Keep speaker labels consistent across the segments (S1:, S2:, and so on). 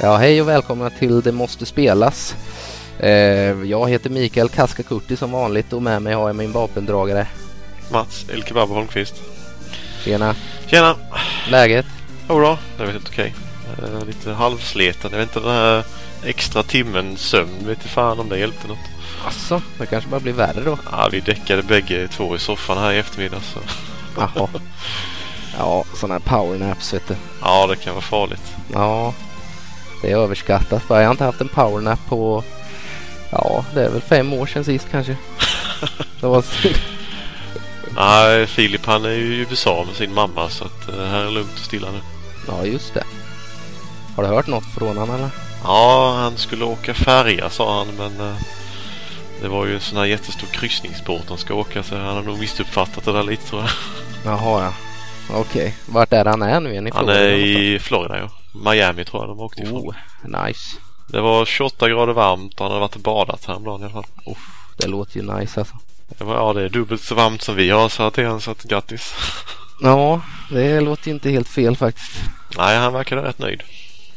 S1: Ja, hej och välkomna till Det måste spelas. Eh, jag heter Mikael Kaskakurti som vanligt och med mig har jag min vapendragare.
S2: Mats El Kebab Holmqvist.
S1: Tjena,
S2: Tjena!
S1: läget?
S2: Jodå, det var helt okej. Eh, Lite halvsleten. Jag vet inte den här extra timmen sömn. Vet inte fan om det hjälpte något.
S1: Asså,
S2: Alltså.
S1: det kanske bara blir värre då.
S2: Ja, vi däckade bägge två i soffan här i eftermiddag. Så.
S1: Jaha. Ja, sådana här powernaps vet du.
S2: Ja, det kan vara farligt.
S1: Ja, det är överskattat. Jag har inte haft en powernap på, ja, det är väl fem år sedan sist kanske. Det var...
S2: Nej, Filip han är ju i USA med sin mamma så att eh, här är lugnt och stilla nu.
S1: Ja, just det. Har du hört något från honom eller?
S2: Ja, han skulle åka färja sa han men eh, det var ju en sån här jättestor kryssningsbåt han ska åka så han har nog missuppfattat det där lite tror jag.
S1: Jaha, ja. Okej. Vart är han är nu? Är ni
S2: Han
S1: från
S2: är
S1: något?
S2: i Florida ja. Miami tror jag de åkte ifrån.
S1: Oh, nice.
S2: Det var 28 grader varmt och han hade varit och badat häromdagen i alla fall.
S1: Det låter ju nice alltså.
S2: Det var, ja, det är dubbelt så varmt som vi har sa jag till honom så att grattis.
S1: Ja, det låter ju inte helt fel faktiskt.
S2: Nej, han verkade rätt nöjd.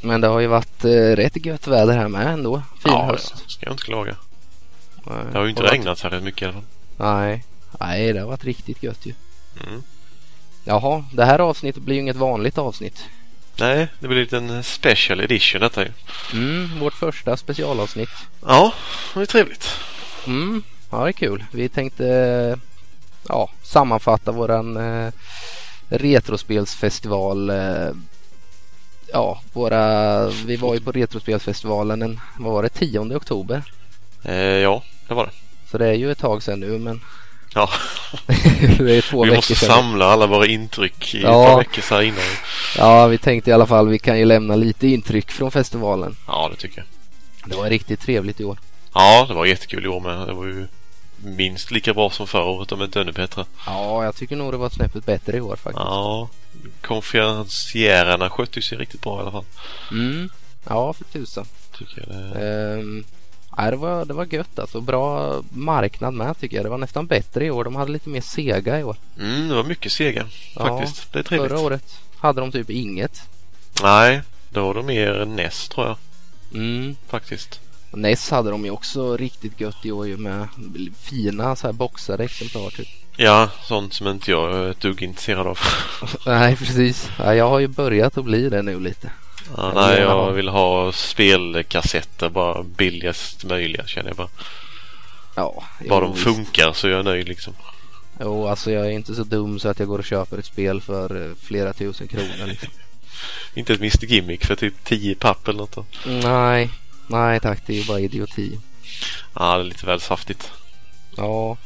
S1: Men det har ju varit eh, rätt gött väder här med ändå. Fin
S2: ja,
S1: höst.
S2: det ska jag inte klaga.
S1: Nej,
S2: Det har ju inte
S1: varit-
S2: regnat särskilt mycket i alla fall.
S1: Nej. Nej, det har varit riktigt gött ju.
S2: Mm.
S1: Jaha, det här avsnittet blir ju inget vanligt avsnitt.
S2: Nej, det blir en liten special edition detta ju.
S1: Mm, vårt första specialavsnitt.
S2: Ja, det är trevligt.
S1: Mm, ja det är kul. Vi tänkte eh, ja, sammanfatta våran eh, retrospelsfestival. Eh, ja, våra, vi var ju på retrospelsfestivalen den, vad var det, 10 oktober.
S2: Eh, ja, det var det.
S1: Så det är ju ett tag sedan nu men
S2: Ja,
S1: det är två
S2: vi
S1: veckor
S2: måste
S1: sedan.
S2: samla alla våra intryck i
S1: Ja.
S2: ett par veckor så här innan.
S1: Ja, vi tänkte i alla fall vi kan ju lämna lite intryck från festivalen.
S2: Ja, det tycker jag.
S1: Det var riktigt trevligt i år.
S2: Ja, det var jättekul i år med. Det var ju minst lika bra som förra året om inte ännu bättre.
S1: Ja, jag tycker nog det var snäppet bättre i år faktiskt.
S2: Ja, konferensierarna skötte ju sig riktigt bra i alla fall.
S1: Mm. Ja, för tusan.
S2: Tycker jag. Det-
S1: Ehm, nej, det, var, det var gött alltså. Bra marknad med tycker jag. Det var nästan bättre i år. De hade lite mer sega i år.
S2: Mm, det var mycket sega
S1: Ja,
S2: faktiskt. Det är trevligt.
S1: Förra året hade de typ inget.
S2: Nej, då var det mer NES tror jag
S1: Mm.
S2: faktiskt.
S1: NES hade de ju också riktigt gött i år ju med fina så här boxade exemplar typ.
S2: Ja, sånt som inte jag är ett dugg intresserad av.
S1: Nej, precis. Ja, jag har ju börjat att bli det nu lite.
S2: Ja,
S1: Jag vill
S2: nej,
S1: gärna
S2: jag
S1: ha.
S2: vill ha spelkassetter bara billigast möjliga känner jag bara.
S1: Ja, jo,
S2: Bara de
S1: visst.
S2: funkar så är jag nöjd liksom.
S1: Jo, alltså jag är inte så dum så att jag går och köper ett spel för eh, flera tusen kronor. Liksom.
S2: Inte ett Mr Gimmick för typ 10 papp eller något. då.
S1: nej, nej tack. Det är ju bara idioti.
S2: Ja, det är lite väl saftigt.
S1: Ja.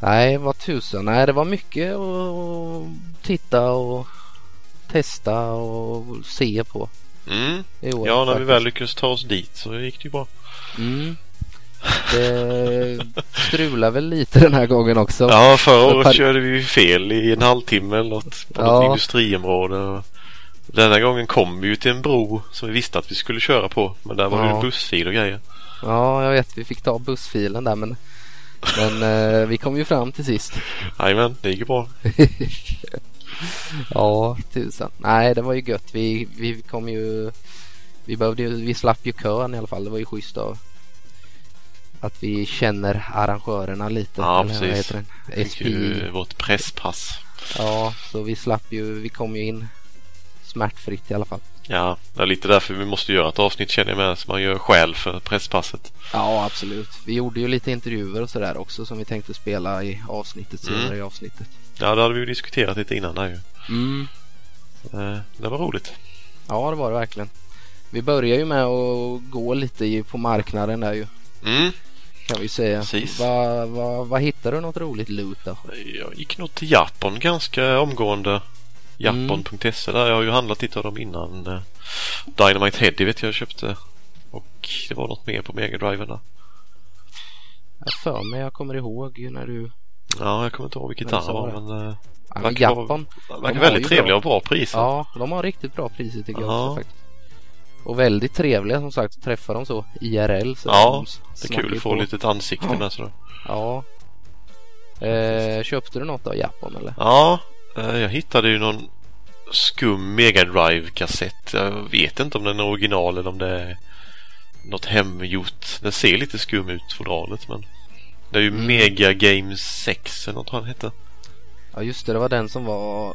S1: Nej, vad tusan. Nej, det var mycket att titta och testa och se på.
S2: Mm.
S1: I år,
S2: Ja, när vi
S1: faktiskt.
S2: väl lyckades ta oss dit så gick det ju bra.
S1: Mm. Det strular väl lite den här gången också.
S2: Ja, förra
S1: Par-
S2: året körde vi ju fel i en halvtimme eller något på
S1: Ja.
S2: något industriområde. Denna gången kom vi ju till en bro som vi visste att vi skulle köra på. Men där var det
S1: Ja.
S2: ju bussfil och grejer.
S1: Ja, jag vet. Vi fick ta bussfilen där men, men eh, vi kom ju fram till sist.
S2: Jajamän, det gick ju bra.
S1: Ja, tusan. Nej, det var ju gött. Vi, vi kom ju... Vi, behövde ju, vi slapp ju kön i alla fall. Det var ju schysst av att vi känner arrangörerna lite.
S2: Ja,
S1: eller vad
S2: precis.
S1: heter den? SP.
S2: Vi fick ju vårt presspass.
S1: Ja, så vi slapp ju... Vi kom ju in smärtfritt i alla fall.
S2: Ja, det är lite därför vi måste göra ett avsnitt känner jag med. Så man gör skäl för presspasset.
S1: Ja, absolut. Vi gjorde ju lite intervjuer och sådär också som vi tänkte spela i avsnittet
S2: Mm.
S1: senare i avsnittet.
S2: Ja, det hade vi ju diskuterat lite innan där ju.
S1: Mm.
S2: Eh, Det var roligt.
S1: Ja, det var det verkligen. Vi börjar ju med att gå lite i- på marknaden där ju.
S2: Mm.
S1: kan vi säga.
S2: Precis.
S1: Vad va, va hittar du något roligt loot då?
S2: Jag gick nog till Japan ganska omgående. Japan.se E där. Jag har ju handlat lite av dem innan. eh, Dynamite Heady vet jag köpte. Och det var något mer på Mega Driven där.
S1: Jag för mig, jag kommer ihåg ju när du... Ja,
S2: Ja, jag kommer inte ihåg vilket
S1: Men
S2: där
S1: så var det.
S2: var men eh,
S1: men
S2: verkar vara-
S1: Japan.
S2: det
S1: har
S2: verkar
S1: ju
S2: väldigt
S1: bra-
S2: trevliga och bra priser.
S1: Ja, de har riktigt bra priser tycker jag
S2: Ja.
S1: också faktiskt. Och väldigt trevliga som sagt att träffa dem så IRL. Så
S2: Ja,
S1: de s-
S2: det är
S1: snackar
S2: kul
S1: ju
S2: att få
S1: på.
S2: lite ett ansikte med sådär.
S1: Ja. Eh, köpte du något av Japan eller?
S2: Ja, eh, jag hittade ju någon skum Mega Drive-kassett. Jag vet inte om den är original eller om det är något hemgjort. Den ser lite skum ut fodralet men det är ju
S1: Mm.
S2: Mega Game 6 eller något vad han hette.
S1: Ja just det, det var den som var...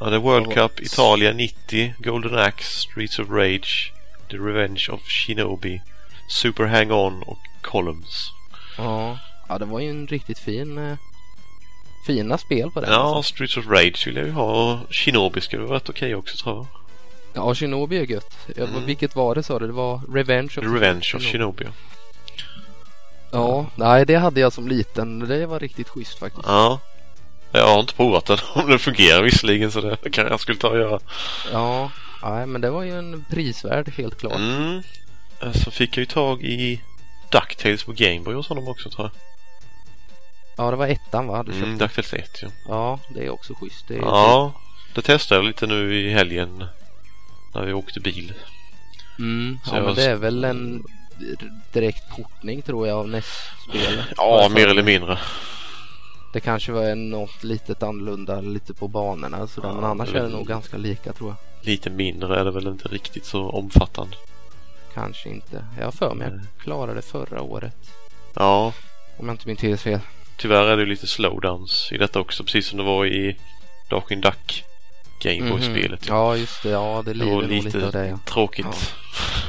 S2: Ja, det är World
S1: Vad var
S2: Cup
S1: det?
S2: Italien 90, Golden Axe, Streets of Rage, The Revenge of Shinobi, Super Hang On och Columns.
S1: Ja, ja det var ju en riktigt fin... eh, Fina spel på den.
S2: Ja,
S1: alltså.
S2: Streets of Rage vill jag ju ha och Shinobi skulle vara rätt okej också tror jag.
S1: ja Shinobi är gött. Ja,
S2: Mm.
S1: Vilket var det sa du? Det var Revenge of
S2: The Revenge of Shinobi. ja.
S1: Ja, nej det hade jag som liten. Det var riktigt schysst faktiskt.
S2: Ja. Jag har inte provat den om den fungerar visserligen så det kan jag skulle ta och göra.
S1: Ja, nej men det var ju en prisvärd helt klart.
S2: Mm. Eh, Så fick jag ju tag i Ducktails på Gameboy hos honom också tror
S1: Ja, det var ettan va? Du
S2: jag.
S1: köpte?
S2: Mm, Ducktails 1 ja.
S1: Ja, det är också schysst. Det är
S2: Ja, det testade jag lite nu i helgen när vi åkte bil.
S1: Mm,
S2: Så
S1: ja,
S2: jag
S1: men
S2: s-
S1: det är väl en direkt portning tror jag av NES-spelet.
S2: Ja, mer eller mindre.
S1: Det kanske var något litet annorlunda lite på banorna sådär,
S2: Ja,
S1: men annars
S2: det är
S1: är det
S2: väl-
S1: nog ganska lika tror jag.
S2: Lite mindre är det väl inte riktigt så omfattande.
S1: Kanske inte. Jag har för mig
S2: Mm.
S1: jag klarade det förra året.
S2: Ja,
S1: Om jag inte minns helt fel.
S2: tyvärr är det ju lite slowdowns i detta också. Precis som det var i Darkwing Duck Gameboy-spelet.
S1: Mhm. Ja, just det. Ja, det
S2: det var
S1: lider nog lite av det.
S2: lite
S1: Ja.
S2: tråkigt.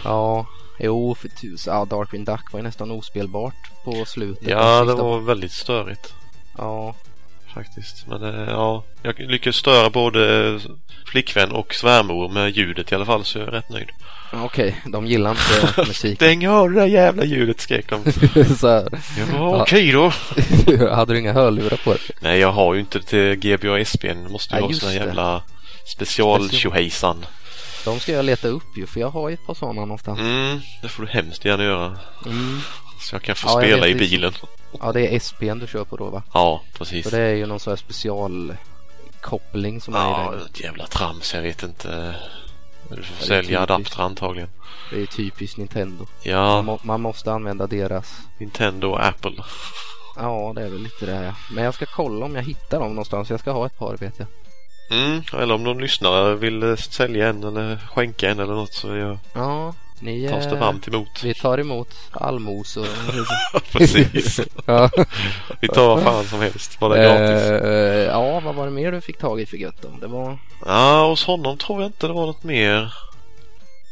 S1: ja. Jo, för tusan. Ja, Darkwing Duck var ju nästan ospelbart på slutet.
S2: Ja,
S1: Den
S2: det
S1: sista-
S2: var väldigt störigt
S1: Ja,
S2: faktiskt. Men eh, ja, jag lyckades störa både flickvän och svärmor med ljudet i alla fall så jag är rätt nöjd.
S1: okej. De gillar inte musik.
S2: Stäng av det där jävla ljudet skrek de.
S1: Så här.
S2: Ja, okej då.
S1: Hade du inga hörlurar på dig?
S2: Nej, jag har ju inte till GBA SPN. Det måste ju
S1: Nej,
S2: vara
S1: just
S2: sån här
S1: det.
S2: jävla
S1: Special.
S2: specialtjohejsan.
S1: De ska jag leta upp ju, för jag har ju ett par sådana någonstans.
S2: Mm, det får du hemskt gärna göra.
S1: Mm.
S2: Så jag kan få
S1: Ja, jag
S2: spela
S1: vet
S2: i
S1: precis.
S2: bilen.
S1: Ja, det är SPn du kör på då va?
S2: Ja, precis.
S1: Så det är ju någon sån här specialkoppling som
S2: Ja, typ-
S1: är i den.
S2: ett jävla trams. Jag vet inte. Du får
S1: är
S2: sälja
S1: typiskt.
S2: adapter antagligen.
S1: Det är typiskt Nintendo. Man,
S2: Ja,
S1: må, man måste använda deras.
S2: Nintendo och Apple.
S1: Ja, det är väl lite det ja. Men jag ska kolla om jag hittar dem någonstans. Jag ska ha ett par vet jag.
S2: Mm, eller om någon lyssnare vill eh, sälja en eller skänka en eller något så jag
S1: Ja, ni...
S2: tas det
S1: eh,
S2: varmt emot.
S1: Vi tar emot allmosor.
S2: Precis.
S1: ja.
S2: Vi tar vad fan som helst. Bara det är gratis.
S1: Eh, ja, vad var det mer du fick tag i för gött då? Det var...
S2: Ja, hos honom tror jag inte det var något mer.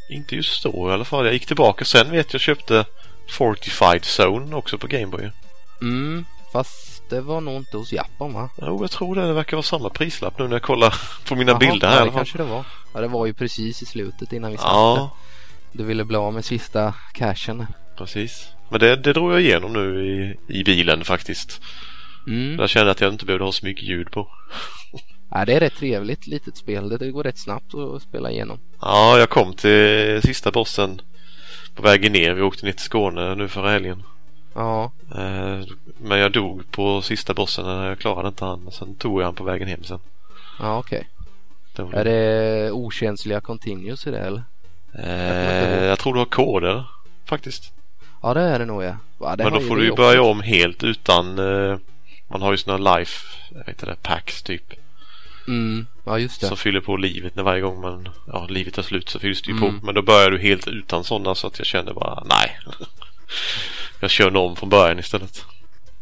S2: Inte just då i alla fall. Jag gick tillbaka. Sen vet jag köpte Fortified Zone också på Gameboy.
S1: Mm, fast det var nog inte hos Japan va?
S2: Jo, jag tror det. Det verkar vara samma prislapp nu när jag kollar på mina
S1: Jaha,
S2: bilder här i
S1: ja,
S2: alla
S1: det
S2: fall.
S1: kanske det var. Ja, det var ju precis i slutet innan vi släppte.
S2: Ja,
S1: Du ville bli av med sista cashen.
S2: precis. Men det, det drog jag igenom nu i, i bilen faktiskt.
S1: Mm.
S2: Jag kände att jag inte behövde ha så mycket ljud på.
S1: Ja, det är rätt trevligt litet spel. Det- Det går rätt snabbt att spela igenom.
S2: Ja, jag kom till sista bossen på vägen ner. Vi åkte ner till Skåne nu förra helgen.
S1: Ja,
S2: Eh, Men jag dog på sista bossen. Jag klarade inte han. Sen tog jag han på vägen hem sen.
S1: ja okej.
S2: Det var
S1: Är det okänsliga continues i det eller?
S2: Eh, jag tror du har koder faktiskt.
S1: Ja, det är det nog ja. Va, det
S2: Men då
S1: har
S2: får
S1: vi
S2: du ju
S1: också.
S2: börja om helt utan... Eh, man har ju såna life jag vet inte, det, packs typ.
S1: Mm. Ja, just det.
S2: Som fyller på livet när varje gång man, ja, livet tar slut så fylls det ju
S1: Mm.
S2: på. Men då börjar du helt utan sådana så att jag känner bara nej. jag kör om från början istället.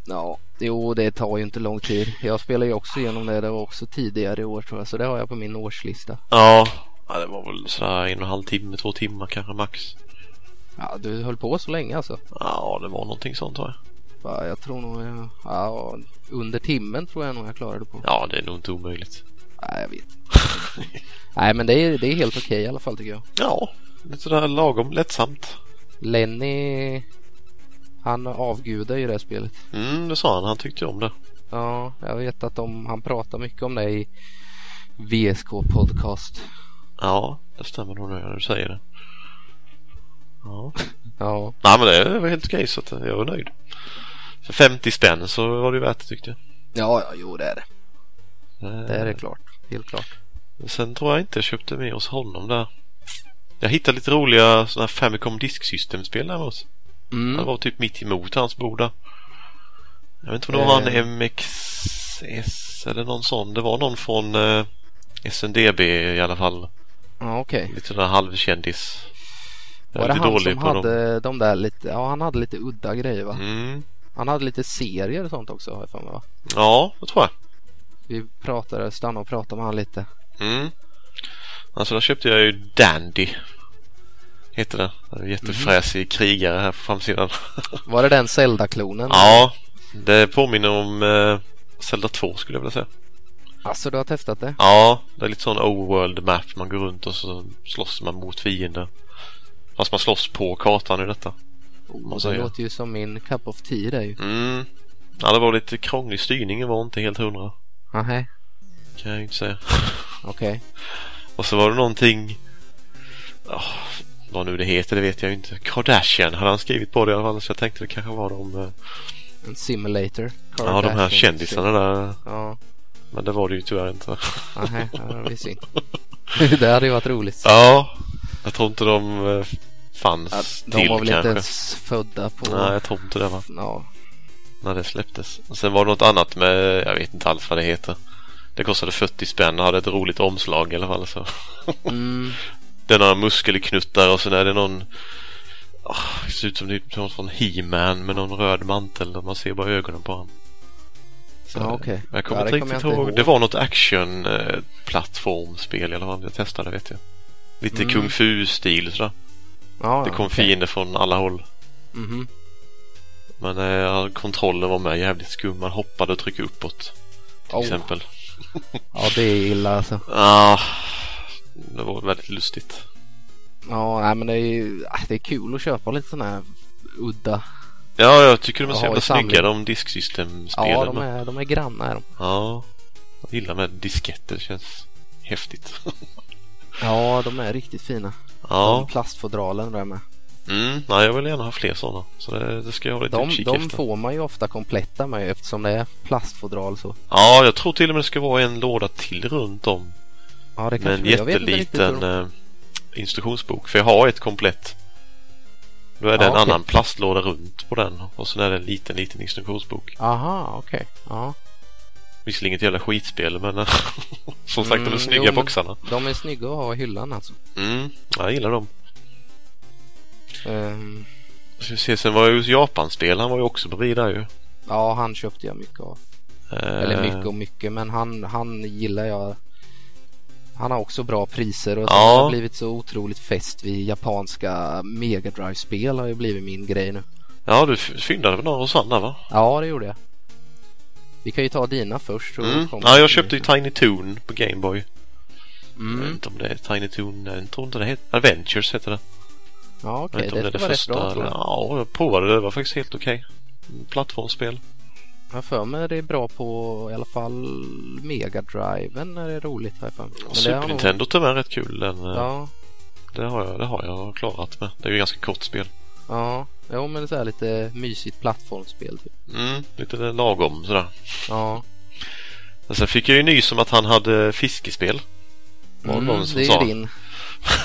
S1: Ja, jo det tar ju inte lång tid. Jag spelar ju också igenom det. Det var också tidigare i år tror jag. Så det har jag på min årslista.
S2: Ja, ja det var väl sådär en och en halv timme, två timmar kanske max.
S1: Ja, du höll på så länge alltså.
S2: Ja, det var någonting sånt tror jag.
S1: Va, jag tror nog jag, ja, under timmen tror jag nog jag klarade på.
S2: Ja, det är nog inte omöjligt.
S1: Nej, jag vet inte. Nej, men det är, det är helt okej i alla fall tycker jag.
S2: Ja, lite sådär lagom lättsamt.
S1: Lenny, han avgudar ju det här spelet.
S2: Mm, det sa han. Han tyckte om det.
S1: Ja, jag vet att de, han pratar mycket om det i VSK podcast.
S2: Ja, det stämmer nog när du säger det. Ja.
S1: Ja,
S2: Nej men det var helt okej så att jag var nöjd. För 50 spänn så var det ju värt det tyckte jag.
S1: ja, ja jo det är det.
S2: Eh,
S1: Det är det klart. Helt klart.
S2: Sen tror jag inte jag köpte mer hos honom där. Jag hittade lite roliga sådana här Famicom Disk System-spel däremot.
S1: Mm.
S2: Han var typ mitt emot hans bord där. Jag vet inte om det
S1: Eh.
S2: var en MXS eller någon sån. Det var någon från eh, SNDB i alla fall.
S1: Ja, okej.
S2: Lite sån här halvkändis. Jag
S1: Var
S2: är
S1: det
S2: lite
S1: han
S2: dålig
S1: som
S2: på dem.
S1: hade de där lite, ja han hade lite udda grejer va?
S2: Mm.
S1: Han hade lite serier och sånt också har jag för mig va?
S2: Ja, det tror jag.
S1: Vi pratade, stannade och pratade med han lite.
S2: Mm. Alltså då köpte jag ju Dandy. Heter den. En jättefräsig krigare här på framsidan.
S1: Var det Mm. den Zelda-klonen?
S2: Ja, det påminner om eh, Zelda 2 skulle jag vilja säga.
S1: Alltså du har testat det?
S2: Ja, det är lite sån O-world map. Man går runt och så slåss man mot fiender. Fast man slåss på kartan i detta.
S1: Oh,
S2: man
S1: det
S2: säger.
S1: låter ju som min cup of tea det ju.
S2: Mm. Ja, det var lite krånglig styrning. Det var inte helt hundra.
S1: Aha,
S2: Kan jag ju inte säga.
S1: okej.
S2: Och så var det någonting... Ah, vad nu det heter, det vet jag ju inte. Kardashian hade han skrivit på det i alla fall. Så jag tänkte det kanske var de, eh,
S1: En simulator.
S2: ja, de här
S1: Kardashian-
S2: kändisarna där.
S1: Ja,
S2: Men det var det ju tyvärr inte.
S1: aha, ja, det är synd. det hade ju varit roligt.
S2: Ja, jag tror inte de eh, fanns
S1: Ja, de
S2: till
S1: var väl inte
S2: kanske.
S1: ens födda på...
S2: Nej, jag tror inte det va.
S1: Ja,
S2: När det släpptes. Och sen var det något annat med, jag vet inte alls vad det heter. Det kostade 40 spänn och hade ett roligt omslag i alla fall. Så.
S1: mm,
S2: Det är några muskelknuttar och sen är det någon... Ah, det ser ut som det är någon från He-Man med någon röd mantel och man ser bara ögonen på honom. Så,
S1: Ja, okej.
S2: Jag kommer
S1: Ja, det
S2: inte
S1: kommer jag
S2: riktigt
S1: inte
S2: ihåg.
S1: ihåg.
S2: Det var något action-plattformspel i alla fall. Jag testade vet jag. Lite
S1: Mm.
S2: kung fu-stil sådär.
S1: ja,
S2: Det kom
S1: okej.
S2: fiender från alla håll.
S1: Mhm.
S2: Men eh, kontrollen var med jävligt skum. Man hoppade och tryckte uppåt till
S1: Oh,
S2: exempel.
S1: ja, det är illa alltså.
S2: Ah, det var väldigt lustigt.
S1: Ja, nej, men det är ju ah, det är kul att köpa lite sådana här udda.
S2: Ja, jag tycker de är så
S1: Jaha,
S2: jävla
S1: i samling.
S2: snygga de disksystemspelen.
S1: Ja, de är, de är granna är de.
S2: Ja, jag gillar med disketter. Det känns häftigt.
S1: Ja, de är riktigt fina.
S2: Ja,
S1: De plastfodralen där med.
S2: mm, nej, jag vill gärna ha fler sådana. Så det, det ska jag ha lite
S1: De,
S2: utkik
S1: de
S2: efter.
S1: får man ju ofta kompletta med eftersom det är plastfodral så.
S2: Ja, jag tror till och med det ska vara en låda till runt om.
S1: Ja, det
S2: Med
S1: kanske
S2: en
S1: det är. Jag vet inte riktigt hur
S2: jätteliten
S1: de-
S2: eh, instruktionsbok. För jag har ett komplett. Då är det
S1: Ja,
S2: en
S1: okej.
S2: annan plastlåda runt på den. Och sen är det en liten, liten instruktionsbok.
S1: Aha, okej. Ja.
S2: Visserligen ett jävla skitspel men eh, som sagt de är
S1: Mm,
S2: snygga
S1: jo, men-
S2: boxarna.
S1: De är snygga att ha i hyllan alltså.
S2: Mm, ja, jag gillar dem.
S1: Ehm,
S2: Ska vi se, sen var ju Japanspel, han var ju också bredvid där ju. Eh,
S1: ja, han köpte jag mycket av. Eller mycket och mycket, men han, han gillar jag. Han har också bra priser och
S2: Ja.
S1: han har blivit så otroligt fäst vid japanska Mega drive spel har ju blivit min grej nu.
S2: Ja, du f- fyndade väl några hos Anna va?
S1: Ja, det gjorde jag. Vi kan ju ta dina först. så
S2: Mm.
S1: kommer
S2: Ja,
S1: vi-
S2: jag köpte ju Tiny Toon på Gameboy. Jag vet
S1: Mm.
S2: inte om det är Tiny Toon, nej, jag tror inte det heter Adventures heter det.
S1: Ja,
S2: Jag vet
S1: okej.
S2: inte om det är
S1: Det
S2: det
S1: var rätt
S2: första.
S1: bra tror
S2: eller...
S1: jag.
S2: Ja, jag provade det, det var faktiskt helt okej. Mm, Plattformsspel.
S1: Jag har för mig det är bra på i alla fall Mega Driven är det roligt har jag för mig. Men det har
S2: Super
S1: nog-
S2: Nintendo till och med rätt kul. Den, eh,
S1: Ja,
S2: det, har jag, det har jag klarat med. Det är ju ganska kort spel.
S1: ja. Jo men så här lite mysigt plattformsspel typ.
S2: Mm, lite lagom sådär.
S1: Ja.
S2: Men sen fick jag ju nys om att han hade fiskespel. Var det någon som
S1: Mm, det är
S2: sa?
S1: ju din.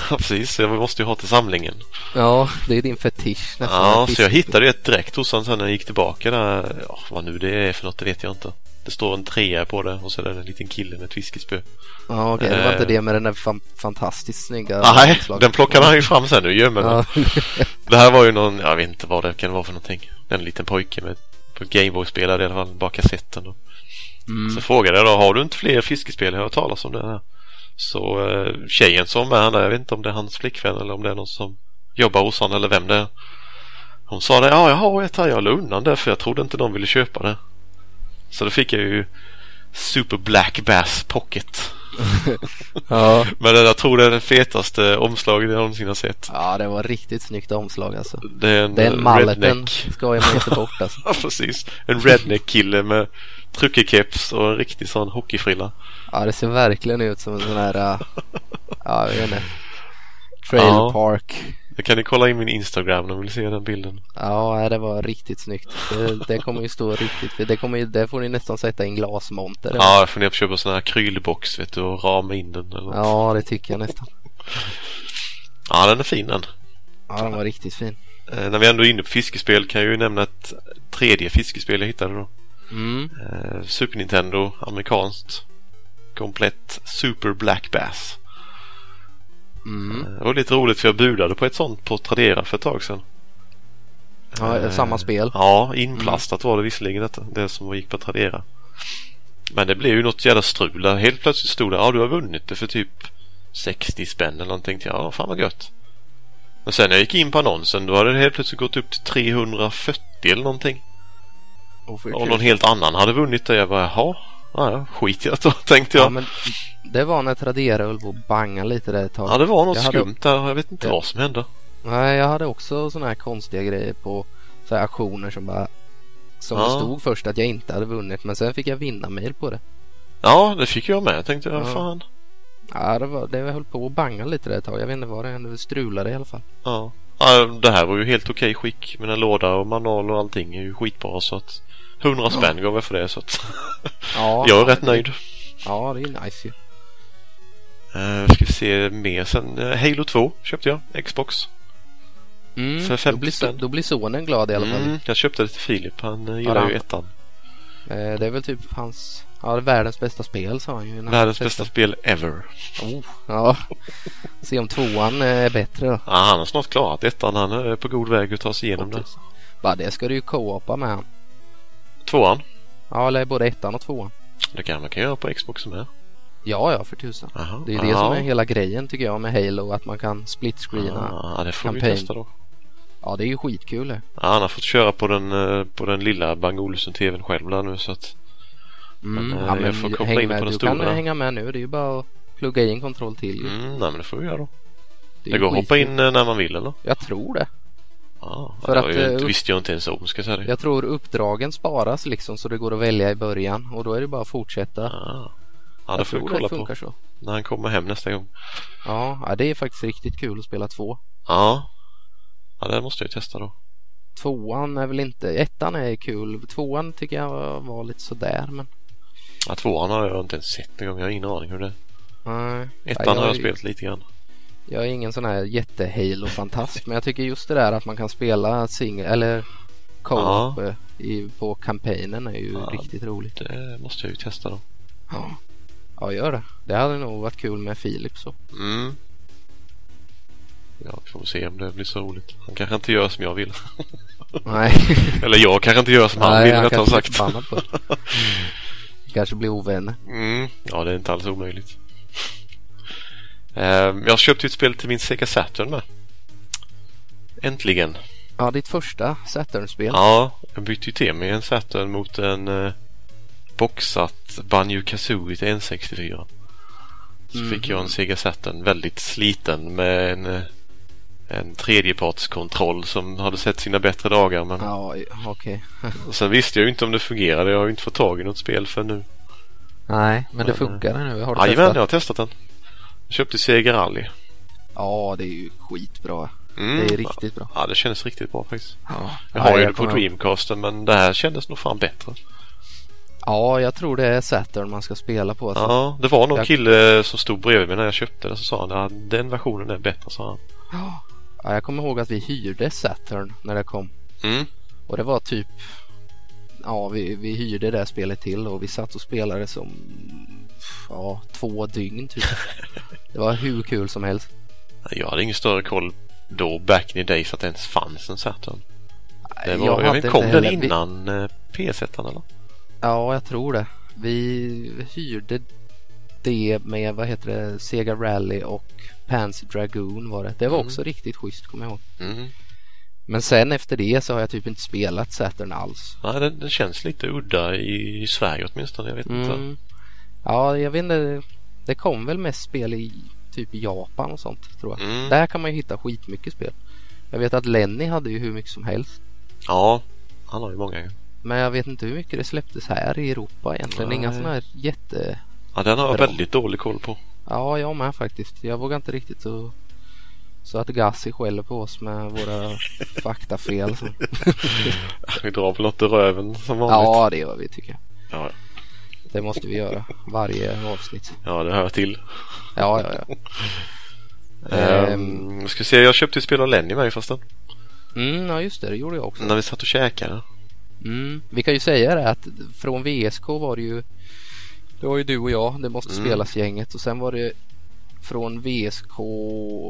S2: Precis, så jag måste ju ha till samlingen.
S1: Ja, det är din fetisch nästan.
S2: Ja,
S1: Fisk-
S2: så jag hittade ju ett direkt hos honom sen när jag gick tillbaka där. Ja, vad nu det är för något, det vet jag inte. Det står en trea på det och så är det en liten kille med ett fiskespö.
S1: Ja, okej. Det var
S2: Eh. Ah,
S1: inte det med den där fan- fantastiskt snygga
S2: Nej,
S1: omslaget.
S2: den plockade han ju fram sen nu gömmer den.
S1: Ja,
S2: Det här var ju någon, jag vet inte vad det kan vara för någonting. En liten pojke med på Gameboy spelade i alla fall, bara kassetten. Då.
S1: mm.
S2: Så frågade jag då, har du inte fler fiskespel? Jag har hört talas om det här. Så eh, tjejen som är där, jag vet inte om det är hans flickvän eller om det är någon som jobbar hos honom eller vem det är. Hon sa det, ja jag har ett här, jag la undan det för jag trodde inte någon ville köpa det. Så då fick jag ju Super Black Bass Pocket.
S1: ja.
S2: Men jag tror det är det fetaste omslaget jag någonsin har sett.
S1: ja, det var riktigt snyggt omslag alltså.
S2: Det är en
S1: Den
S2: eh,
S1: malleten
S2: redneck.
S1: skojar man inte bort alltså.
S2: Ja precis. En redneck-kille med truckerkeps och en riktig sån hockeyfrilla.
S1: Ja, det ser verkligen ut som en sån här, äh, ja, jag vet inte. Trail
S2: Ja.
S1: park.
S2: Det kan ni kolla in min Instagram om ni vill se den bilden.
S1: Ja, nej, det var riktigt snyggt. Det, det kommer ju stå riktigt. Det, kommer ju, det får ni nästan sätta i en glasmonter.
S2: Ja, jag funderar på att köpa sån här akrylbox vet du och rama in den. Eller ja.
S1: ja, det tycker jag nästan.
S2: ja, den är fin den.
S1: Ja, den var riktigt fin.
S2: Eh, när vi ändå är inne på fiskespel kan jag ju nämna ett tredje fiskespel jag hittade då.
S1: Mm.
S2: Eh, Super Nintendo, amerikanskt. komplett Super Black Bass. Eh,
S1: Mm.
S2: Det var lite roligt för jag budade på ett sånt på Tradera för ett tag sedan.
S1: Ja,
S2: Eh,
S1: samma spel.
S2: Ja, inplastat var det visserligen detta, det som gick på Tradera. Men det blev ju något jävla strul där. Helt plötsligt stod det ja du har vunnit det för typ 60 spänn eller någonting. Tänkte jag, ja fan vad gött. Men sen när jag gick in på annonsen då hade det helt plötsligt gått upp till 340 eller någonting.
S1: Och för
S2: Och
S1: kul.
S2: någon helt annan hade vunnit det. Jag bara jaha, ja, ja, skit i det då tänkte
S1: ja,
S2: jag.
S1: men det var när Tradera höll på att banga lite där ett tag.
S2: Ja det var något
S1: Jag hade-
S2: skumt där. Jag vet inte
S1: Ja.
S2: vad som hände.
S1: Nej, jag hade också sådana här konstiga grejer på så här auktioner som bara som
S2: Ja.
S1: det stod först att jag inte hade vunnit men sen fick jag vinnarmail på det.
S2: Ja det fick jag med. Jag tänkte ja.
S1: Ja.
S2: fan.
S1: Ja, det, var, det höll på att banga lite där ett tag. Jag vet inte vad det hände. Det strulade i alla fall.
S2: Ja. ja, det här var ju helt okej skick. Mina låda och manual och allting är ju skitbra så att 100 spänn gav jag för det så att
S1: Ja,
S2: jag är rätt nöjd.
S1: Ja, det är ju nice ju.
S2: Uh, ska vi se mer sen. Eh, Halo 2 köpte jag, Xbox.
S1: Mm,
S2: För 50
S1: då, blir, so-
S2: spänn.
S1: då blir sonen glad i alla fall.
S2: Mm, jag köpte det till Filip, han eh,
S1: Ja,
S2: gillar
S1: det-
S2: ju ettan.
S1: Eh, det är väl typ hans, ja det är världens bästa spel sa han ju. när han
S2: Världens bästa
S1: testade.
S2: spel ever.
S1: Oh, ja. Se om tvåan eh, är bättre då.
S2: Ja, han har snart klarat ettan, han är på god väg att ta sig igenom det.
S1: Bara det ska du ju co-opa med han.
S2: Tvåan,
S1: Ja, eller både ettan och tvåan.
S2: det kan man kan göra på Xbox med.
S1: Ja, ja för tusan.
S2: Aha,
S1: Det är ju det
S2: ja.
S1: som är hela grejen tycker jag med Halo, att man kan split-screena.
S2: Ja, det får vi
S1: campaign.
S2: testa då.
S1: Ja, det är ju skitkul Mm. det.
S2: Ja, han har fått köra på den, eh, på den lilla Bang Olufsen-tvn själv där nu så att
S1: Mm.
S2: Men, eh,
S1: ja, men
S2: jag får koppla
S1: häng
S2: in
S1: med.
S2: på den
S1: Du
S2: stora.
S1: kan eh, hänga med nu, det är ju bara att plugga i en kontroll till. ju.
S2: Mm, nej men det får vi göra då.
S1: Det,
S2: Det,
S1: är ju
S2: går att hoppa
S1: skitkul.
S2: in eh, när man vill eller?
S1: Jag tror det.
S2: Ja,
S1: För
S2: det
S1: att,
S2: var ju
S1: eh,
S2: inte,
S1: upp-
S2: visste jag inte ens om ska jag säga det.
S1: Jag tror uppdragen sparas liksom så det går att välja i början och då är det bara att fortsätta.
S2: Ah. Ja, det
S1: jag
S2: får vi
S1: tror det
S2: kolla
S1: funkar
S2: på
S1: så.
S2: när han kommer hem nästa gång.
S1: Ja, ja, det är faktiskt riktigt kul att spela två.
S2: Ja, ja det måste jag ju testa då.
S1: Tvåan är väl inte, ettan är kul. Tvåan tycker jag var, var lite sådär men.
S2: Ja, tvåan har jag inte ens sett en gång. Jag har ingen aning hur det är.
S1: Nej.
S2: Ettan
S1: jag
S2: har jag
S1: är-
S2: spelat lite grann.
S1: Jag är ingen sån här jätte-Halo-fantast men jag tycker just det där att man kan spela single eller co-op eh, i, på kampanjen är ju
S2: Ja.
S1: riktigt roligt.
S2: Det måste jag ju testa då.
S1: Ja. ja, gör det. Det hade nog varit kul med Filip så.
S2: Mm. Ja, vi får se om det blir så roligt. Han kanske inte gör som jag vill.
S1: Nej,
S2: Eller jag kanske inte gör som han
S1: Nej,
S2: vill, rättare
S1: kanske blir
S2: sagt.
S1: förbannad på det. Mm. Kanske blir ovänner.
S2: Mm, ja, det är inte alls omöjligt. Ehm, jag köpte ju ett spel till min Sega Saturn med. Äntligen.
S1: Ja, ditt första Saturn-spel.
S2: Ja, jag bytte ju till mig en Saturn mot en eh, boxat Banjo Kazooie till N64. Så
S1: Mhm.
S2: fick jag en Sega Saturn väldigt sliten med en, eh, en tredjepartskontroll som hade sett sina bättre dagar. Men
S1: Ja, okej.
S2: och sen visste jag ju inte om det fungerade. Jag har ju inte fått tag i något spel för nu.
S1: Nej, men det
S2: Men,
S1: funkar nu. Har du
S2: Jajamän,
S1: testat?
S2: jag har testat den. Jag köpte Sega Rally.
S1: Ja, det är ju skitbra.
S2: Mm.
S1: Det är riktigt bra.
S2: Ja, det kändes riktigt bra faktiskt.
S1: Ja.
S2: Jag har ju
S1: jag
S2: det på
S1: kommer-
S2: Dreamcasten men det här kändes nog fan bättre.
S1: Ja, jag tror det är Saturn man ska spela på. Alltså.
S2: Ja, det var någon
S1: Jag-
S2: kille som stod bredvid mig när jag köpte den så sa han att den versionen är bättre sa han.
S1: Ja. ja, jag kommer ihåg att vi hyrde Saturn när det kom.
S2: Mm.
S1: Och det var typ Ja, vi, vi hyrde det här spelet till och vi satt och spelade som ja, två dygn typ. Det var hur kul som helst.
S2: Jag hade ingen större koll då back in the days att det ens fanns en Saturn. Det var,
S1: Jag hade
S2: jag vet,
S1: inte
S2: kom den
S1: heller- vi-
S2: innan eh, PS1 eller?
S1: Ja, jag tror det. Vi hyrde det med, vad heter det, Sega Rally och Panzer Dragoon var det. Det var
S2: Mm.
S1: också riktigt schysst, kommer jag ihåg.
S2: Mm.
S1: Men sen efter det så har jag typ inte spelat Saturn alls.
S2: Nej, den, den känns lite udda i, i Sverige åtminstone. Jag vet inte.
S1: Mm. Ja, jag vet inte. Det kom väl mest spel i typ Japan och sånt, tror jag.
S2: Mm.
S1: Där kan man ju hitta skitmycket spel. Jag vet att Lenny hade ju hur mycket som helst.
S2: Ja, han har ju många.
S1: Men jag vet inte hur mycket det släpptes här i Europa egentligen.
S2: Nej.
S1: Inga sådana här jätte...
S2: Ja, den har jag
S1: Bra.
S2: väldigt dålig koll på.
S1: Ja, jag med faktiskt. Jag vågar inte riktigt så, så att Gassi skäller på oss med våra faktafel. Så.
S2: Vi drar väl något i röven som vanligt.
S1: Ja, det gör vi tycker jag.
S2: Ja,
S1: Det måste vi göra varje avsnitt.
S2: ja det hör till.
S1: Ja, ja, ja. Ehm,
S2: Um, ska se, jag köpte ju spel av Lenny med förresten.
S1: Mm, ja, just det. Det gjorde jag också.
S2: När vi satt och käkade.
S1: Mm. Vi kan ju säga det att från VSK var det ju Det var ju du och jag, det måste
S2: Mm.
S1: spelas gänget och sen var det från VSK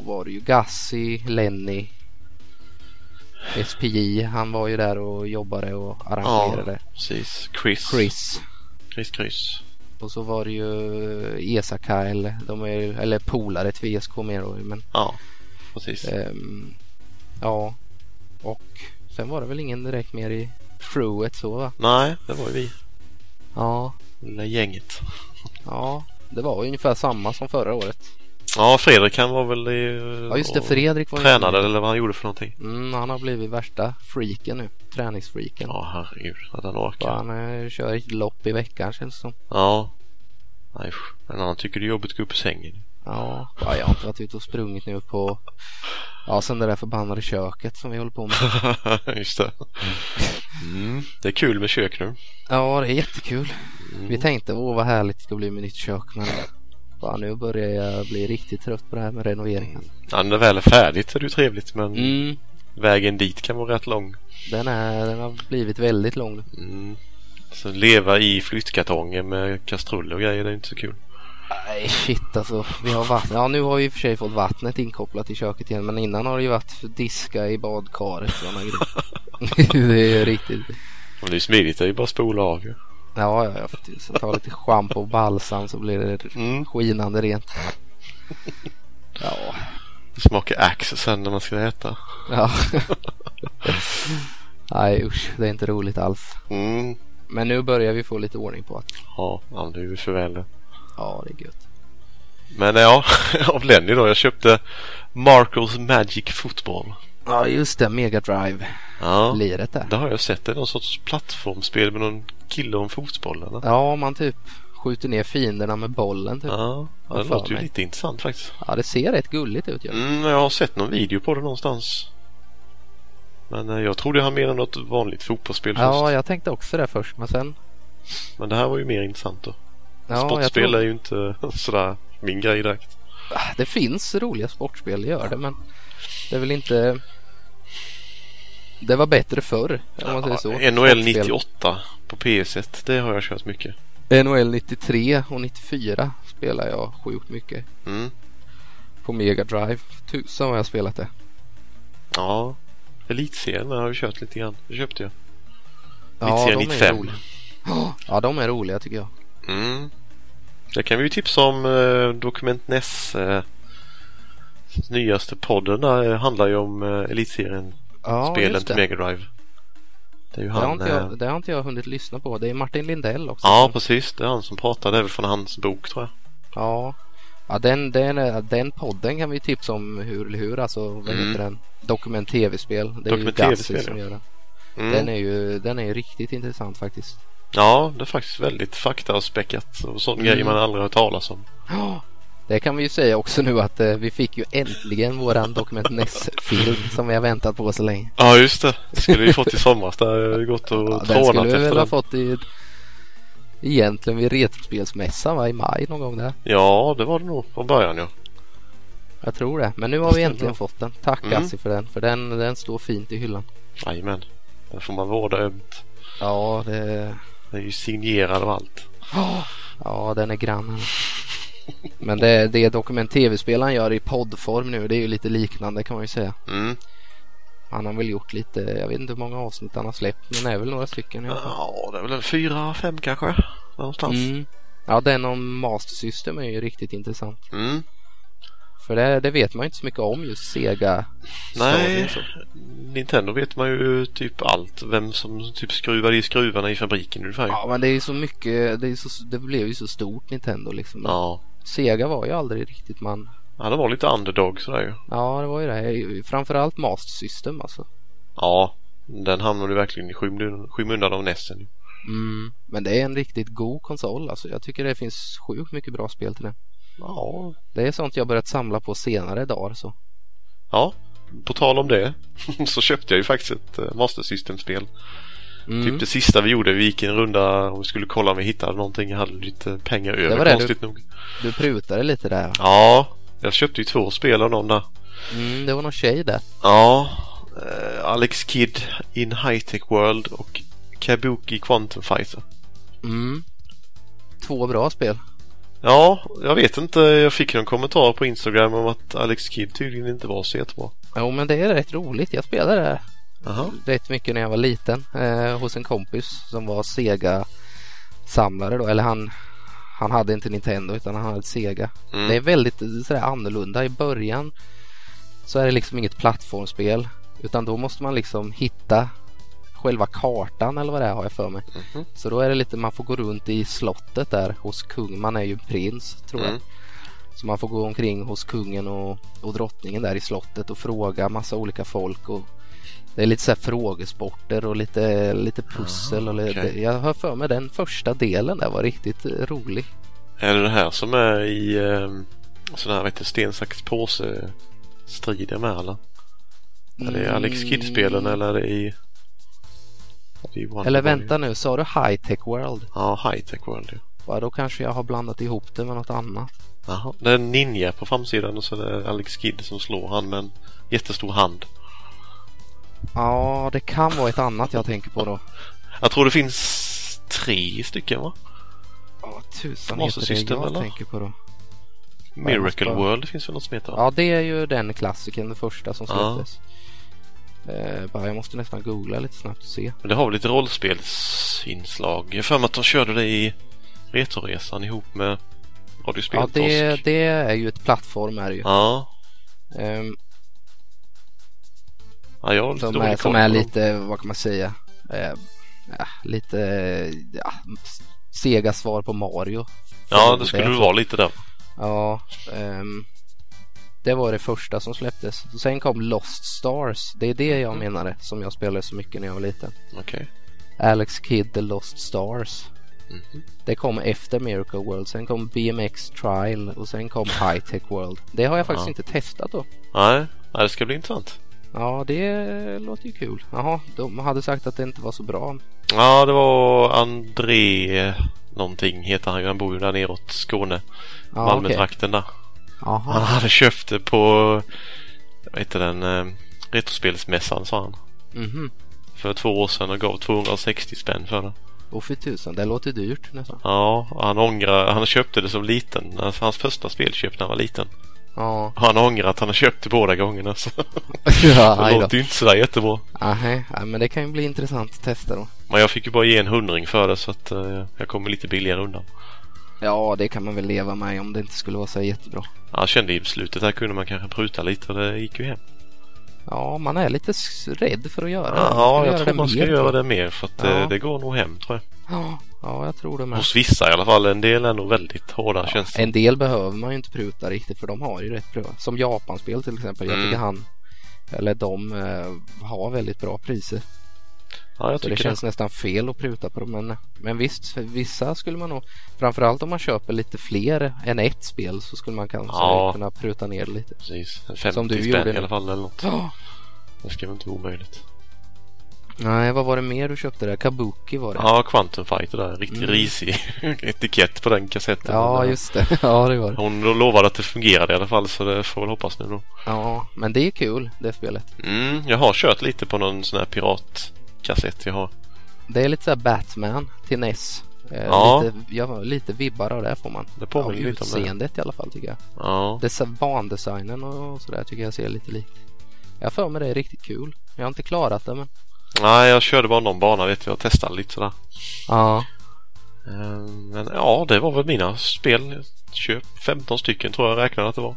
S1: var det ju Gassi, Lenny, SPJ, han var ju där och jobbade och arrangerade.
S2: Precis. Chris.
S1: Chris.
S2: Chris Chris.
S1: Och så var det ju Esaka eller, de är, ju- eller polare till VSK mer då men
S2: Ja, precis.
S1: ehm, ja. Och sen var det väl ingen direkt mer i crewet så va?
S2: Nej, det var ju vi.
S1: Ja,
S2: Det där gänget.
S1: ja. Det var ungefär samma som förra året.
S2: Ja, Fredrik han var väl i...
S1: Ja just det, Fredrik var ju
S2: Tränade eller vad han gjorde för någonting.
S1: Mm, han har blivit värsta freaken nu. Träningsfreaken.
S2: Ja, herregud. Att han
S1: Så
S2: orkar.
S1: han eh, kör ett lopp i veckan känns det som.
S2: Ja. Nej, usch. en annan tycker det är jobbigt att gå upp ur sängen.
S1: Ja, ja, jag har inte varit ute och sprungit nu på... Ja, sen det där förbannade köket som vi håller på med.
S2: just det. Mm. Det är kul med kök nu.
S1: Ja, det är jättekul.
S2: Mm.
S1: Vi tänkte, åh vad härligt det ska bli med nytt kök. Men fan, nu börjar jag bli riktigt trött på det här med renoveringen.
S2: Ja, när det väl är färdigt är det ju trevligt men
S1: Mm,
S2: vägen dit kan vara rätt lång.
S1: den, är, den har blivit väldigt lång. nu.
S2: Mm. Så leva i flyttkartonger med kastruller och grejer det är inte så kul.
S1: Nej, shit alltså. Vi har vatten. Ja, nu har vi i och för sig fått vattnet inkopplat i köket igen. Men innan har det ju varit för diska i badkaret och sådana grejer. det är riktigt.
S2: Men det är ju smidigt, det är ju bara att spola av ju.
S1: Ja, ja, ja. faktiskt. Ta lite schampo och balsam så blir det
S2: Mm.
S1: skinande rent. Ja,
S2: Det smakar ax sen när man ska äta.
S1: ja. Nej usch, det är inte roligt alls.
S2: Mm.
S1: Men nu börjar vi få lite ordning på att
S2: Ja, ja, det är ju för väl det.
S1: ja, det är gött.
S2: Men ja, av Lenny då. Jag köpte Marcos Magic Football.
S1: Ja, just det. Mega Drive
S2: Ja,
S1: liret där.
S2: det har jag sett. Det är någon sorts plattformsspel med någon kille om fotboll eller?
S1: Ja, man typ skjuter ner fienderna med bollen typ.
S2: Ja, ja det
S1: Vad fan,
S2: låter ju
S1: nej.
S2: lite intressant faktiskt.
S1: Ja, det ser rätt gulligt ut. gör det.
S2: Mm, jag har sett någon video på det någonstans. Men eh, jag trodde han menade något vanligt fotbollsspel
S1: Ja,
S2: först.
S1: jag tänkte också det först, men sen...
S2: Men det här var ju mer intressant då.
S1: Ja, jag
S2: Sportspel
S1: tror, Ah,
S2: är ju inte sådär min grej direkt.
S1: det finns roliga sportspel, det gör det, men det är väl inte... Det var bättre förr, om man säger så.
S2: Ja, NHL
S1: Sportspel.
S2: 98 på PS1. Det har jag kört mycket.
S1: NHL 93 och 94 spelar jag sjukt mycket.
S2: Mm.
S1: På Mega Drive. Tusan har jag spelat det.
S2: Ja, Elitserien har jag kört lite grann. Det köpte jag.
S1: Ja, de
S2: 93,
S1: är
S2: 95.
S1: roliga. Ja, de är roliga tycker jag.
S2: Mm. Det kan vi ju tipsa om eh, Dokument Ness eh, nyaste podden där eh, handlar ju om eh, Elitserien
S1: Ja,
S2: spelen
S1: just
S2: till
S1: det.
S2: Mega Drive. Det är ju
S1: Det har,
S2: han.
S1: inte
S2: eh,
S1: jag, det har inte jag hunnit lyssna på. Det är Martin Lindell också.
S2: Ja precis, det är han som pratar. Det är väl från hans bok tror jag.
S1: Ja, ja den, den, den podden kan vi tipsa om hur eller hur. Alltså, vad
S2: Mm.
S1: heter den? Dokument tv-spel. Det är ju
S2: Dokument
S1: Gassi
S2: TV-spel,
S1: som gör den.
S2: Mm.
S1: Den är ju den är ju riktigt intressant faktiskt.
S2: Ja, det är faktiskt väldigt faktauspäckat och sån
S1: Mm.
S2: grejer man aldrig har hört talas om.
S1: Ja, Det kan vi ju säga också nu att eh, vi fick ju äntligen våran Dokument Ness-film som vi har väntat på så länge.
S2: Ja just det, det skulle vi fått i somras. Där jag har ju gått och
S1: Ja, den
S2: trånat
S1: skulle vi
S2: efter
S1: väl
S2: den.
S1: ha fått i egentligen vid Retrospelsmässan va? i maj någon gång där.
S2: Ja, det var det nog från början ja.
S1: Jag tror det. Men nu har vi
S2: Stämmer.
S1: äntligen fått den. Tack
S2: Mm.
S1: Assi för den. För den, den står fint i hyllan.
S2: Jajamän, den får man vårda ömt.
S1: Ja, det...
S2: Den är ju signerad och allt.
S1: ja den är grann. Men det, det dokument tv-spelaren gör i poddform nu det är ju lite liknande kan man ju säga.
S2: Mm.
S1: Han har väl gjort lite, jag vet inte hur många avsnitt han har släppt men det är väl några stycken i alla fall.
S2: Ja, det är väl en fyra, fem kanske. Någonstans. Mm.
S1: Mm. Ja den om Master System är ju riktigt intressant.
S2: Mm.
S1: För det, det vet man ju inte så mycket om just Sega.
S2: Nej,
S1: storyn så.
S2: Nintendo vet man ju typ allt. Vem som typ skruvade i skruvarna i fabriken ungefär.
S1: Ja men det är ju så mycket, det, är ju så, det blev ju så stort Nintendo liksom.
S2: Ja.
S1: Sega var ju aldrig riktigt man.
S2: ja, de var lite underdog sådär ju.
S1: Ja, det var ju det. Framförallt Master System alltså.
S2: Ja, den hamnade verkligen i skym- skymundan av nässen. ju.
S1: Mm. Men det är en riktigt god konsol alltså. Jag tycker det finns sjukt mycket bra spel till den.
S2: Ja.
S1: Det är sånt jag börjat samla på senare dagar så.
S2: ja, på tal om det så köpte jag ju faktiskt ett eh, Master System-spel.
S1: Mm.
S2: Typ det sista vi gjorde, vi gick en runda och vi skulle kolla om vi hittade någonting. Jag hade lite pengar över
S1: var det du-
S2: konstigt nog.
S1: Du prutade lite där.
S2: Ja, jag köpte ju två spel av någon där.
S1: Mm, det var någon tjej där.
S2: Ja, eh, Alex Kidd in High Tech World och Kabuki Quantum Fighter.
S1: Mm. två bra spel.
S2: Ja, jag vet inte. Jag fick ju en kommentar på Instagram om att Alex Kidd tydligen inte var så jättebra.
S1: Jo men det är rätt roligt. Jag spelade det
S2: Aha.
S1: rätt mycket när jag var liten eh, hos en kompis som var Sega-samlare då. Eller han, han hade inte Nintendo utan han hade Sega.
S2: Mm.
S1: Det är väldigt eh, sådär annorlunda. I början så är det liksom inget plattformsspel utan då måste man liksom hitta själva kartan eller vad det är har jag för mig.
S2: Mhm.
S1: Så då är det lite, man får gå runt i slottet där hos kung. Man är ju prins tror jag.
S2: Mm.
S1: Så man får gå omkring hos kungen och, och drottningen där i slottet och fråga massa olika folk. Och det är lite så här frågesporter och lite, lite pussel. och lite,
S2: Ah, okej.
S1: Jag har för mig den första delen där var riktigt eh, rolig.
S2: Är det det här som är i um, sådana här vet du, sten, sax, påse strider med alla? Är
S1: Mm.
S2: det Alex Kidd-spelen eller är det i... är det i Wonder
S1: Eller
S2: Woman?
S1: vänta nu, sa du High Tech World?
S2: Ja, High Tech World. ja.
S1: Va, då kanske jag har blandat ihop det med något annat.
S2: Jaha. Det är en ninja på framsidan och så är det Alex Kidd som slår han med en jättestor hand.
S1: Ja, det kan vara ett annat jag tänker på då.
S2: Jag tror det finns tre stycken va?
S1: Ja, tusan
S2: Master
S1: heter det
S2: System,
S1: jag
S2: eller?
S1: tänker på då. jag måste
S2: Miracle
S1: bara-
S2: World finns väl något som heter?
S1: Ja, det är ju den klassiken, den första som
S2: Ja.
S1: släpptes. Eh, bara, jag måste nästan googla lite snabbt och se.
S2: Men det har väl lite rollspelsinslag. Jag har för mig att de körde det i Retroresan ihop med Radio
S1: Ja,
S2: Speltorsk.
S1: det, det är ju ett plattform är det ju.
S2: ja.
S1: Ehm,
S2: ja, jag har lite
S1: som,
S2: dålig
S1: är,
S2: koll
S1: som
S2: på
S1: är
S2: dem.
S1: lite, vad kan man säga? Eh, ja, lite ja, s- sega svar på Mario.
S2: Ja, det skulle
S1: Det.
S2: det vara lite där.
S1: Ja, ehm, det var det första som släpptes. Sen kom Lost Stars. Det är det jag menade som jag spelade så mycket när jag var liten.
S2: Okej.
S1: Alex Kidd The Lost Stars.
S2: Mhm.
S1: Det kom efter Miracle World, sen kom BMX Trial och sen kom High Tech World. Det har jag faktiskt
S2: Ja.
S1: inte testat då.
S2: Nej, nej, det ska bli intressant.
S1: Ja, det låter ju kul. Jaha, de hade sagt att det inte var så bra.
S2: Ja, det var André någonting heter han ju. Han bor ju där neråt Skåne.
S1: Ja,
S2: Malmötrakten där. Han
S1: Jaha.
S2: hade köpt det på, vad heter den, eh, Retrospelsmässan sa han.
S1: Mhm.
S2: För två år sedan och gav 260 spänn för det.
S1: Och för tusan, det låter dyrt nästan.
S2: Ja, och han ångrar, han köpte det som liten. Alltså, hans första spelköp när han var liten.
S1: Ja.
S2: Och han ångrar att han har köpt det båda gångerna. Så
S1: ja,
S2: det
S1: aj då.
S2: låter ju inte sådär jättebra.
S1: Aha, ja, men det kan ju bli intressant att testa då.
S2: Men jag fick ju bara ge en hundring för det så att eh, jag kommer lite billigare undan.
S1: Ja, det kan man väl leva med om det inte skulle vara så jättebra.
S2: Jag kände i slutet här kunde man kanske pruta lite och det gick ju hem.
S1: Ja, man är lite s- rädd för att göra det.
S2: Ja,
S1: Man skulle
S2: jag
S1: göra
S2: tror man ska
S1: mer,
S2: göra
S1: tror
S2: det mer för att eh,
S1: Ja.
S2: det går nog hem tror jag.
S1: jag. Ja, ja, jag tror det med.
S2: Hos vissa i alla fall. En del är nog väldigt hårda känns det.
S1: En del behöver man ju inte pruta riktigt för de har ju rätt bra. Som Japanspel till exempel. Jag
S2: Mm.
S1: tycker han eller de eh, har väldigt bra priser.
S2: Ja, jag
S1: Så det
S2: tycker
S1: känns
S2: det.
S1: nästan fel att pruta på dem. Men, men visst, för vissa skulle man nog. Framförallt om man köper lite fler än ett spel så skulle man kanske
S2: Ja.
S1: kunna pruta ner det lite.
S2: Precis. En 50
S1: Som du
S2: spänn
S1: gjorde
S2: i
S1: nu.
S2: alla fall eller något.
S1: Ja.
S2: Det ska väl inte vara omöjligt.
S1: Nej, vad var det mer du köpte där? Kabuki var det.
S2: Ja, Quantum Fighter där. Riktigt
S1: Mm.
S2: risig etikett på den kassetten.
S1: Ja,
S2: Men, eh,
S1: just det. Ja, det var det.
S2: Hon lovade att det fungerade i alla fall så det får väl hoppas nu då.
S1: Ja, men det är kul det spelet.
S2: Mm, jag har kört lite på någon sån här piratkassett jag har.
S1: Det är lite såhär Batman till NES. Eh,
S2: Ja.
S1: Lite, ja, lite vibbar av det får man.
S2: Det
S1: Av
S2: påminner lite om det.
S1: utseendet i alla fall tycker jag.
S2: Ja.
S1: Dessa bandesignen och sådär tycker jag ser lite likt. Jag har för mig det är riktigt kul. Jag har inte klarat det men.
S2: Nej, jag körde bara någon bana vet jag. Jag testade lite sådär.
S1: Ja.
S2: Eh, Men ja, det var väl mina spel. Köp 15 stycken tror jag räknade att det var.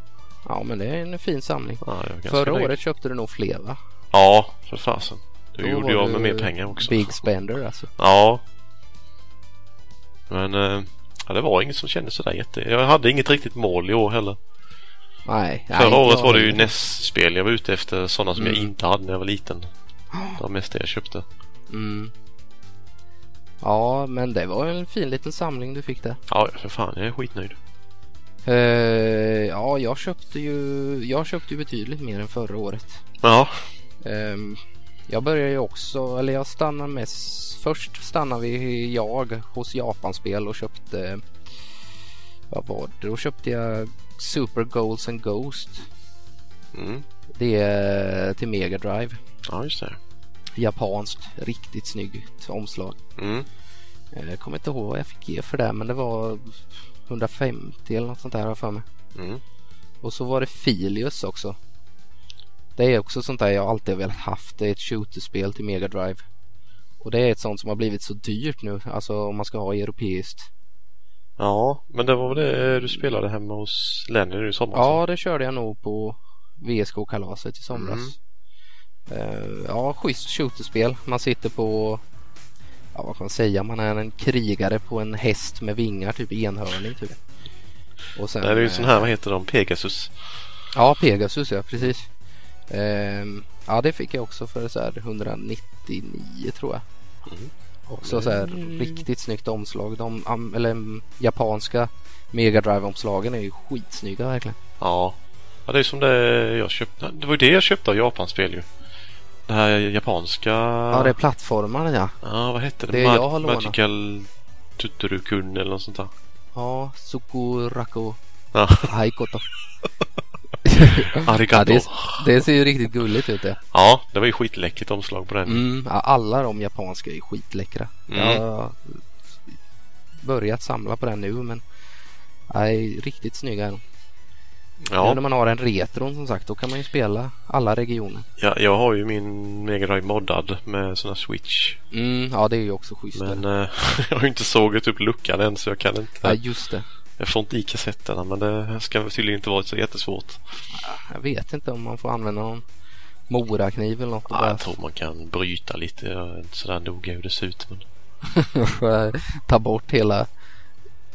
S1: Ja men det är en fin samling.
S2: Ja, jag är ganska
S1: Förra
S2: nöjd.
S1: året köpte du nog fler va?
S2: Ja, för fasen.
S1: Då
S2: Du gjorde
S1: var
S2: jag
S1: du
S2: med mer pengar också.
S1: Big spender alltså.
S2: Ja. Men eh, ja, det var inget som kändes sådär jätte... Jag hade inget riktigt mål i år heller.
S1: Nej. nej,
S2: Förra året
S1: jag-
S2: var det ju NES-spel jag var ute efter. Sådana som jag
S1: Mm.
S2: inte hade när jag var liten. Det var mest det jag köpte.
S1: Mm. Ja men det var en fin liten samling du fick där.
S2: Ja, för fan. Jag är skitnöjd.
S1: Eh, ja jag köpte ju Jag köpte ju betydligt mer än förra året.
S2: Ja.
S1: Ehm, jag börjar ju också, eller jag stannar mest, först stannade vi jag hos Japanspel och köpte, vad var det, då köpte jag Super Goals and Ghost.
S2: Mm.
S1: Det är till Mega Drive.
S2: Ja, just det.
S1: Japanskt, riktigt snyggt omslag.
S2: Mm.
S1: Eh, Jag kommer inte ihåg vad jag fick ge för det men det var 150 eller något sånt där har jag för mig.
S2: Mm.
S1: Och så var det Filius också. Det är också sånt där jag alltid har velat haft. Det är ett shooterspel till Mega Drive. Och det är ett sånt som har blivit så dyrt nu, alltså om man ska ha europeiskt.
S2: Ja, men det var väl det eh, du spelade hemma hos Lenny nu i somras?
S1: Ja, det körde jag nog på VSK-kalaset i somras.
S2: Mm.
S1: Eh, ja, schysst shooterspel. Man sitter på, ja vad kan man säga, man är en krigare på en häst med vingar, typ enhörning typ. Och sen,
S2: Nej, typ. det är ju sån
S1: eh,
S2: här, vad heter de, Pegasus?
S1: Ja, Pegasus ja, precis. Ehm, ja, det fick jag också för så här 199 tror jag.
S2: Mm.
S1: Också så här riktigt snyggt omslag. De am, eller, mm, japanska Mega Drive omslagen är ju skitsnygga verkligen.
S2: Ja. ja, det är som det jag köpte. Det var ju det jag köpte av Japanspel ju. Det här japanska...
S1: Ja, det är plattformarna ja.
S2: Ja, vad hette det?
S1: Det jag har lånat.
S2: Magical Tutorukun eller något sånt där.
S1: Ja, Sukurako
S2: Ja.
S1: Haikoto. ja,
S2: Arigato.
S1: det, det ser ju riktigt gulligt ut det.
S2: Ja, det var ju skitläckigt omslag på den.
S1: Mm, ja, alla de japanska är ju skitläckra.
S2: Mm.
S1: Jag har börjat samla på den nu men nej, riktigt snygga är de. Nu när
S2: Ja,
S1: man har en retron som sagt då kan man ju spela alla regioner.
S2: jag, jag har ju min Mega Drive moddad med sån här switch.
S1: Mm, ja det är ju också schysst.
S2: Men
S1: Men,
S2: eh, jag har ju inte sågat upp luckan än så jag kan inte.
S1: ja just det.
S2: Jag får inte i kassetterna men det ska tydligen inte vara så jättesvårt.
S1: Jag vet inte om man får använda någon morakniv eller något. och
S2: Ja,
S1: bara
S2: jag tror man kan bryta lite. Jag är inte sådär noga hur det ser ut. Men
S1: ta bort hela,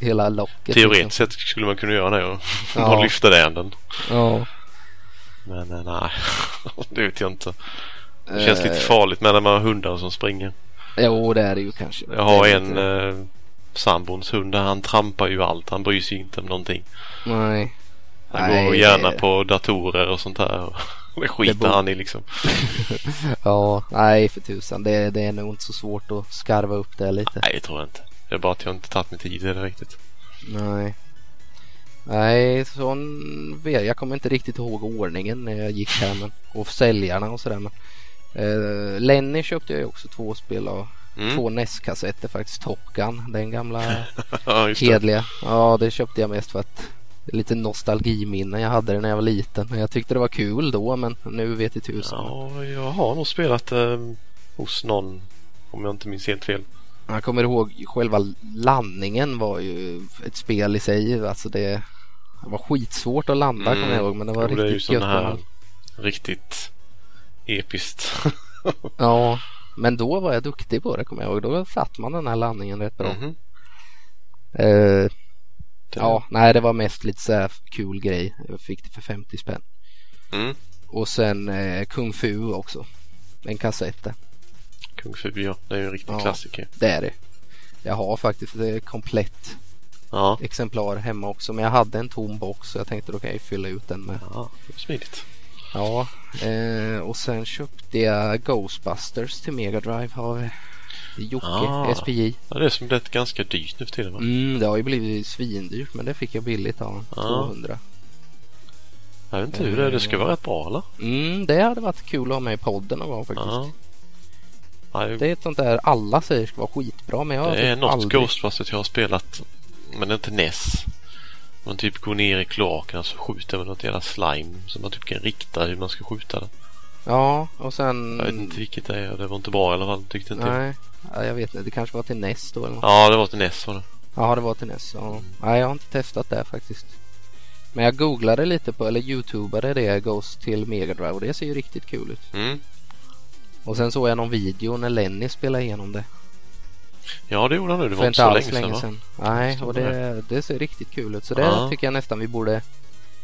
S1: hela locket.
S2: teoretiskt sett skulle man kunna göra det. ja. Om
S1: Ja.
S2: man lyfter den. änden.
S1: Liksom. Ja.
S2: Men eh, nej, det vet jag inte. Det känns
S1: Eh.
S2: lite farligt med när man har hundar som springer.
S1: Jo, det är det ju kanske.
S2: Jag har
S1: Det är
S2: en
S1: lite-
S2: eh, sambons hund. där Han trampar ju allt. Han bryr sig inte om någonting.
S1: Nej.
S2: Han
S1: Nej,
S2: går gärna
S1: det-
S2: på datorer och sånt där. Det skiter
S1: borde-
S2: han i liksom.
S1: Ja, nej för tusan. Det, det är nog inte så svårt att skarva upp det lite.
S2: Nej, det tror jag inte. Det är bara att jag inte tagit mig tid till det riktigt.
S1: Nej. Nej, sån vet- jag kommer inte riktigt ihåg ordningen när jag gick här men, och säljarna och sådär. Men, eh, Lenny köpte jag ju också två spel av.
S2: Mm.
S1: Två NES-kassetter faktiskt. Top Gun, den gamla
S2: Ja, just det.
S1: hedliga. Ja, det köpte jag mest för att det är lite nostalgiminne jag hade det när jag var liten. Jag tyckte det var kul då men nu vet jag tusan.
S2: Ja, jag har nog spelat eh, hos någon. Om jag inte minns helt fel.
S1: Jag kommer ihåg själva landningen var ju ett spel i sig. Alltså det var skitsvårt att landa
S2: Mm.
S1: kommer jag ihåg men det var
S2: Och det är ju
S1: riktigt gött.
S2: sådana
S1: när
S2: här
S1: man-
S2: riktigt episkt.
S1: Ja, men då var jag duktig på det kommer jag ihåg. Då satt man den här landningen rätt bra.
S2: Mhm.
S1: Eh,
S2: Det-
S1: ja, nej det var mest lite så här kul grej. Jag fick det för 50 spänn.
S2: Mm.
S1: Och sen eh, Kung Fu också. En kassett där.
S2: Kung Fu, ja. Det är ju en riktig
S1: Ja.
S2: klassiker.
S1: Det är det. Jag har faktiskt ett komplett
S2: Ja.
S1: exemplar hemma också. Men jag hade en tom box så jag tänkte då kan jag ju fylla ut den med
S2: ja. det är Smidigt.
S1: Ja, eh, och sen köpte jag Ghostbusters till Mega Drive av Jocke,
S2: Ah.
S1: SPJ.
S2: Ja, det är som blivit ganska dyrt nu för tiden va?
S1: Mm, det har ju blivit svindyrt men det fick jag billigt av honom,
S2: Ja.
S1: 200.
S2: Jag vet inte hur det är. Det ska vara rätt bra eller?
S1: Mm, det hade varit kul att ha med i podden någon gång faktiskt.
S2: Ja. Ja, det,
S1: Det är ett sånt där alla säger ska vara skitbra men jag har
S2: det är
S1: typ
S2: något
S1: aldrig...
S2: Ghostbusters jag har spelat. Men det är inte NES. Man typ går ner i kloakerna och så skjuter man något jävla slime. Så man typ kan rikta hur man ska skjuta det.
S1: Ja, och sen...
S2: Jag vet inte vilket det är. Det var inte bra i alla fall. Tyckte inte jag.
S1: Nej, ja, jag vet inte. Det kanske var till NES då eller något.
S2: Ja, det var till NES var det.
S1: Ja, det var till NES. Ja. Nej, jag har inte testat det faktiskt. Men jag googlade lite på, eller youtubade det Ghost till Mega Drive och det ser ju riktigt kul ut.
S2: Mm.
S1: Och sen såg jag någon video när Lenny spelade igenom det.
S2: Ja, det gjorde han nu. Det
S1: för
S2: var inte
S1: inte
S2: så
S1: alls
S2: länge sedan, va?
S1: Nej,
S2: Stämmer
S1: och det, det ser riktigt kul ut. Så det
S2: Ja.
S1: tycker jag nästan vi borde...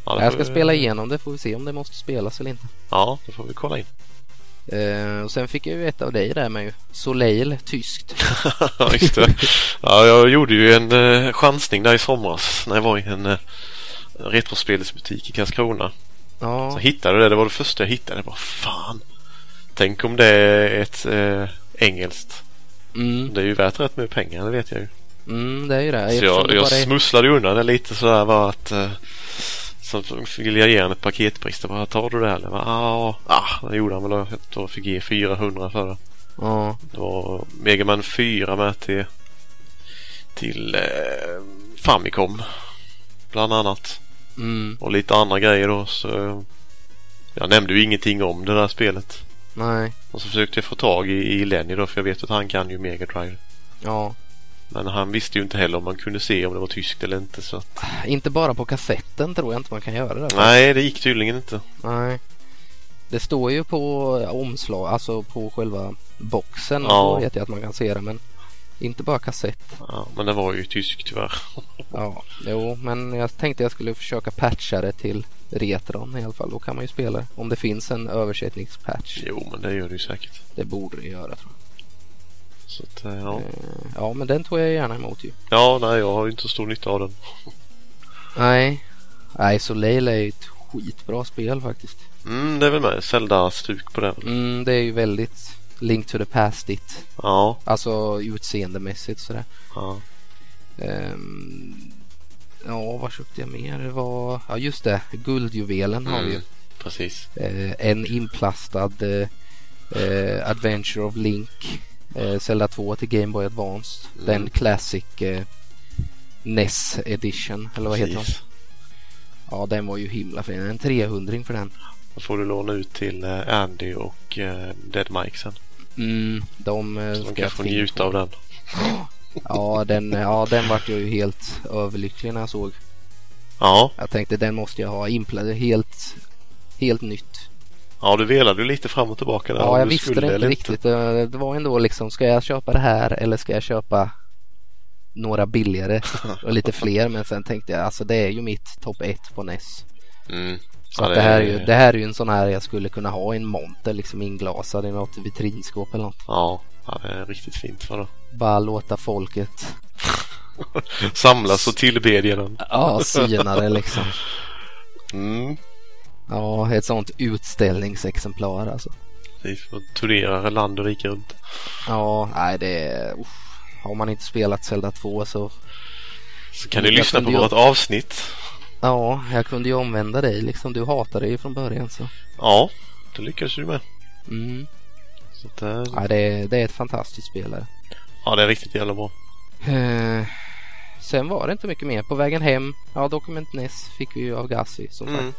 S2: Ja, det
S1: Jag
S2: får
S1: ska
S2: vi-
S1: spela igenom det, får vi se om det måste spelas eller inte.
S2: Ja, det får vi kolla in.
S1: Eh, och sen fick jag ju ett av dig där med ju. Soleil, tyskt.
S2: ja, just det. Ja, jag gjorde ju en eh, chansning där i somras när jag var i en eh, retrospelsbutik i Karlskrona. Så
S1: Ja,
S2: jag hittade det. Det var det första jag hittade. Jag bara, fan. Tänk om det är ett eh, engelskt.
S1: mm,
S2: Det är ju värt rätt mycket pengar, det vet jag ju.
S1: mm, det är ju det.
S2: Så
S1: Eftersom
S2: jag,
S1: det
S2: jag
S1: bara är-
S2: smusslade ju undan det lite sådär var att eh, så ville jag ge honom ett paketpris. Jag bara, tar du det här? eller?" Jag bara, "Ja." ah, det gjorde han väl. då. Jag tror jag fick ge 400 för det.
S1: Ja,
S2: Det var Megaman 4 med till till eh, Famicom bland annat.
S1: Mm,
S2: Och lite andra grejer då. Så jag nämnde ju ingenting om det där spelet.
S1: nej.
S2: Och så försökte jag få tag i, i Lenny då för jag vet att han kan ju Mega Drive.
S1: Ja.
S2: Men han visste ju inte heller om man kunde se om det var tyskt eller inte. Så att,
S1: Inte bara på kassetten tror jag inte man kan göra det. va?
S2: nej, det gick tydligen inte.
S1: Nej. Det står ju på omslag, alltså på själva boxen.
S2: Ja.
S1: Ja. Så vet jag att man kan se det men inte bara kassett.
S2: Ja, men det var ju tyskt tyvärr.
S1: Ja, jo men jag tänkte jag skulle försöka patcha det till Retron i alla fall. Då kan man ju spela det. Om det finns en översättningspatch.
S2: Jo, men det gör det ju säkert.
S1: Det borde det göra tror jag.
S2: Så att, eh, ja.
S1: Eh, Ja men den tog jag gärna emot ju.
S2: ja, nej, jag har ju inte så stor nytta av den.
S1: Nej. Nej, så Leila är ju ett skitbra spel faktiskt.
S2: Mm, det är väl med. Zelda-stuk på den.
S1: Mm, det är ju väldigt Link to the Past-igt.
S2: Ja,
S1: Alltså utseendemässigt sådär.
S2: ja.
S1: Ehm, ja, vad köpte jag mer? Det var, ja just det, guldjuvelen har vi ju.
S2: Mm, precis.
S1: Eh, en inplastad eh, eh, Adventure of Link. Eh, Zelda 2 till Game Boy Advance.
S2: Mm.
S1: Den Classic eh, NES Edition, eller vad heter den?
S2: precis.
S1: Ja, den var ju himla fin. En 300 för den.
S2: Då får du låna ut till eh, Andy och eh, Dead Mike sen.
S1: Mm, de eh,
S2: Så de
S1: ska
S2: kan få
S1: jag fin-
S2: njuta av den.
S1: Ja, den, eh, ja, den vart jag ju helt överlycklig när jag såg.
S2: Ja,
S1: Jag tänkte den måste jag ha inplastad, helt, helt nytt.
S2: ja du velade ju lite fram och tillbaka där. om
S1: Ja, jag
S2: du
S1: visste
S2: skulle
S1: det inte
S2: eller
S1: riktigt. Det det var ändå liksom, ska jag köpa det här eller ska jag köpa några billigare och lite fler? Men sen tänkte jag, alltså det är ju mitt topp 1 på NES.
S2: Mm.
S1: Så
S2: Ja,
S1: att det, här är ju, det här är ju en sån här jag skulle kunna ha i en monter, liksom inglasad i något vitrinskåp eller något.
S2: Ja, ja, det är riktigt fint. Vadå?
S1: Bara låta folket
S2: Samlas och tillbedja den.
S1: ja, syna det liksom.
S2: Mm.
S1: Ja, ett sånt utställningsexemplar alltså.
S2: Vi får turnera land och rike runt.
S1: Ja, nej det är... Uff. Har man inte spelat Zelda 2 så...
S2: Så kan ni
S1: Jag
S2: lyssna på
S1: kunde ju-
S2: vårt avsnitt.
S1: Ja, jag kunde ju omvända dig liksom. Du hatade det ju från början så.
S2: Ja, det lyckades du med.
S1: Mm.
S2: Så att, eh,
S1: Ja, det, är- det är ett fantastiskt spel. där.
S2: ja, det är riktigt jävla bra.
S1: Eh, sen var det inte mycket mer. På vägen hem, ja Document NES fick vi ju av Gassi som
S2: Mm.
S1: sagt.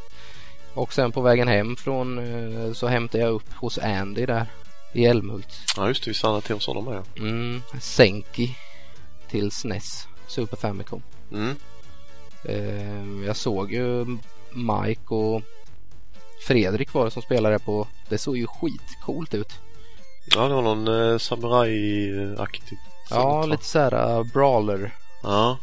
S1: Och sen på vägen hem från eh, så hämtade jag upp hos Andy där i Älmhult.
S2: Ja, just det. Vi stannade till hos honom med.
S1: Mm, Senki till SNES, Super Famicom.
S2: ja. Mm.
S1: Eh, jag såg ju Mike och Fredrik var det som spelade på. Det såg ju skitcoolt ut.
S2: Ja, det var någon eh, samurajaktigt.
S1: ja,
S2: sånt, va?
S1: lite såhär eh, brawler.
S2: Ja,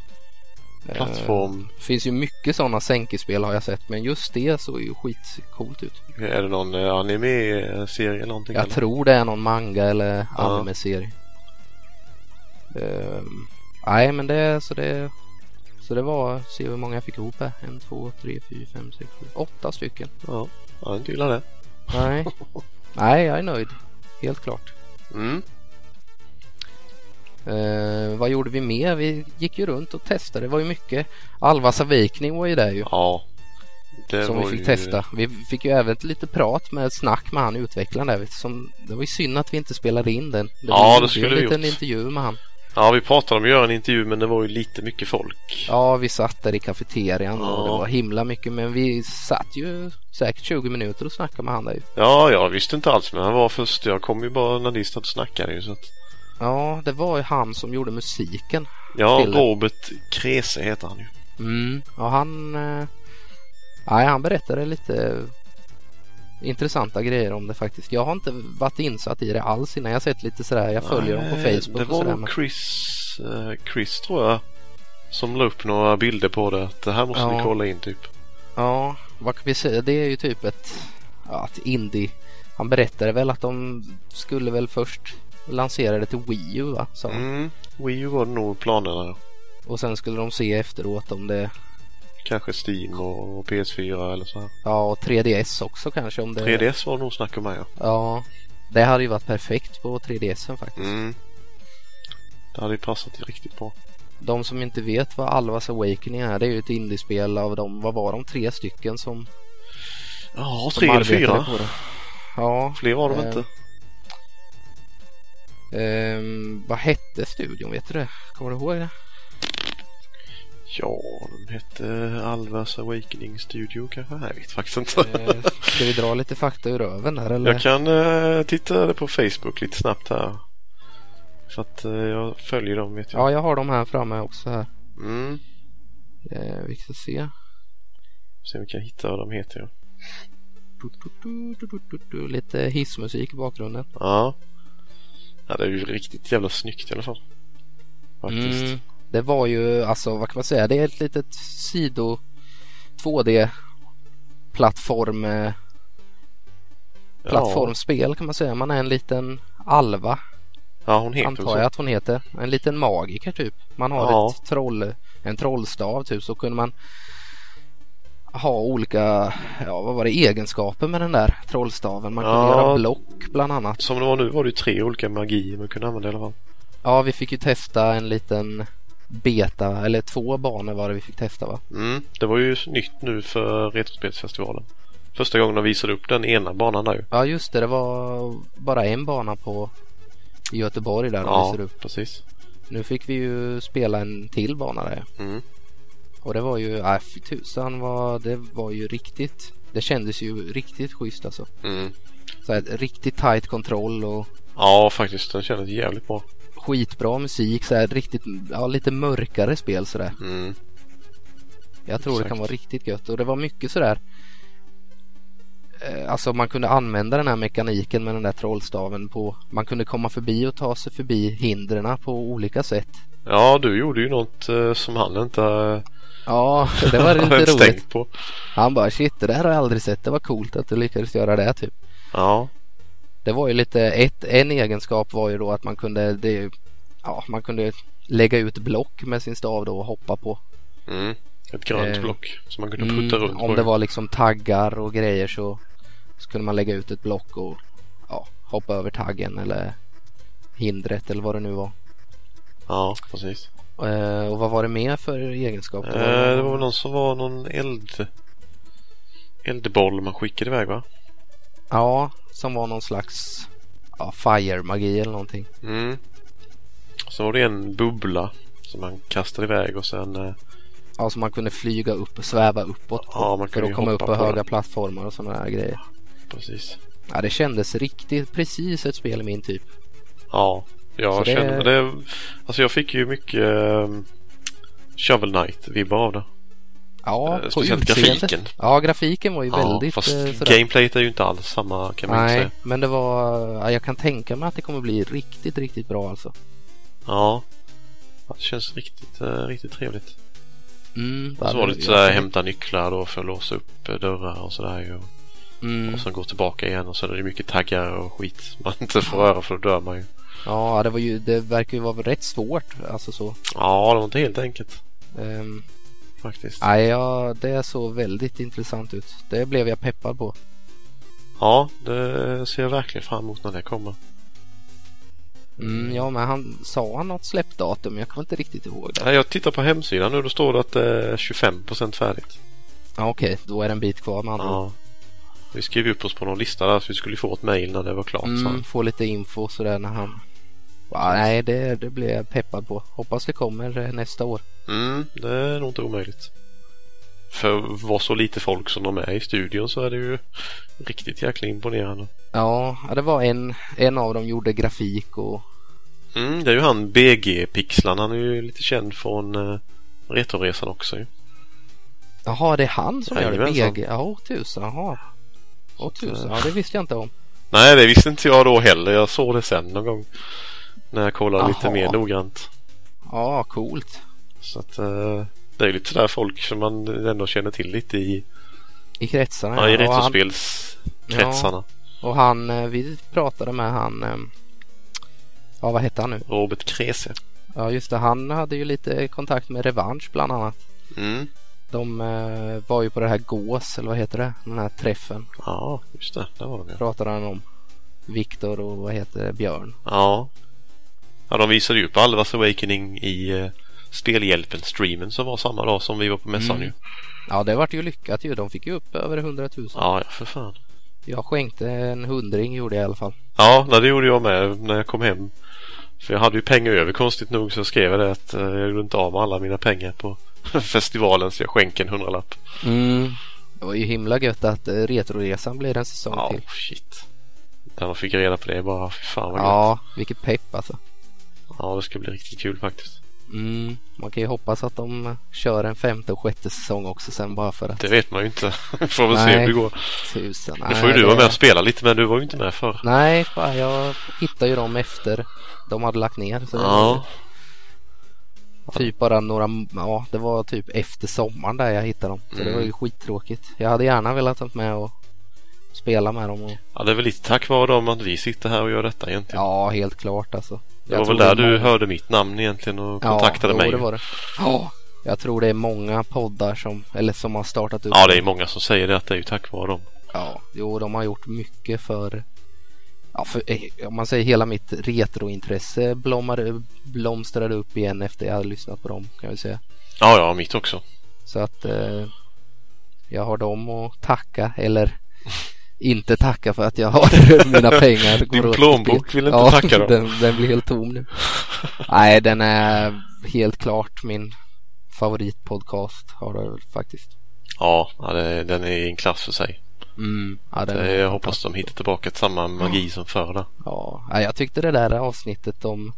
S1: Eh,
S2: plattform.
S1: finns ju mycket sådana Senki-spel har jag sett men just det såg ju skitcoolt ut.
S2: Är det någon eh, anime-serie eller någonting?
S1: Jag
S2: eller?
S1: tror det är någon manga eller
S2: Ja.
S1: anime-serie. Ehm, Nej men det så det så det var, se hur många jag fick ihop här. En, två, tre, fyra, fem, sex, sju, åtta stycken.
S2: Ja, ja jag inte gillar det.
S1: Nej. Nej, jag är nöjd. Helt klart.
S2: Mm.
S1: Ehm, vad gjorde vi mer? Vi gick ju runt och testade. Det var ju mycket. Alvas avvikning var ju där ju.
S2: Ja. Det
S1: som vi
S2: var
S1: fick
S2: ju-
S1: testa. Vi fick ju även lite prat med snack med han utvecklaren där. vet du, Som, det var ju synd att vi inte spelade in den. Det
S2: Ja,
S1: var
S2: det
S1: ju
S2: skulle
S1: en
S2: vi
S1: liten
S2: gjort.
S1: intervju med han.
S2: Ja, vi pratade om att göra en intervju men det var ju lite mycket folk.
S1: Ja, vi satt där i kafeterian och det
S2: Ja.
S1: var himla mycket. Men vi satt ju säkert 20 minuter och snackade med han där. ju.
S2: Ja, jag visste inte alls men han var först. Jag kom ju bara när ni satt och snackade ju så att...
S1: Ja, det var ju han som gjorde musiken.
S2: Ja,
S1: Pille.
S2: Robert Krese heter han ju.
S1: Mm. Och han... Eh, nej, han berättade lite intressanta grejer om det faktiskt. Jag har inte varit insatt i det alls innan. Jag har sett lite sådär. Jag följer dem på
S2: Nej,
S1: Facebook
S2: Det
S1: och
S2: var
S1: sådär.
S2: nog
S1: men-
S2: Chris, eh, Chris tror jag som la upp några bilder på det. Att det här måste
S1: Ja.
S2: ni kolla in typ.
S1: Ja, vad kan vi säga? Det är ju typ ett, ja, ett indie. Han berättade väl att de skulle väl först lansera det till Wii U va? Så.
S2: Mm. Wii U var det nog planerna.
S1: Och sen skulle de se efteråt om det,
S2: Kanske Steam och, och PS4 eller så här.
S1: ja och 3DS också kanske om det.
S2: 3DS var det nog snack om här ja.
S1: Ja, det hade ju varit perfekt på 3DSen faktiskt.
S2: Mm. Det hade ju passat riktigt bra.
S1: De som inte vet vad Alvas Awakening är, det är ju ett indiespel av de, vad var de, tre stycken som,
S2: Ja,
S1: som
S2: tre eller
S1: arbetade
S2: fyra.
S1: på det. Ja,
S2: Fler var de
S1: Eh,
S2: inte.
S1: ehm, vad hette studion, vet du det? Kommer du ihåg det?
S2: Ja, de hette Alvas Awakening Studio kanske? Nej, jag vet faktiskt inte.
S1: Eh, Ska vi dra lite fakta ur röven här eller?
S2: Jag kan eh, titta på Facebook lite snabbt här. För att eh, jag följer dem vet jag.
S1: Ja, jag har dem här framme också här.
S2: Mm.
S1: Eh, vi ska se.
S2: Se om vi kan hitta vad de heter. Ja.
S1: Du, du, du, du, du, du, du. Lite hissmusik i bakgrunden.
S2: ja. Ja, det är ju riktigt jävla snyggt i alla fall. Faktiskt.
S1: Mm, det var ju, alltså vad kan man säga, det är ett litet sido 2D-plattform eh, plattformspel kan man säga. Man är en liten alva
S2: Ja, ja hon heter väl
S1: antar
S2: så.
S1: jag att hon heter. En liten magiker typ. Man har
S2: Ja.
S1: ett troll, en trollstav typ så kunde man ha olika, ja vad var det, egenskaper med den där trollstaven. Man kunde
S2: Ja.
S1: göra block bland annat.
S2: Som det var nu var det ju tre olika magier man kunde använda i alla fall.
S1: Ja, vi fick ju testa en liten beta, eller två banor var det vi fick testa va?
S2: Mm, det var ju nytt nu för Retrospelsfestivalen. Första gången de visade upp den ena banan där ju.
S1: Ja just det, det var bara en bana på i Göteborg där de visade upp.
S2: precis.
S1: Nu fick vi ju spela en till bana där.
S2: Mm.
S1: Och det var ju, nej fy tusan vad, det var ju riktigt, det kändes ju riktigt schysst alltså.
S2: Mm.
S1: Så här, riktigt tight kontroll och
S2: Ja, faktiskt. Den kändes jävligt bra.
S1: skitbra musik så här, riktigt, ja lite mörkare spel sådär.
S2: Mm.
S1: Jag tror det kan
S2: Exakt.
S1: vara riktigt gött och det var mycket sådär eh, Alltså man kunde använda den här mekaniken med den där trollstaven på Man kunde komma förbi och ta sig förbi hindren på olika sätt
S2: Ja, du gjorde ju något eh, som han inte eh,
S1: Ja, det var
S2: hade
S1: lite roligt
S2: tänkt på.
S1: Han bara shit det där har jag aldrig sett Det var coolt att du lyckades göra det typ
S2: Ja,
S1: Det var ju lite ett, En egenskap var ju då att man kunde det, Ja man kunde lägga ut block med sin stav då och hoppa på
S2: mm. ett grönt
S1: Eh,
S2: block som man kunde putta
S1: Mm,
S2: runt
S1: om
S2: på.
S1: det var liksom taggar och grejer så, så kunde man lägga ut ett block och ja, hoppa över taggen eller hindret eller vad det nu var.
S2: Ja, precis.
S1: Eh, och vad var det mer för egenskaper?
S2: Eh, det var väl någon som var någon eld... Eldboll man skickade iväg va?
S1: Ja, som var någon slags ja, fire-magi eller någonting.
S2: Mm. Så var det en bubbla som man kastade iväg och sen... Eh,
S1: Ja, så man kunde flyga upp och sväva uppåt på,
S2: ja, man
S1: för
S2: kunde
S1: att
S2: ju
S1: komma upp
S2: hoppa
S1: på höga
S2: den.
S1: plattformar och sådana där grejer.
S2: Precis.
S1: Ja, det kändes riktigt precis ett spel i min typ.
S2: Ja,
S1: Så
S2: jag
S1: det-
S2: känner det... Alltså jag fick ju mycket... Eh, Shovel Knight-vibbar av det.
S1: Ja,
S2: Eh,
S1: på
S2: speciellt
S1: utseendet.
S2: grafiken.
S1: Ja, grafiken var ju väldigt
S2: fast
S1: eh, sådär.
S2: gameplayet är ju inte alls samma kan man ju inte
S1: Nej,
S2: säga.
S1: men det var... ja, Jag kan tänka mig att det kommer bli riktigt, riktigt bra alltså.
S2: Ja. Ja, Det känns riktigt, eh, riktigt trevligt.
S1: Mm,
S2: Så var det lite
S1: jag-
S2: sådär hämta nycklar då för att låsa upp eh, dörrar och sådär ju.
S1: Mm.
S2: Och sen gå tillbaka igen och så är det mycket taggar och skit man inte får röra för då dör man ju.
S1: Ja, det, var ju, det verkar ju vara rätt svårt alltså så.
S2: Ja, det var inte helt enkelt
S1: Ehm,
S2: faktiskt.
S1: nej, ja, det såg väldigt intressant ut. Det blev jag peppad på.
S2: Ja, det ser jag verkligen fram emot när det kommer.
S1: Mm, ja, men han sa han något släppdatum? Jag kommer inte riktigt ihåg det.
S2: Nej, Jag tittar på hemsidan nu, då står det att det är 25% färdigt.
S1: Ja, okej, då är det en bit kvar med andra ord.
S2: Ja. Vi skrev upp oss på någon lista där så vi skulle få ett mail när det var klart.
S1: mm,
S2: Mm.
S1: Få lite info sådär när han... Ja, nej, det, det blev jag peppad på. Hoppas det kommer eh, nästa år.
S2: mm, det är nog inte omöjligt. För vad så lite folk som de är i studion så är det ju riktigt jäkla imponerande.
S1: Ja, ja, det var en, en av dem gjorde grafik och
S2: Mm, det är ju han BG-pixlan. Han är ju lite känd från eh, Retroresan också ju.
S1: Jaha, det är han som gör det?
S2: Jajamensan.
S1: BG? Ja, åh tusan. Jaha. Åh tusan, ja det visste jag inte om.
S2: Nej, det visste inte jag då heller. Jag såg det sen någon gång. När jag kollade lite
S1: Jaha.
S2: mer noggrant.
S1: Ja, coolt.
S2: Så att eh, det är ju lite sådär folk som man ändå känner till lite i,
S1: I kretsarna.
S2: ja, i
S1: och, han,
S2: retrospelskretsarna.
S1: och han, eh, vi pratade med han, ehm, ja vad hette han nu?
S2: Robert Krese.
S1: Ja just det, han hade ju lite kontakt med Revansch bland annat.
S2: Mm.
S1: De eh, var ju på det här GÅS, eller vad heter det? Den här träffen
S2: Ja, just det. Där var de ja.
S1: pratade han om. Viktor och vad heter det, Björn.
S2: Ja. Ja, de visade ju upp Alvas Awakening i eh, Spelhjälpen-streamen som var samma dag som vi var på mässan
S1: Mm.
S2: ju.
S1: Ja det vart ju lyckat ju, de fick ju upp över 100 000.
S2: Ja, ja, för fan.
S1: Jag skänkte en hundring gjorde jag i alla fall.
S2: Ja, nej, det gjorde jag med när jag kom hem. För jag hade ju pengar över konstigt nog så skrev jag det att eh, jag gjorde inte av med alla mina pengar på festivalen så jag skänker en hundralapp.
S1: Mm. Det var ju himla gött att eh, Retroresan blir en säsong
S2: Ja,
S1: till.
S2: shit. När de fick reda på det bara, "Ah, fy fan vad gött.
S1: Ja, vilket pepp alltså.
S2: Ja, det ska bli riktigt kul faktiskt.
S1: Mm. Man kan ju hoppas att de eh, kör en femte och sjätte säsong också sen bara för att
S2: Det vet man ju inte. Får väl se
S1: Nej.
S2: hur det går.
S1: tusan.
S2: Nu får ju
S1: nej,
S2: du vara
S1: det-
S2: med och spela lite men du var ju inte med förr.
S1: Nej, fan, jag hittade ju dem efter de hade lagt ner. Så det
S2: Ja,
S1: var Typ bara några, ja det var typ efter sommaren där jag hittade dem. Så det
S2: Mm.
S1: var ju skittråkigt. Jag hade gärna velat ha med och spela med dem. Och,
S2: ja, det är väl lite tack vare dem att vi sitter här och gör detta egentligen.
S1: ja, helt klart alltså.
S2: Typ. det
S1: Jag
S2: var väl
S1: tror
S2: där
S1: är
S2: du
S1: många-
S2: hörde mitt namn egentligen och kontaktade
S1: ja,
S2: mig.
S1: Ja, det var det. Ja, jag tror det är många poddar som, eller som har startat upp.
S2: Ja, det är många som säger det att det är ju tack vare dem.
S1: Ja, jo, de har gjort mycket för, ja, för eh, om man säger hela mitt retrointresse blommade, blomstrade upp igen efter jag hade lyssnat på dem kan vi säga.
S2: Ja, ja, mitt också.
S1: Så att eh, jag har dem att tacka eller inte tacka för att jag har mina pengar.
S2: Din
S1: går åt till
S2: plånbok
S1: spel.
S2: vill inte
S1: ja,
S2: tacka dem.
S1: Den, den blir helt tom nu. Nej, den är helt klart min favoritpodcast har det faktiskt.
S2: Ja, ja det, den är i en klass för sig.
S1: Mm, ja, den
S2: Det,
S1: är
S2: jag hoppas de
S1: fantastisk.
S2: hittar tillbaka till samma magi som förr där.
S1: Ja, nej, jag tyckte det där avsnittet om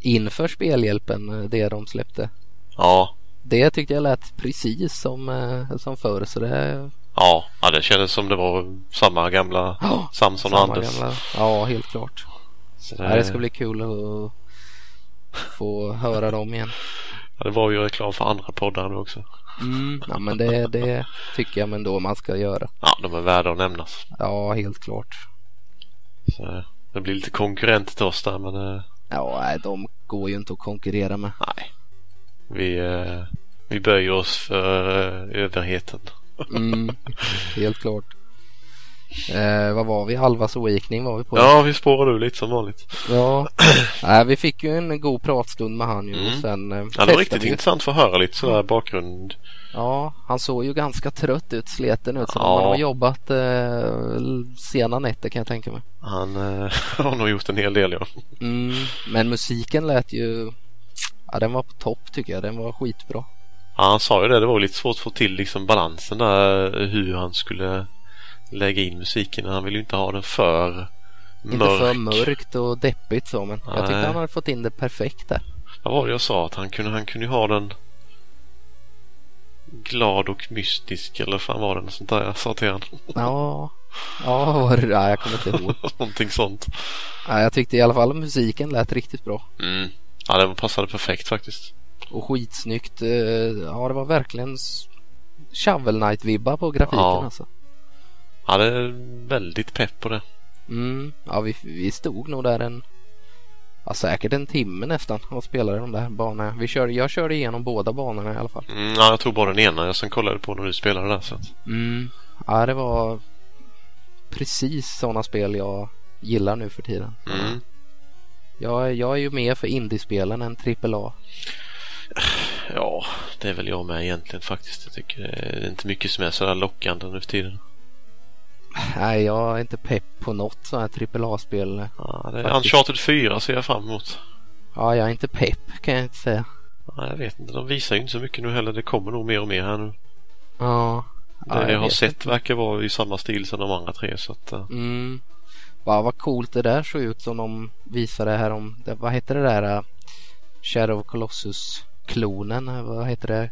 S1: inför spelhjälpen, eh, det de släppte.
S2: Ja,
S1: Det tyckte jag lät precis som, eh, som förr så det...
S2: ja, ja, det kändes som det var samma gamla
S1: Ja,
S2: Samson och
S1: samma
S2: Anders.
S1: gamla- Ja, helt klart.
S2: Så
S1: Det... det ska bli kul att få höra dem igen.
S2: ja, det var ju reklam för andra poddar nu också.
S1: Mm. Ja, men det, det tycker jag ändå man ska göra.
S2: Ja, de är värda att nämnas.
S1: Ja, helt klart.
S2: Så, eh, det blir lite konkurrenter till oss där men eh,
S1: Ja, nej, de går ju inte att konkurrera med.
S2: nej. Vi, eh, vi böjer oss för eh, överheten.
S1: Mm. helt klart. Eh, vad var vi? Alvas Awakening var vi på.
S2: Ja, vi spårar nu lite som vanligt.
S1: Ja. Nej, vi fick ju en god pratstund med han ju
S2: Mm.
S1: och sen eh,
S2: Ja, det
S1: testade
S2: var riktigt
S1: vi ju.
S2: intressant för att höra lite sådär bakgrund.
S1: Ja, han såg ju ganska trött ut, sliten ut. Så de
S2: Ja.
S1: har nog jobbat eh, sena nätter kan jag tänka mig.
S2: Han eh, har nog gjort en hel del ja.
S1: Mm. Men musiken lät ju, ja den var på topp tycker jag. Den var skitbra.
S2: ja. Han sa ju det, det var lite svårt att få till liksom balansen där eh, hur han skulle lägga in musiken. Han ville ju inte ha den för mörk.
S1: Inte för mörkt och deppigt så men jag tyckte
S2: Nej.
S1: han hade fått in det perfekt där.
S2: Vad var det jag sa? Att han kunde, han kunde ju ha den glad och mystisk eller fan var det något sånt där jag sa till honom.
S1: Ja, ja, var det, ja jag kommer inte ihåg.
S2: Någonting sånt.
S1: Ja, jag tyckte i alla fall musiken lät riktigt bra.
S2: Mm. Ja, den passade perfekt faktiskt.
S1: Och skitsnyggt. eh, Ja, det var verkligen s- Shovel Knight-vibbar på grafiken
S2: Ja.
S1: alltså.
S2: Ja, det är väldigt pepp på det.
S1: Mm, ja, vi, vi stod nog där en... Ja, säkert en timme nästan och spelade de där banorna. Vi körde, jag körde igenom båda banorna i alla fall.
S2: Mm, ja, jag tog bara den ena. Jag sen kollade på när du spelade där. Så att,
S1: Mm. Ja, det var precis sådana spel jag gillar nu för tiden.
S2: mm.
S1: Jag, jag är ju mer för indiespelen än AAA.
S2: Ja, det är väl jag med egentligen faktiskt. Jag tycker det är inte mycket som är sådär lockande nu för tiden.
S1: Nej, jag är inte pepp på något sådant här AAA-spel.
S2: Ja, det är
S1: Faktiskt.
S2: Uncharted 4 ser jag fram emot.
S1: Ja, jag är inte pepp kan jag inte säga.
S2: Ja, jag vet inte, de visar ju inte så mycket nu heller. Det kommer nog mer och mer här nu.
S1: Ja.
S2: Det
S1: ja,
S2: jag har
S1: vet
S2: sett verkar vara i samma stil som de andra tre. Så att, eh,
S1: Mm. Va, vad coolt det där såg ut som de visade här om. Det, vad heter det där? äh, Shadow of Colossus-klonen? äh, Vad heter det?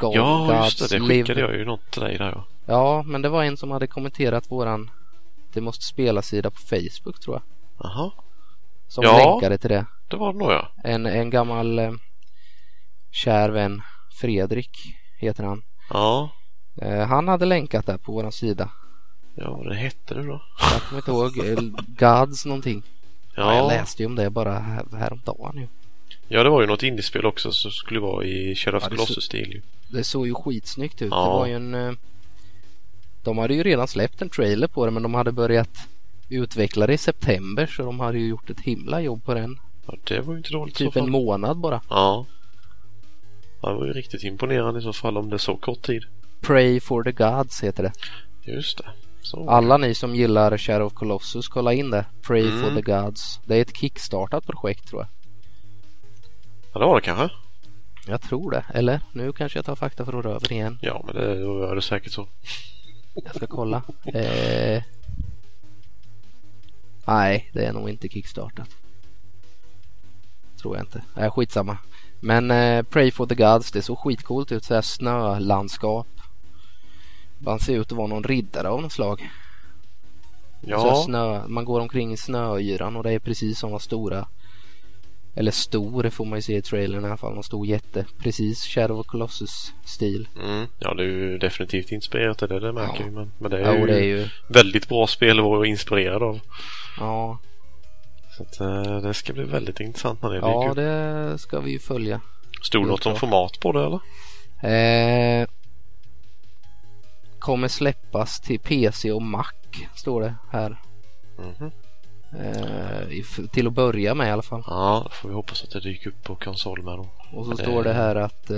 S1: Oh God,
S2: ja, just det. Det
S1: Live.
S2: skickade jag ju något till dig där ja.
S1: Ja, men det var en som hade kommenterat våran Det måste spela-sida på Facebook tror jag.
S2: Jaha,
S1: Som
S2: Ja.
S1: länkade till det.
S2: det var det nog ja.
S1: En, en gammal eh, kär vän, Fredrik heter han.
S2: Ja,
S1: Eh, han hade länkat där på våran sida.
S2: ja vad det hette nu då?
S1: Jag kommer inte ihåg. eh, Gods någonting. Ja. Jag
S2: Ja,
S1: läste ju om det bara här, häromdagen ju.
S2: ja det var ju något indiespel också som skulle vara i Shadow
S1: Ja,
S2: of
S1: det är
S2: Colossus-stil. ju.
S1: Det såg ju skitsnyggt ut.
S2: Ja.
S1: Det var ju en... eh, De hade ju redan släppt en trailer på det men de hade börjat utveckla det i september så de hade ju gjort ett himla jobb på den.
S2: Ja, det var ju inte dåligt i så
S1: Typ
S2: fall.
S1: en månad bara.
S2: Ja. ja. Det var ju riktigt imponerande i så fall om det är så kort tid.
S1: Pray for the Gods heter det.
S2: Just det. Så.
S1: Alla ni som gillar Shadow of Colossus kolla in det. Pray
S2: Mm.
S1: for the Gods. Det är ett kickstartat projekt tror jag.
S2: Ja, det var det kanske.
S1: Jag tror det. Eller? Nu kanske jag tar fakta för röven igen.
S2: Ja, men det då är det säkert så.
S1: Jag ska kolla. Eh... Nej, det är nog inte kickstartat. Tror jag inte. Nej, skitsamma. Men eh, Pray for the Gods, det såg skitcoolt ut. Så här snölandskap. Man ser ut att vara någon riddare av något slag. Så här
S2: Ja,
S1: Alltså, snö, man går omkring i snöyran och det är precis som vad stora eller stor det får man ju se i trailern i alla fall. Någon stor jätte. Precis Shadow of Colossus stil.
S2: mm, ja det är ju definitivt inspirerat av det, det märker
S1: Ja.
S2: vi. Men, men det,
S1: Ja,
S2: är
S1: och det är
S2: ju
S1: ju...
S2: väldigt bra spel att vara inspirerad av.
S1: Ja,
S2: Så att, eh, det ska bli väldigt intressant när det dyker
S1: ja
S2: upp.
S1: det ska vi ju följa.
S2: Stod
S1: helt
S2: något om
S1: klart.
S2: format på det eller?
S1: Eh, kommer släppas till PC och Mac står det här.
S2: Mhm.
S1: Eh, i f- till att börja med i alla fall.
S2: Ja, då får vi hoppas att det dyker upp på konsol med då.
S1: Och så
S2: Det-
S1: står det här att eh,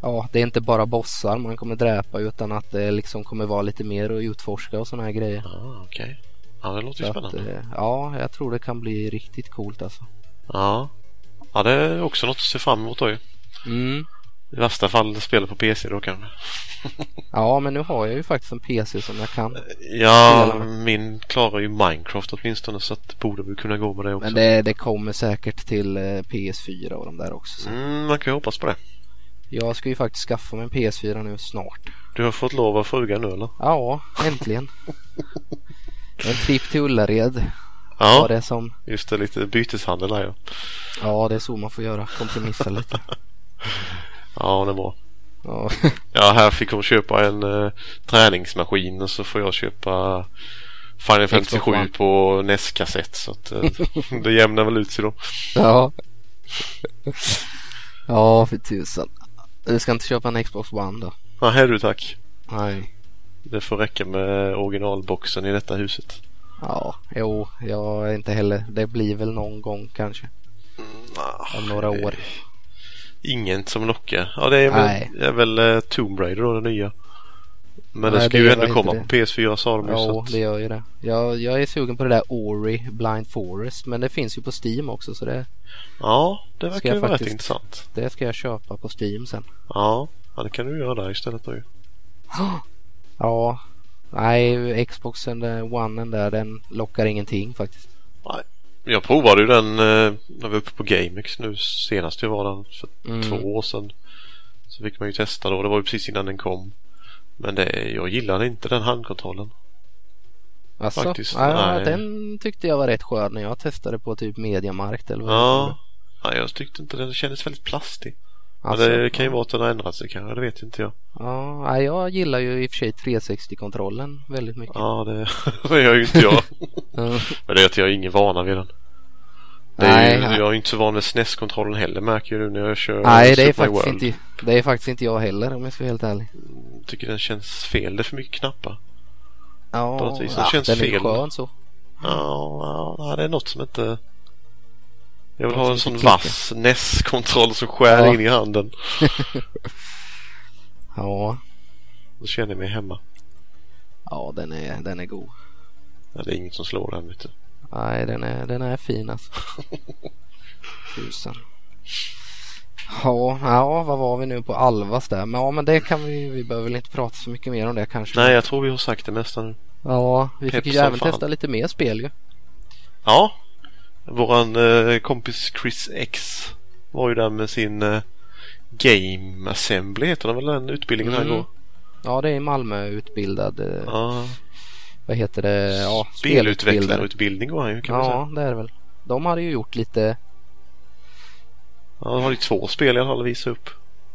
S1: ja, det är inte bara bossar man kommer dräpa utan att det liksom kommer vara lite mer att utforska och sådana här grejer.
S2: Ah, okej. Ja, det låter ju
S1: Så att,
S2: spännande.
S1: eh, ja, jag tror det kan bli riktigt coolt alltså.
S2: Ja. ja, det är också något att se fram emot då ju.
S1: Mm.
S2: I värsta fall spela på PC då kanske.
S1: Ja, men nu har jag ju faktiskt en PC som jag kan.
S2: Ja,
S1: Spela.
S2: min klarar ju Minecraft åtminstone så att det borde väl kunna gå med det också.
S1: Men det, det kommer säkert till eh, PS4 och de där också. Så.
S2: Mm, man kan ju hoppas på det.
S1: Jag ska ju faktiskt skaffa mig en PS4 nu snart.
S2: Du har fått lov av frugan nu eller?
S1: Ja, äntligen. en tripp till Ullared
S2: Ja,
S1: var det som...
S2: just det. Lite byteshandel där ja.
S1: Ja, det är så man får göra. Kompromissa lite.
S2: Ja, det är bra.
S1: Ja.
S2: Ja, här fick hon köpa en eh, träningsmaskin och så får jag köpa Final Fantasy
S1: Xbox
S2: 7
S1: One.
S2: på NES-kassett. Så att, eh, det jämnar väl ut sig då.
S1: Ja. Ja, för tusan. Du ska inte köpa en Xbox One då?
S2: Ja, här du tack.
S1: Nej.
S2: Det får räcka med originalboxen i detta huset.
S1: Ja, jo, jag är inte heller. Det blir väl någon gång kanske.
S2: Ah,
S1: Om några år.
S2: Inget som lockar. Ja, det är väl,
S1: Nej.
S2: det är väl eh, Tomb Raider då, det nya. Men det
S1: Nej,
S2: ska
S1: det
S2: ju
S1: är
S2: ändå
S1: väl
S2: komma
S1: inte
S2: på PS4 sa de ju. så
S1: Ja,
S2: att,
S1: det gör ju det. Jag, jag är sugen på det där Ori Blind Forest. Men det finns ju på Steam också så det,
S2: ja, det verkar
S1: jag
S2: ju vara rätt
S1: faktiskt-
S2: intressant.
S1: det ska jag köpa på Steam sen.
S2: Ja, ja, det kan du göra där istället då ju.
S1: Ja, nej Xboxen eh, One där den lockar ingenting faktiskt.
S2: Jag provade ju den eh, när vi var uppe på GameX nu senast jag var där för
S1: Mm.
S2: två år sedan. Så fick man ju testa då. Det var ju precis innan den kom. Men det, jag gillade inte den handkontrollen.
S1: Alltså,
S2: faktiskt,
S1: ja,
S2: nej.
S1: Den tyckte jag var rätt skön när jag testade på typ Mediamarkt eller vad det var.
S2: Ja. ja, jag tyckte inte den kändes väldigt plastig.
S1: Alltså,
S2: men det kan ju vara att den har ändrat sig kanske. Det vet inte jag.
S1: Ja, nej, jag gillar ju i och för sig 360-kontrollen väldigt mycket.
S2: Ja, det, det gör ju inte jag.
S1: Mm.
S2: men det är att jag är ingen vana vid den. Det är
S1: nej,
S2: ju,
S1: nej,
S2: jag är ju inte så van vid SNES-kontrollen heller märker jag nu när jag kör
S1: nej det, är
S2: Super Mario
S1: faktiskt
S2: World.
S1: inte, det är faktiskt inte jag heller om jag ska vara helt ärlig.
S2: Tycker den känns fel. Det är för mycket knappar.
S1: Ja,
S2: På något vis, det
S1: ja,
S2: känns
S1: den är ju
S2: fel.
S1: skön så.
S2: Ja, ja, det är något som inte... Jag vill
S1: Något
S2: ha
S1: som
S2: en sån
S1: inte
S2: vass NES-kontroll som skär
S1: Ja.
S2: in i handen.
S1: Ja,
S2: Då känner jag mig hemma.
S1: ja den, är, den är god.
S2: Ja, det är inget som slår den vet du.
S1: Nej, den är, den är fin alltså. Tusen. Ja, ja, vad var vi nu på Alvas där? Men ja, men det kan vi Vi behöver väl inte prata så mycket mer om det kanske.
S2: Nej, jag tror vi har sagt det mesta nu.
S1: Ja, vi
S2: Pepp
S1: fick ju
S2: som
S1: även
S2: fan.
S1: testa lite mer spel ju.
S2: Ja, våran eh, kompis Chris X var ju där med sin eh, Game Assembly heter den väl den utbildningen han
S1: Mm.
S2: går?
S1: Ja, det är i Malmö utbildad, eh,
S2: Ja,
S1: vad heter det? Ja, spelutbildare.
S2: spelutvecklarutbildning går han ju kan man säga.
S1: Ja, det är det väl. De hade ju gjort lite,
S2: Ja, Han har ju två spel i alla fall att visa upp.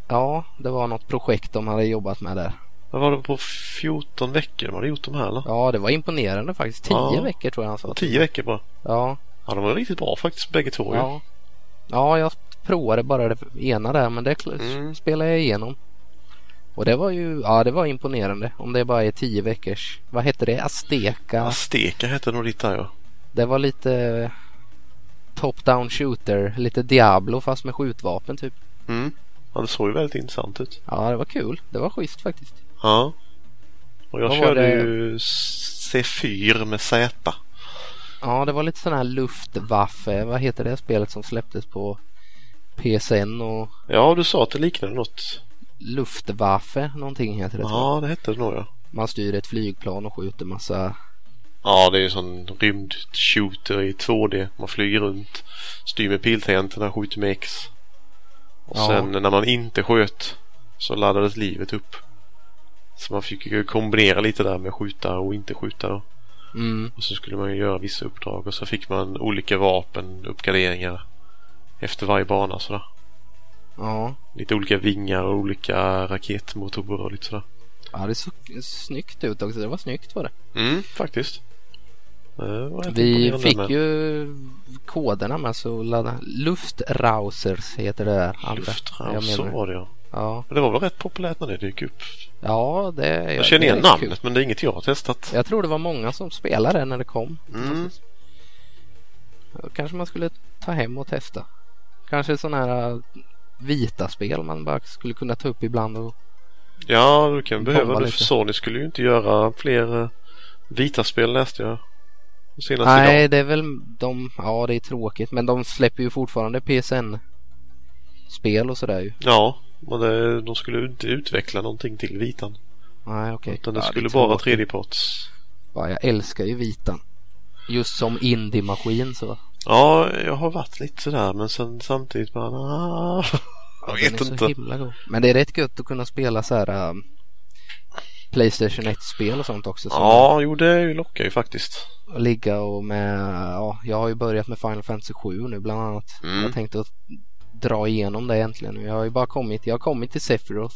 S1: ja, det var något projekt de hade jobbat med där.
S2: Vad var det på 14 veckor de hade gjort de här eller?
S1: Ja, det var imponerande faktiskt. Tio
S2: Ja.
S1: veckor tror jag han sa.
S2: 10 veckor bara.
S1: Ja,
S2: Ja, de var riktigt bra faktiskt bägge två ju.
S1: ja. Ja, jag provade bara det ena där men det kl-
S2: Mm.
S1: spelade jag igenom. Och det var ju, ja det var imponerande om det bara är tio veckors, vad hette det, Azteca?
S2: Azteca hette nog ditt där ja.
S1: Det var lite top-down shooter, lite Diablo fast med skjutvapen typ.
S2: Mm. Ja, det såg ju väldigt intressant ut.
S1: Ja, det var kul. Det var schysst faktiskt.
S2: Ja. Och jag
S1: Vad var
S2: körde
S1: det?
S2: ju C4 med Z.
S1: Ja, det var lite sån här Luftwaffe, vad heter det spelet som släpptes på PSN och
S2: Ja, du sa att det liknade något.
S1: Luftwaffe någonting heter det. tror jag.
S2: Ja, det hette det nog ja.
S1: Man styr ett flygplan och skjuter massa.
S2: Ja, det är ju sån rymdshooter i 2D. Man flyger runt, styr med piltangenterna, skjuter med X. Och
S1: Ja.
S2: sen när man inte sköt så laddades livet upp. Så man fick ju kombinera lite där med skjuta och inte skjuta. Då.
S1: Mm.
S2: Och så skulle man ju göra vissa uppdrag och så fick man olika vapen, uppgraderingar efter varje bana sådär.
S1: Ja.
S2: Lite olika vingar och olika raketmotorer och lite sådär.
S1: ja, det såg snyggt ut också. Det var snyggt var det.
S2: Mm, faktiskt. Det var jag
S1: Vi
S2: imponerad med.
S1: fick ju koderna med så ladda. Luftrausers heter det där. Alfred.
S2: Luftraum,
S1: Jag
S2: så
S1: menar det.
S2: var det ja.
S1: Ja,
S2: Men Det var väl rätt populärt när det dök upp.
S1: ja det är
S2: Jag känner
S1: det är
S2: igen
S1: kul.
S2: namnet men det är inget jag har testat.
S1: Jag tror det var många som spelade det när det kom.
S2: Mm.
S1: Då kanske man skulle ta hem och testa. Kanske sådana här äh, vita spel man bara skulle kunna ta upp ibland och...
S2: Ja, du kan
S1: Bomba
S2: behöva det
S1: lite.
S2: för Sony skulle ju inte göra fler eh, vita spel läste jag. Senast
S1: Nej,
S2: idag.
S1: det är väl de... Ja, det är tråkigt men de släpper ju fortfarande PSN-spel och sådär ju.
S2: Ja, men det, de skulle ju inte utveckla någonting till vitan.
S1: Nej, okej.
S2: Utan det
S1: Ja,
S2: skulle
S1: är
S2: vara
S1: tråkigt.
S2: tredjeparts.
S1: Ja, jag älskar ju vitan. Just som indie-maskin så.
S2: Ja, jag har varit lite sådär men sen samtidigt bara ah,
S1: Den
S2: Jag vet
S1: är så
S2: inte.
S1: Himla god. Men det är rätt gött att kunna spela så här ähm, Playstation 1-spel och sånt också. så
S2: Ja, jo det lockar ju faktiskt.
S1: att ligga och med, ja, jag har ju börjat med Final Fantasy 7 nu bland annat.
S2: Mm.
S1: Jag tänkte att dra igenom det äntligen nu. Jag har ju bara kommit, jag har kommit till Sephiroth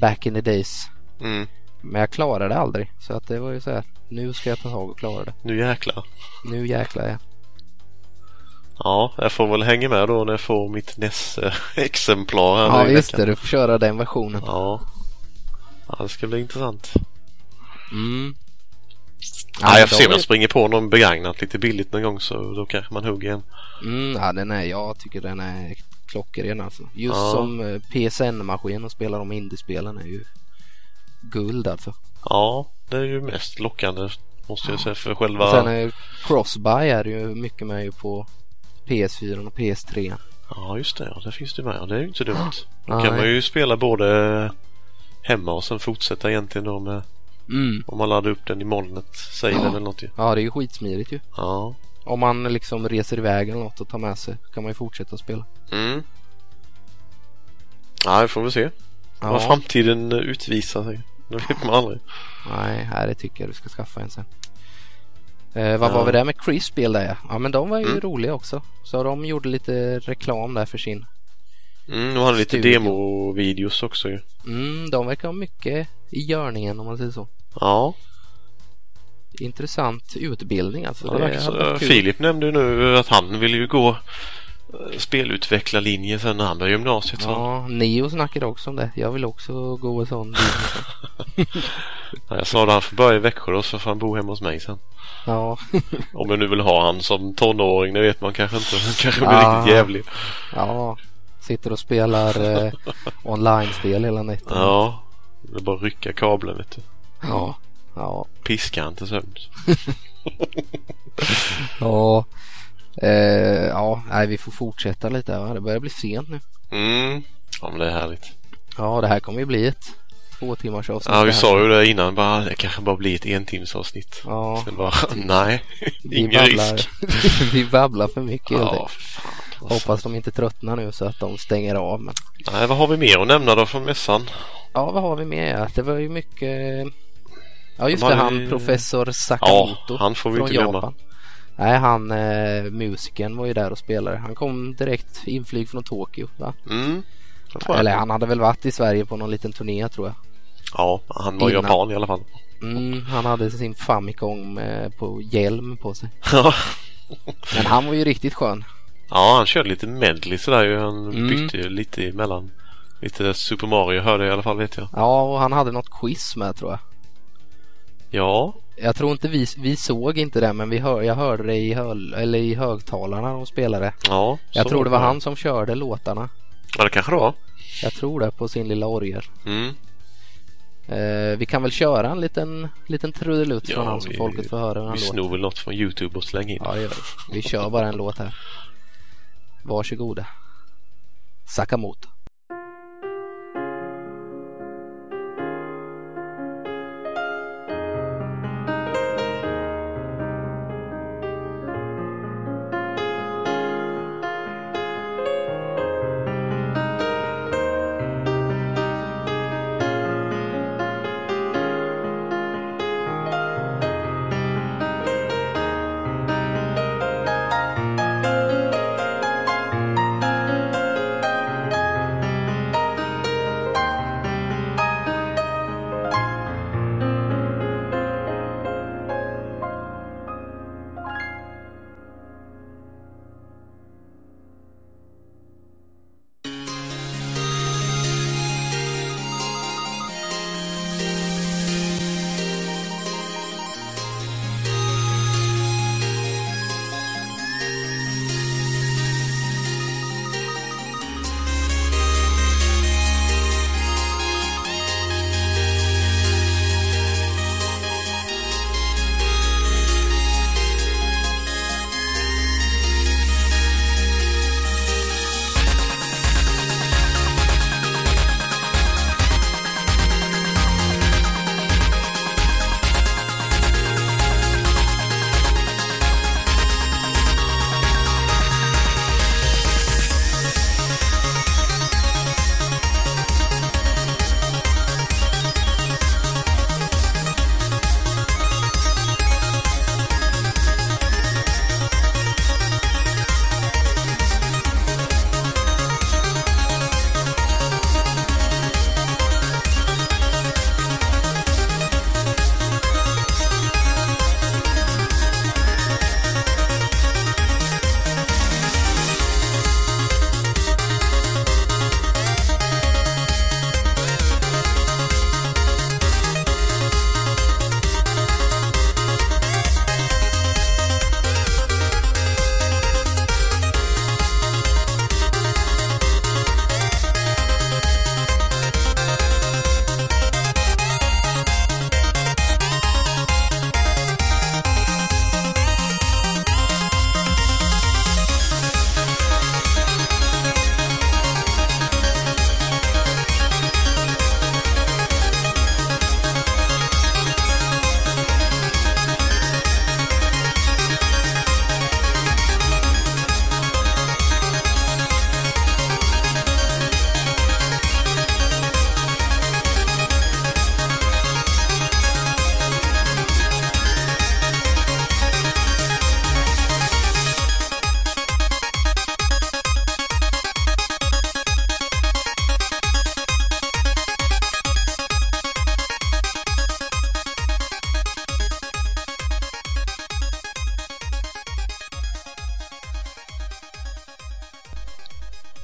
S1: back in the days.
S2: Mm.
S1: Men jag klarade det aldrig. Så att det var ju så här, nu ska jag ta tag och klara det.
S2: Nu jäklar.
S1: Nu jäklar jag.
S2: Ja, jag får väl hänga med då när jag får mitt NES-exemplar här
S1: Ja,
S2: nu i
S1: just
S2: veckan.
S1: det, du får köra den versionen.
S2: Ja. ja, det ska bli intressant.
S1: Mm.
S2: Ja, jag får
S1: då
S2: se om
S1: var
S2: jag
S1: det-
S2: springer på någon begagnat lite billigt någon gång så då kanske man hugger en.
S1: Mm, ja, den är, jag tycker den är klockren alltså. Just
S2: Ja.
S1: som eh, PSN-maskin och spela de indiespelen är ju guld alltså.
S2: Ja, det är ju mest lockande måste jag säga för själva...
S1: Och sen är ju Crossbuy är det ju mycket med ju på PS4 och PS3.
S2: Ja, just det. Ja, där finns det med. Ja, Det är ju inte dumt. Då
S1: Nej.
S2: kan man ju spela både hemma och sen fortsätta egentligen då med
S1: Mm.
S2: om man laddar upp den i molnet, saven eller något ju.
S1: Ja, det är ju skitsmidigt ju.
S2: Ja.
S1: Om man liksom reser iväg eller något och tar med sig kan man ju fortsätta spela.
S2: Mm. Ja, vi får väl se
S1: Ja,
S2: vad framtiden utvisar sig. Det vet man aldrig.
S1: Nej, här det tycker jag du ska skaffa en sen. Eh, vad var
S2: Ja.
S1: vi där med Chris spel där ja. ja men de var ju
S2: Mm.
S1: roliga också. Så de gjorde lite reklam där för sin.
S2: Mm, de hade lite
S1: Studio.
S2: demovideos också ju.
S1: Mm, de verkar ha mycket i görningen om man säger så.
S2: Ja,
S1: Intressant utbildning alltså.
S2: ja det verkar
S1: hade
S2: så.
S1: varit kul.
S2: Filip nämnde ju nu att han ville ju gå eh, spelutvecklarlinje sen när han började gymnasiet. Ja.
S1: Ja, Neo snackade också om det. Jag vill också gå en sån linje.
S2: Jag sa att han får börja i Växjö då så får han bo hemma hos mig sen.
S1: Ja,
S2: Om jag nu vill ha han som tonåring, det vet man kanske inte. Han kanske blir
S1: Ja.
S2: riktigt jävlig.
S1: ja. Sitter och spelar eh, online-spel hela natten.
S2: Ja, det är bara att rycka kabeln vet du.
S1: Ja. Ja.
S2: Piska han till sömns.
S1: Ja. Eh, ja, nej vi får fortsätta lite här. va? Det börjar bli sent nu.
S2: Mm. Ja men det är härligt.
S1: Ja, det här kommer ju bli ett två timmars avsnitt.
S2: Ja vi
S1: det här.
S2: sa ju det innan bara, "Ah, det kanske bara blir ett entimsavsnitt.
S1: Ja,
S2: Sen bara, nej.
S1: vi
S2: Ingen risk.
S1: babblar, vi babblar för mycket helt
S2: Ja,
S1: enkelt.
S2: fan. alltså.
S1: Hoppas de inte tröttnar nu så att de stänger av. Men...
S2: Nej, vad har vi mer att nämna då från mässan?
S1: Ja, vad har vi mer? Det var ju mycket... Ja, just
S2: De
S1: det.
S2: hade
S1: Han
S2: ju-
S1: professor
S2: Ja,
S1: Sakamoto
S2: han får vi
S1: från
S2: inte glömma.
S1: Japan. Nej, han eh, musikern var ju där och spelade. Han kom direkt inflyg från Tokyo. Va?
S2: Mm. Jag tror
S1: Eller
S2: jag.
S1: han hade väl varit i Sverige på någon liten turné tror jag.
S2: Ja, han var
S1: Innan.
S2: japan i alla fall.
S1: Mm, han hade sin Famicom eh, på hjälm på sig.
S2: Ja.
S1: Men han var ju riktigt skön.
S2: ja, han körde lite medley sådär ju. Han
S1: Mm.
S2: bytte ju lite emellan. Lite Super Mario hörde jag i alla fall vet jag.
S1: Ja, och han hade något quiz med tror jag.
S2: Ja,
S1: Jag tror inte vi, vi såg inte det men vi hör, jag hörde det i, höl, eller i högtalarna de spelade.
S2: ja.
S1: Jag
S2: så
S1: tror det var han som körde låtarna.
S2: Ja, det kanske det var.
S1: Jag tror det på sin lilla orgel.
S2: Mm.
S1: Eh, vi kan väl köra en liten, liten trudelutt
S2: Ja,
S1: från honom så
S2: vi-
S1: folket får höra hur han
S2: Vi
S1: låter.
S2: snor väl något från Youtube och slänger in.
S1: Ja, det gör vi. Vi kör bara en låt här. Varsågoda. Sakamoto.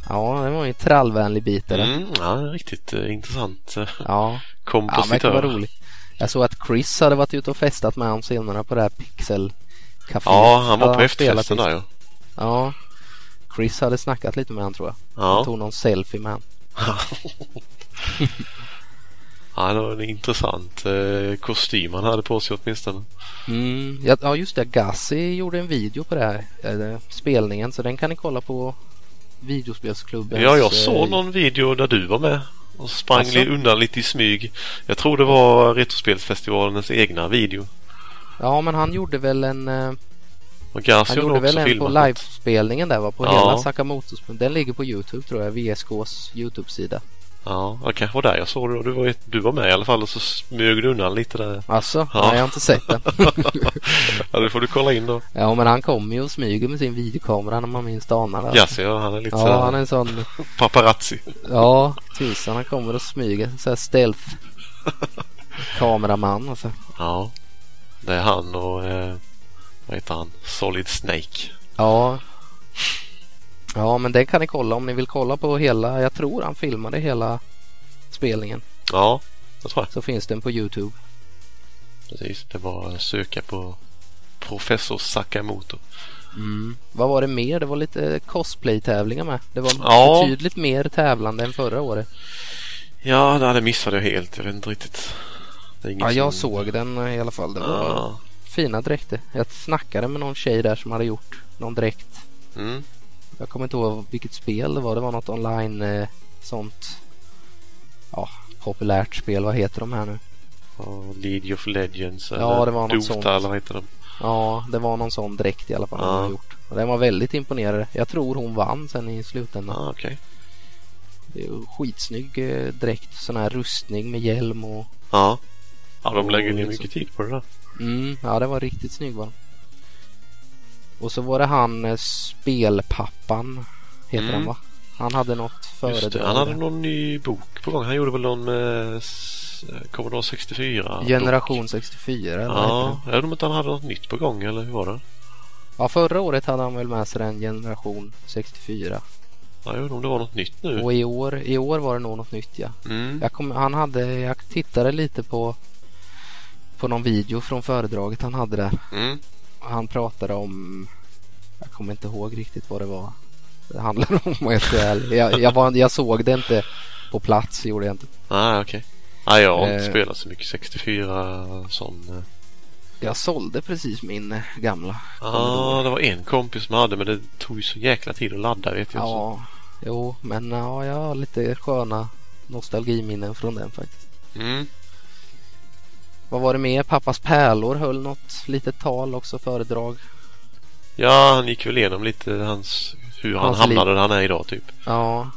S1: Ja, det var ju en trallvänlig bit. eller?
S2: Mm, ja, riktigt eh, intressant eh,
S1: Ja, ja men det
S2: kompositör.
S1: var roligt. Jag såg att Chris hade varit ute och festat med honom senare på det här pixel
S2: ja, han var på efterfesten där ju.
S1: Ja. Chris hade snackat lite med honom tror jag. Han
S2: Ja.
S1: tog någon selfie med honom.
S2: ja, det var en intressant eh, kostym han hade på sig åtminstone.
S1: Mm, ja, ja just det, Gassi gjorde en video på det här eh, spelningen så den kan ni kolla på videospelsklubben.
S2: Ja, jag såg någon video där du var med och sprang
S1: Alltså?
S2: li- undan lite i smyg. Jag tror det var Retrospelsfestivalens egna video.
S1: Ja men han gjorde väl en, eh,
S2: Och Garcia
S1: han gjorde
S2: också
S1: väl en på
S2: filmat något.
S1: livespelningen där var på
S2: Ja.
S1: hela Sakamotos. Den ligger på Youtube tror jag, VSKs Youtube-sida.
S2: Ja, det kanske var där jag såg det. då. Du var, du var med i alla fall och så smög du undan lite där.
S1: Alltså,
S2: Ja.
S1: nej jag har inte sett den.
S2: ja, det får du kolla in då.
S1: ja men han kommer ju och smyger med sin videokamera när man minst anar det.
S2: Garcia, han är lite
S1: Ja, han
S2: sådär
S1: är en sån,
S2: paparazzi.
S1: ja tusan han kommer och smyger, så här stealth kameraman alltså.
S2: Ja, det är han och eh, vad heter han? Solid Snake.
S1: Ja. Ja, men den kan ni kolla om ni vill kolla på hela. Jag tror han filmade hela spelningen.
S2: Ja, det tror jag.
S1: Så finns den på Youtube.
S2: Precis, det var att söka på Professor Sakamoto. Mm.
S1: Vad var det mer? Det var lite cosplay-tävlingar med. Det var
S2: Ja.
S1: betydligt mer tävlande än förra året.
S2: Ja, nej, det missade jag helt. Jag vet inte riktigt. Det är inget
S1: Ja, jag
S2: som- Ah.
S1: såg den eh, i alla fall. Det var
S2: Ja.
S1: fina dräkter. Jag snackade med någon tjej där som hade gjort någon dräkt.
S2: Mm.
S1: Jag kommer inte ihåg vilket spel det var. Det var något online eh, sånt. Ja, populärt spel. Vad heter de här nu?
S2: Ja, League of Legends
S1: Ja,
S2: eller
S1: det var något
S2: Dota
S1: sånt.
S2: eller vad heter de?
S1: Ja, det var någon sån dräkt i alla fall.
S2: Ja.
S1: hon har gjort. Och Den var väldigt imponerande. Jag tror hon vann sen i slutändan.
S2: Ah, okej.
S1: Det är ju skitsnygg eh, dräkt. Sån här rustning med hjälm och...
S2: Ja. ja, de
S1: Och
S2: lägger ner
S1: liksom-
S2: mycket tid på det där.
S1: Mm, ja, det var riktigt snygg var den. Och så var det han eh, Spelpappan. Heter
S2: Mm.
S1: han va? Han hade något
S2: Just det.
S1: föredrag.
S2: Han hade
S1: där.
S2: någon ny bok på gång. Han gjorde väl någon med s- Commodore 64? -bok.
S1: Generation 64 eller vad heter
S2: Ja,
S1: det?
S2: jag vet inte om han hade något nytt på gång eller hur var det?
S1: ja, förra året hade han väl med sig den Generation 64.
S2: Ja, jag undrar om det var något nytt nu.
S1: Och i år, i år var det nog något nytt ja.
S2: Mm.
S1: Jag, kom, han hade, jag tittade lite på, på någon video från föredraget han hade där.
S2: Mm.
S1: Han pratade om, jag kommer inte ihåg riktigt vad det var det handlade om om jag ska vara ärlig. jag, jag, var, jag såg det inte på plats, gjorde jag inte.
S2: Ah, okej. Nej, jag har inte
S1: Eh.
S2: spelat så mycket 64 sån. eh.
S1: Jag sålde precis min eh, gamla.
S2: Ja, det var en kompis som hade men det tog ju så jäkla tid att ladda vet jag. Så.
S1: Ja, jo, men ja, jag har lite sköna nostalgiminnen från den faktiskt.
S2: Mm.
S1: Vad var det med? Pappas pärlor höll något litet tal också, föredrag.
S2: Ja, han gick väl igenom lite hans, hur han
S1: Hans
S2: hamnade där han är idag typ.
S1: Ja.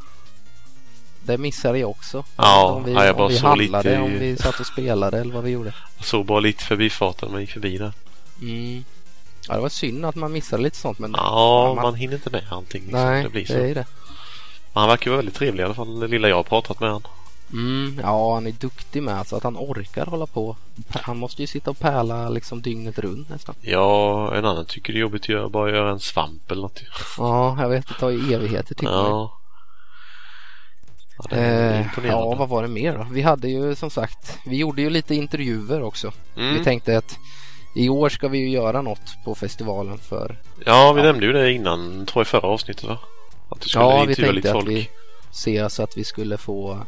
S1: Det missade jag också.
S2: Ja,
S1: om vi,
S2: ja, jag bara
S1: om vi
S2: såg
S1: handlade,
S2: lite i-
S1: om vi satt och spelade eller vad vi gjorde.
S2: Jag såg bara lite förbifarten men gick förbi där.
S1: Mm. Ja, det var synd att man missade lite sånt. Men
S2: Ja,
S1: Ja, man-
S2: man hinner inte med allting. Liksom.
S1: nej,
S2: det blir så.
S1: det är ju det.
S2: Men Han verkar vara väldigt trevlig i alla fall, det lilla jag har pratat med han.
S1: Mm, ja, han är duktig med alltså att han orkar hålla på. Han måste ju sitta och pärla liksom dygnet runt nästan.
S2: Ja, en annan tycker det är jobbigt att göra, bara göra en svamp eller något.
S1: Ja, jag vet. Det tar ju evigheter tycker jag.
S2: Ja. Ja, det är
S1: Eh,
S2: imponerande.
S1: ja, vad var det mer då? Vi hade ju som sagt, vi gjorde ju lite intervjuer också. Vi
S2: mm.
S1: tänkte att i år ska vi ju göra något på festivalen för
S2: Ja, vi
S1: Ja.
S2: nämnde ju det innan, tror jag i förra avsnittet va? Att du skulle
S1: Ja, vi
S2: intervjua
S1: tänkte
S2: lite
S1: att
S2: folk.
S1: vi ser så att vi skulle få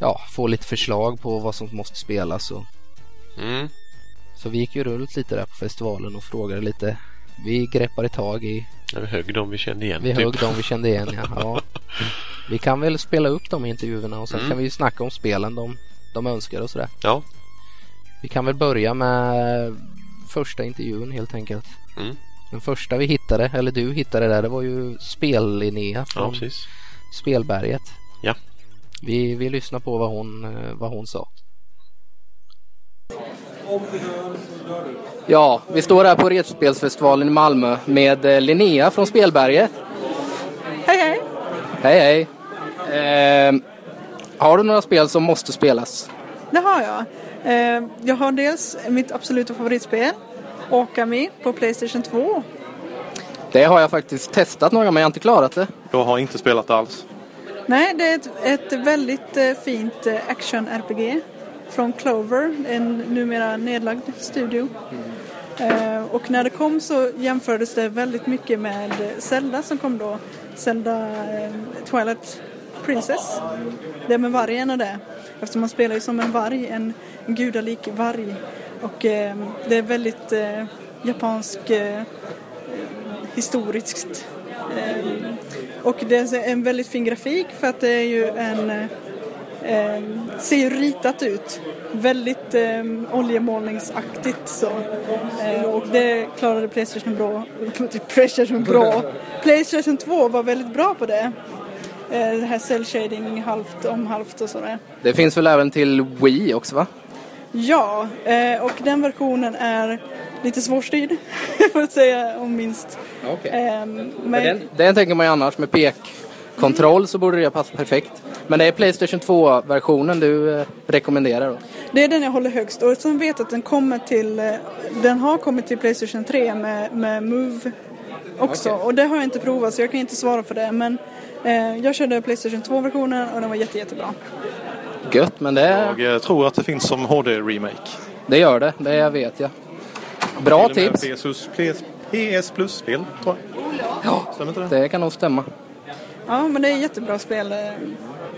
S1: ja, få lite förslag på vad som måste spelas. Och,
S2: Mm.
S1: så vi gick ju runt lite där på festivalen och frågade lite. Vi greppade tag i,
S2: Ja, vi högg dem vi kände igen.
S1: vi
S2: typ.
S1: högg dem vi kände igen. Ja. Ja. Vi kan väl spela upp de intervjuerna och sen
S2: Mm.
S1: kan vi ju snacka om spelen de, de önskar och sådär.
S2: Ja.
S1: Vi kan väl börja med första intervjun helt enkelt.
S2: Mm.
S1: Den första vi hittade, eller du hittade där, det var ju Spel-Linnea
S2: ja,
S1: från
S2: precis.
S1: Spelberget.
S2: Ja.
S1: Vi, vi lyssnar på vad hon, eh, vad hon sa. Ja, vi står här på Retspelsfestivalen i Malmö med eh, Linnea från Spelberget.
S3: Hej hej!
S1: Hej hej! Ehm, har du några spel som måste spelas?
S3: Det har jag. Eh, Jag har dels mitt absoluta favoritspel, Okami på Playstation 2.
S1: Det har jag faktiskt testat några men jag har inte klarat det.
S4: Jag har inte spelat det alls.
S3: Nej, det är ett, ett väldigt eh, fint eh, action-RPG från Clover, en numera nedlagd studio. Eh, Och när det kom så jämfördes det väldigt mycket med eh, Zelda som kom då, Zelda eh, Twilight Princess. Det med vargen och det, eftersom man spelar ju som en varg, en gudalik varg. Och eh, det är väldigt eh, japansk eh, historiskt. Ehm, Och det är en väldigt fin grafik för att det är ju en eh, ehm, ser ju ritat ut. Väldigt eh, oljemålningsaktigt så. Eh, och det klarade Playstation bra. Playstation bra. Playstation 2 var väldigt bra på det. Eh, det här cell shading halvt om halvt och sådär.
S1: Det finns väl även till Wii också va?
S3: Ja, eh, och den versionen är lite svårstyrd. får jag säga om minst. Ehm, men-
S1: Den, den tänker man ju annars med pekkontroll så borde det passa perfekt. Men det är Playstation 2-versionen du eh, rekommenderar då?
S3: Det är den jag håller högst och sen vet jag att den kommer till eh, Den har kommit till Playstation 3 med, med Move också
S1: Okej.
S3: och det har jag inte provat så jag kan inte svara för det men eh, jag körde Playstation 2-versionen och den var jätte, jättebra.
S1: Gött, men det,
S4: Jag eh, tror att det finns som HD-remake.
S1: det gör det. Det vet jag. Bra
S4: Till och med
S1: tips.
S4: PS, PS, PS Plus-spel, tror jag. Ja. Stämmer inte det?
S1: Det kan nog stämma.
S3: Ja men det är jättebra spel. eh,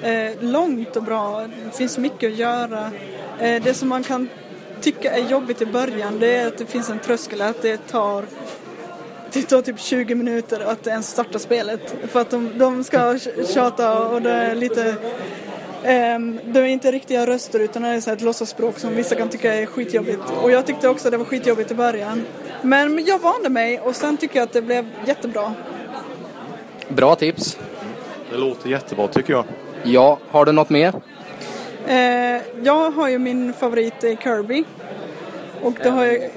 S3: Eh, långt och bra. Det finns mycket att göra. Eh, det som man kan tycka är jobbigt i början det är att det finns en tröskel att det tar det tar typ 20 minuter att ens starta spelet. För att de, de ska tjata och det är lite Um, det är inte riktiga röster utan det är så ett låtsasspråk som vissa kan tycka är skitjobbigt. Och jag tyckte också det var skitjobbigt i början. Men jag vande mig och sen tycker jag att det blev jättebra.
S1: Bra tips.
S4: Det låter jättebra tycker jag.
S1: Ja, har du något mer?
S3: Uh, jag har ju min favorit är Kirby. Och då har jag...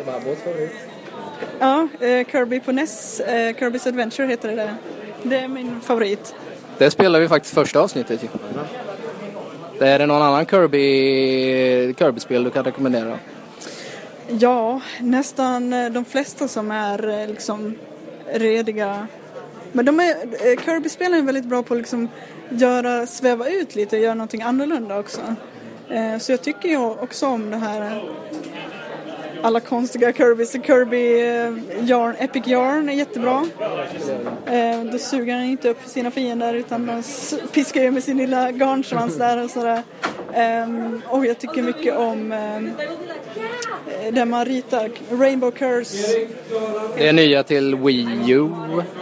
S3: Ja, uh, Kirby på NES. Uh, Kirby's Adventure heter det där. Det är min favorit.
S1: Det spelar vi faktiskt första avsnittet ju. Är det någon annan Kirby, Kirby-spel du kan rekommendera?
S3: Ja, nästan eh, de flesta som är liksom rediga. Men de är, eh, Kirby-spelen är väldigt bra på att liksom göra, sväva ut lite, göra någonting annorlunda också. Eh, Så jag tycker ju också om det här eh, alla konstiga Kirby. Så Kirby Yarn, Epic Yarn är jättebra. Eh, Då suger han inte upp sina fiender utan han piskar ju med sin lilla garnsvans där och sådär. Ehm, Och jag tycker mycket om ehm, där man ritar Rainbow Curse.
S1: Det är nya till Wii U?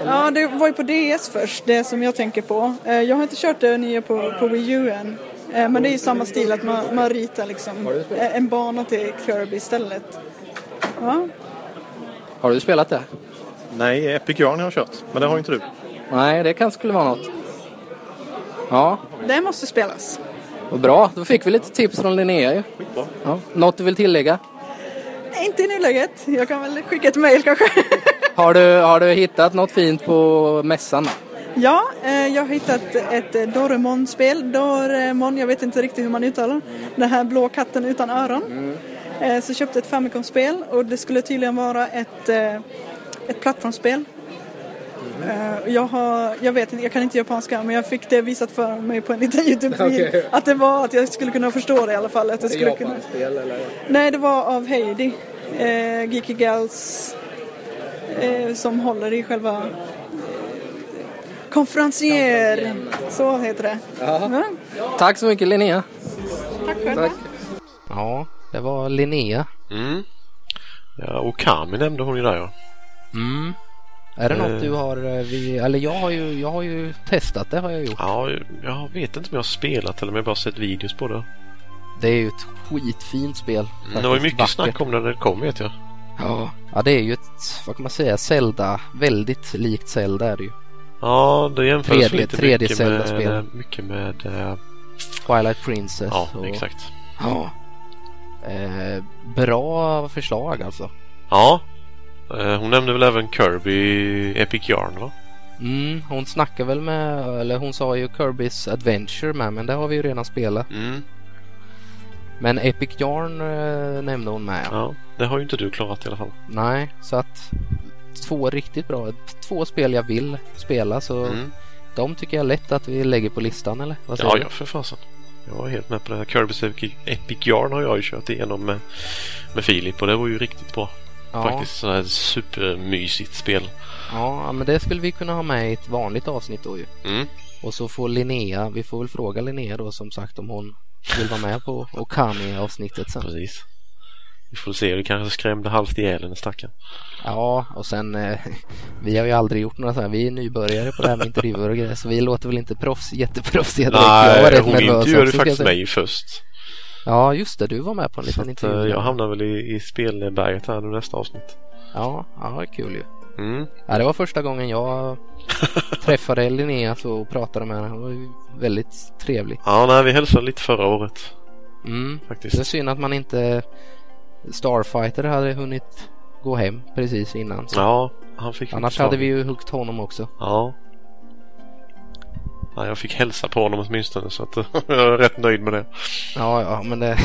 S3: Ja, det var ju på DS först, det som jag tänker på. Eh, Jag har inte kört det nya på, på Wii U än. Eh, Men det är ju samma stil att man, man ritar liksom en bana till Kirby istället. Ja.
S1: Har du spelat det?
S4: Nej, Epic Yarn har jag kört, men det har inte du.
S1: Nej, det kanske skulle vara något. Ja.
S3: Det måste spelas.
S1: Och bra, då fick vi lite tips från Linnea ju.
S4: Skitbra.
S1: Ja. Något du vill tillägga?
S3: Nej, inte i nuläget. Jag kan väl skicka ett mail kanske.
S1: har, du, har du hittat något fint på mässan?
S3: Ja, eh, jag har hittat ett Doremon-spel. Doremon, jag vet inte riktigt hur man uttalar Den här blå katten utan öron. Mm. Så köpte ett Famicom-spel och det skulle tydligen vara ett, eh, ett plattformsspel. Mm. Jag, har, jag vet inte, jag kan inte japanska men jag fick det visat för mig på en liten Youtube-video. Okay. Att det var, att jag skulle kunna förstå det i alla fall. Att jag skulle kunna...
S1: eller?
S3: Nej, det var av Heidi. Eh, Geeky Gals eh, som håller i själva eh, konferencier. Så heter det.
S1: Ja. Tack så mycket Linnea.
S3: Tack själva. Tack.
S1: Ja, det var Linnea.
S2: Mm. Ja, Okami nämnde hon ju där ja.
S1: Mm. Är det
S2: Eh.
S1: något du har, eh, vi, eller jag har, ju, jag har ju testat det har jag gjort.
S2: Ja, jag vet inte om jag har spelat eller om jag bara sett videos på det.
S1: Det är ju ett skitfint spel.
S2: Mm, det var ju mycket vackert. snack om det när det kom vet jag.
S1: Ja, ja det är ju ett, vad kan man säga, Zelda, väldigt likt Zelda är det ju.
S2: Ja, det jämförs 3D, lite
S1: 3D
S2: mycket,
S1: med,
S2: spel. mycket med... Uh...
S1: Twilight Princess.
S2: Ja, och... exakt.
S1: Ja. Eh, bra förslag alltså.
S2: Ja. Eh, hon nämnde väl även Kirby Epic Yarn va?
S1: Mm, hon snackade väl med, eller hon sa ju Kirby's Adventure med men det har vi ju redan spelat.
S2: Mm.
S1: Men Epic Yarn eh, nämnde hon med.
S2: Ja, det har ju inte du klarat i alla fall.
S1: Nej, så att två riktigt bra, två spel jag vill spela så mm. de tycker jag lätt att vi lägger på listan eller?
S2: Vad säger ja, du? ja för fasen. Jag är helt med på det här. Kirby's Epic Yarn har jag ju kört igenom med, med Filip och det var ju riktigt bra. Ja. Faktiskt sådär supermysigt spel.
S1: Ja, men det skulle vi kunna ha med i ett vanligt avsnitt då ju.
S2: Mm.
S1: Och så får Linnea, vi får väl fråga Linnea då som sagt om hon vill vara med på Okami-avsnittet sen.
S2: Precis. Vi får se, du kanske skrämde halvt ihjäl den stackaren.
S1: Ja, och sen eh, vi har ju aldrig gjort några sådana här, vi är nybörjare på det här med intervjuer och grejer så vi låter väl inte proffs, jätteproffsiga
S2: direkt. Nej, hon intervjuade också, faktiskt mig först. eh,
S1: Ja, just det, du var med på en liten så intervju. Att,
S2: jag hamnar väl i, i spelberget här nu nästa avsnitt.
S1: Ja, ja det är kul ju.
S2: Mm.
S1: Ja, det var första gången jag träffade Linnea och pratade med henne. Hon var väldigt trevlig.
S2: Ja, nej, vi hälsade lite förra året.
S1: Mm. Faktiskt. Det är synd att man inte Starfighter hade hunnit gå hem precis innan. Så.
S2: Ja, han fick
S1: Annars hade vi ju huggt honom också.
S2: Ja. ja. Jag fick hälsa på honom åtminstone så att jag är rätt nöjd med det.
S1: Ja, ja men det...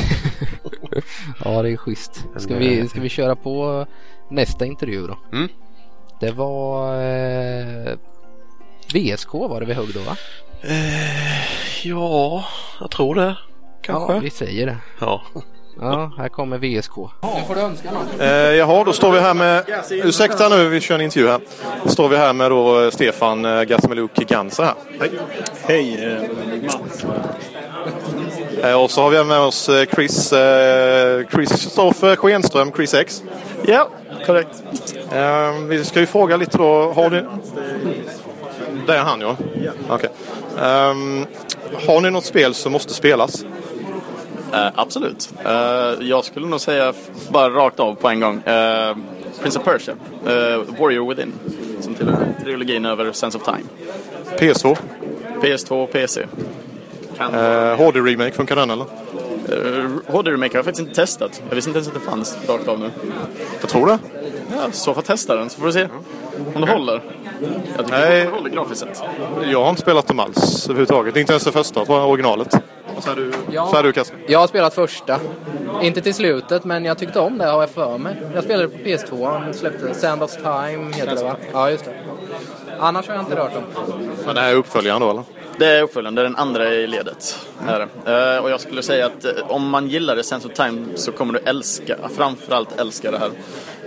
S1: ja, det är schysst. Ska vi, ska vi köra på nästa intervju då?
S2: Mm.
S1: Det var... Eh... VSK var det vi högg då va?
S2: Eh, ja, jag tror det. Kanske.
S1: Ja, vi säger det.
S2: Ja.
S1: Ja, här kommer VSK. Nu får du önska något.
S4: Eh, jaha, då står vi här med... Ursäkta nu, vi kör en intervju här. Då står vi här med då Stefan eh, Gasmeluk Gansa här.
S5: Hej. Hej, Mats.
S4: Eh, och så har vi med oss Chris, eh, Christoffer Schenström, Chris X.
S5: Ja,
S4: Korrekt. Eh, vi ska ju fråga lite då. Har ni... Det är han ja. Okej. Ehm, har ni något spel som måste spelas?
S6: Eh, absolut. Eh, jag skulle nog säga, f- bara rakt av på en gång, eh, Prince of Persia, eh, Warrior Within, som tillhör trilogin över Sense of Time.
S4: PS2?
S6: PS2 och PC. Kan
S4: Eh, HD Remake, funkar den eller?
S6: Uh, HD Remake har jag faktiskt inte testat. Jag visste inte ens att det fanns rakt av nu.
S4: Jag tror det.
S6: Ja, så får jag testa den så får vi se om det håller. Jag tycker
S4: Nej.
S6: Nej. det håller grafiskt sett.
S4: Jag har inte spelat dem alls överhuvudtaget. Inte ens det första, tror jag, originalet. Vad säger du,
S7: Ja.
S4: säger du Kasper?
S7: Jag har spelat första. Inte till slutet, men jag tyckte om det har jag för mig. Jag spelade på PS2, han släppte Sand of Time, heter det va? Ja, just det. Annars har jag inte rört dem.
S4: Men det här är uppföljaren då eller?
S6: Det är uppföljaren, det är den andra i ledet. Är det. Eh, och jag skulle säga att eh, om man gillar Sense of Time så kommer du älska, framförallt älska det här.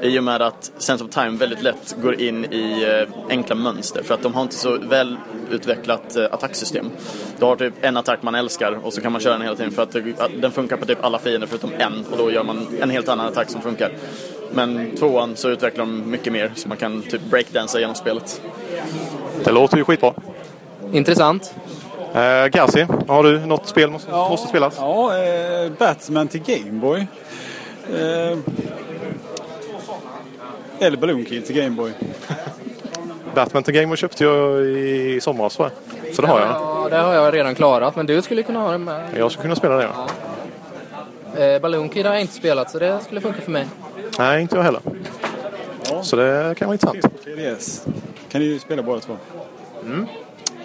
S6: I och med att Sense of Time väldigt lätt går in i eh, enkla mönster för att de har inte så väl utvecklat eh, attacksystem. Du har typ en attack man älskar och så kan man köra den hela tiden för att det- att den funkar på typ alla fiender förutom en och då gör man en helt annan attack som funkar. Men tvåan så utvecklar de mycket mer så man kan typ breakdansa genom spelet.
S4: Det låter ju skitbra.
S7: Intressant.
S4: Eh, Gazi, har du något spel måste, måste spelas?
S5: Ja, eh, Batman till Gameboy. Eh, eller Balloon Kid till Gameboy.
S4: Batman till Game Boy köpte jag i somras va? Så det har jag.
S7: Ja, det har jag redan klarat, men du skulle kunna ha den med.
S4: Jag skulle kunna spela det ja.
S7: Eh, Balloon Kid har jag inte spelat, så det skulle funka för mig.
S4: Nej, inte jag heller. Så det kan vara intressant.
S5: 3DS. Kan ni ju spela båda två.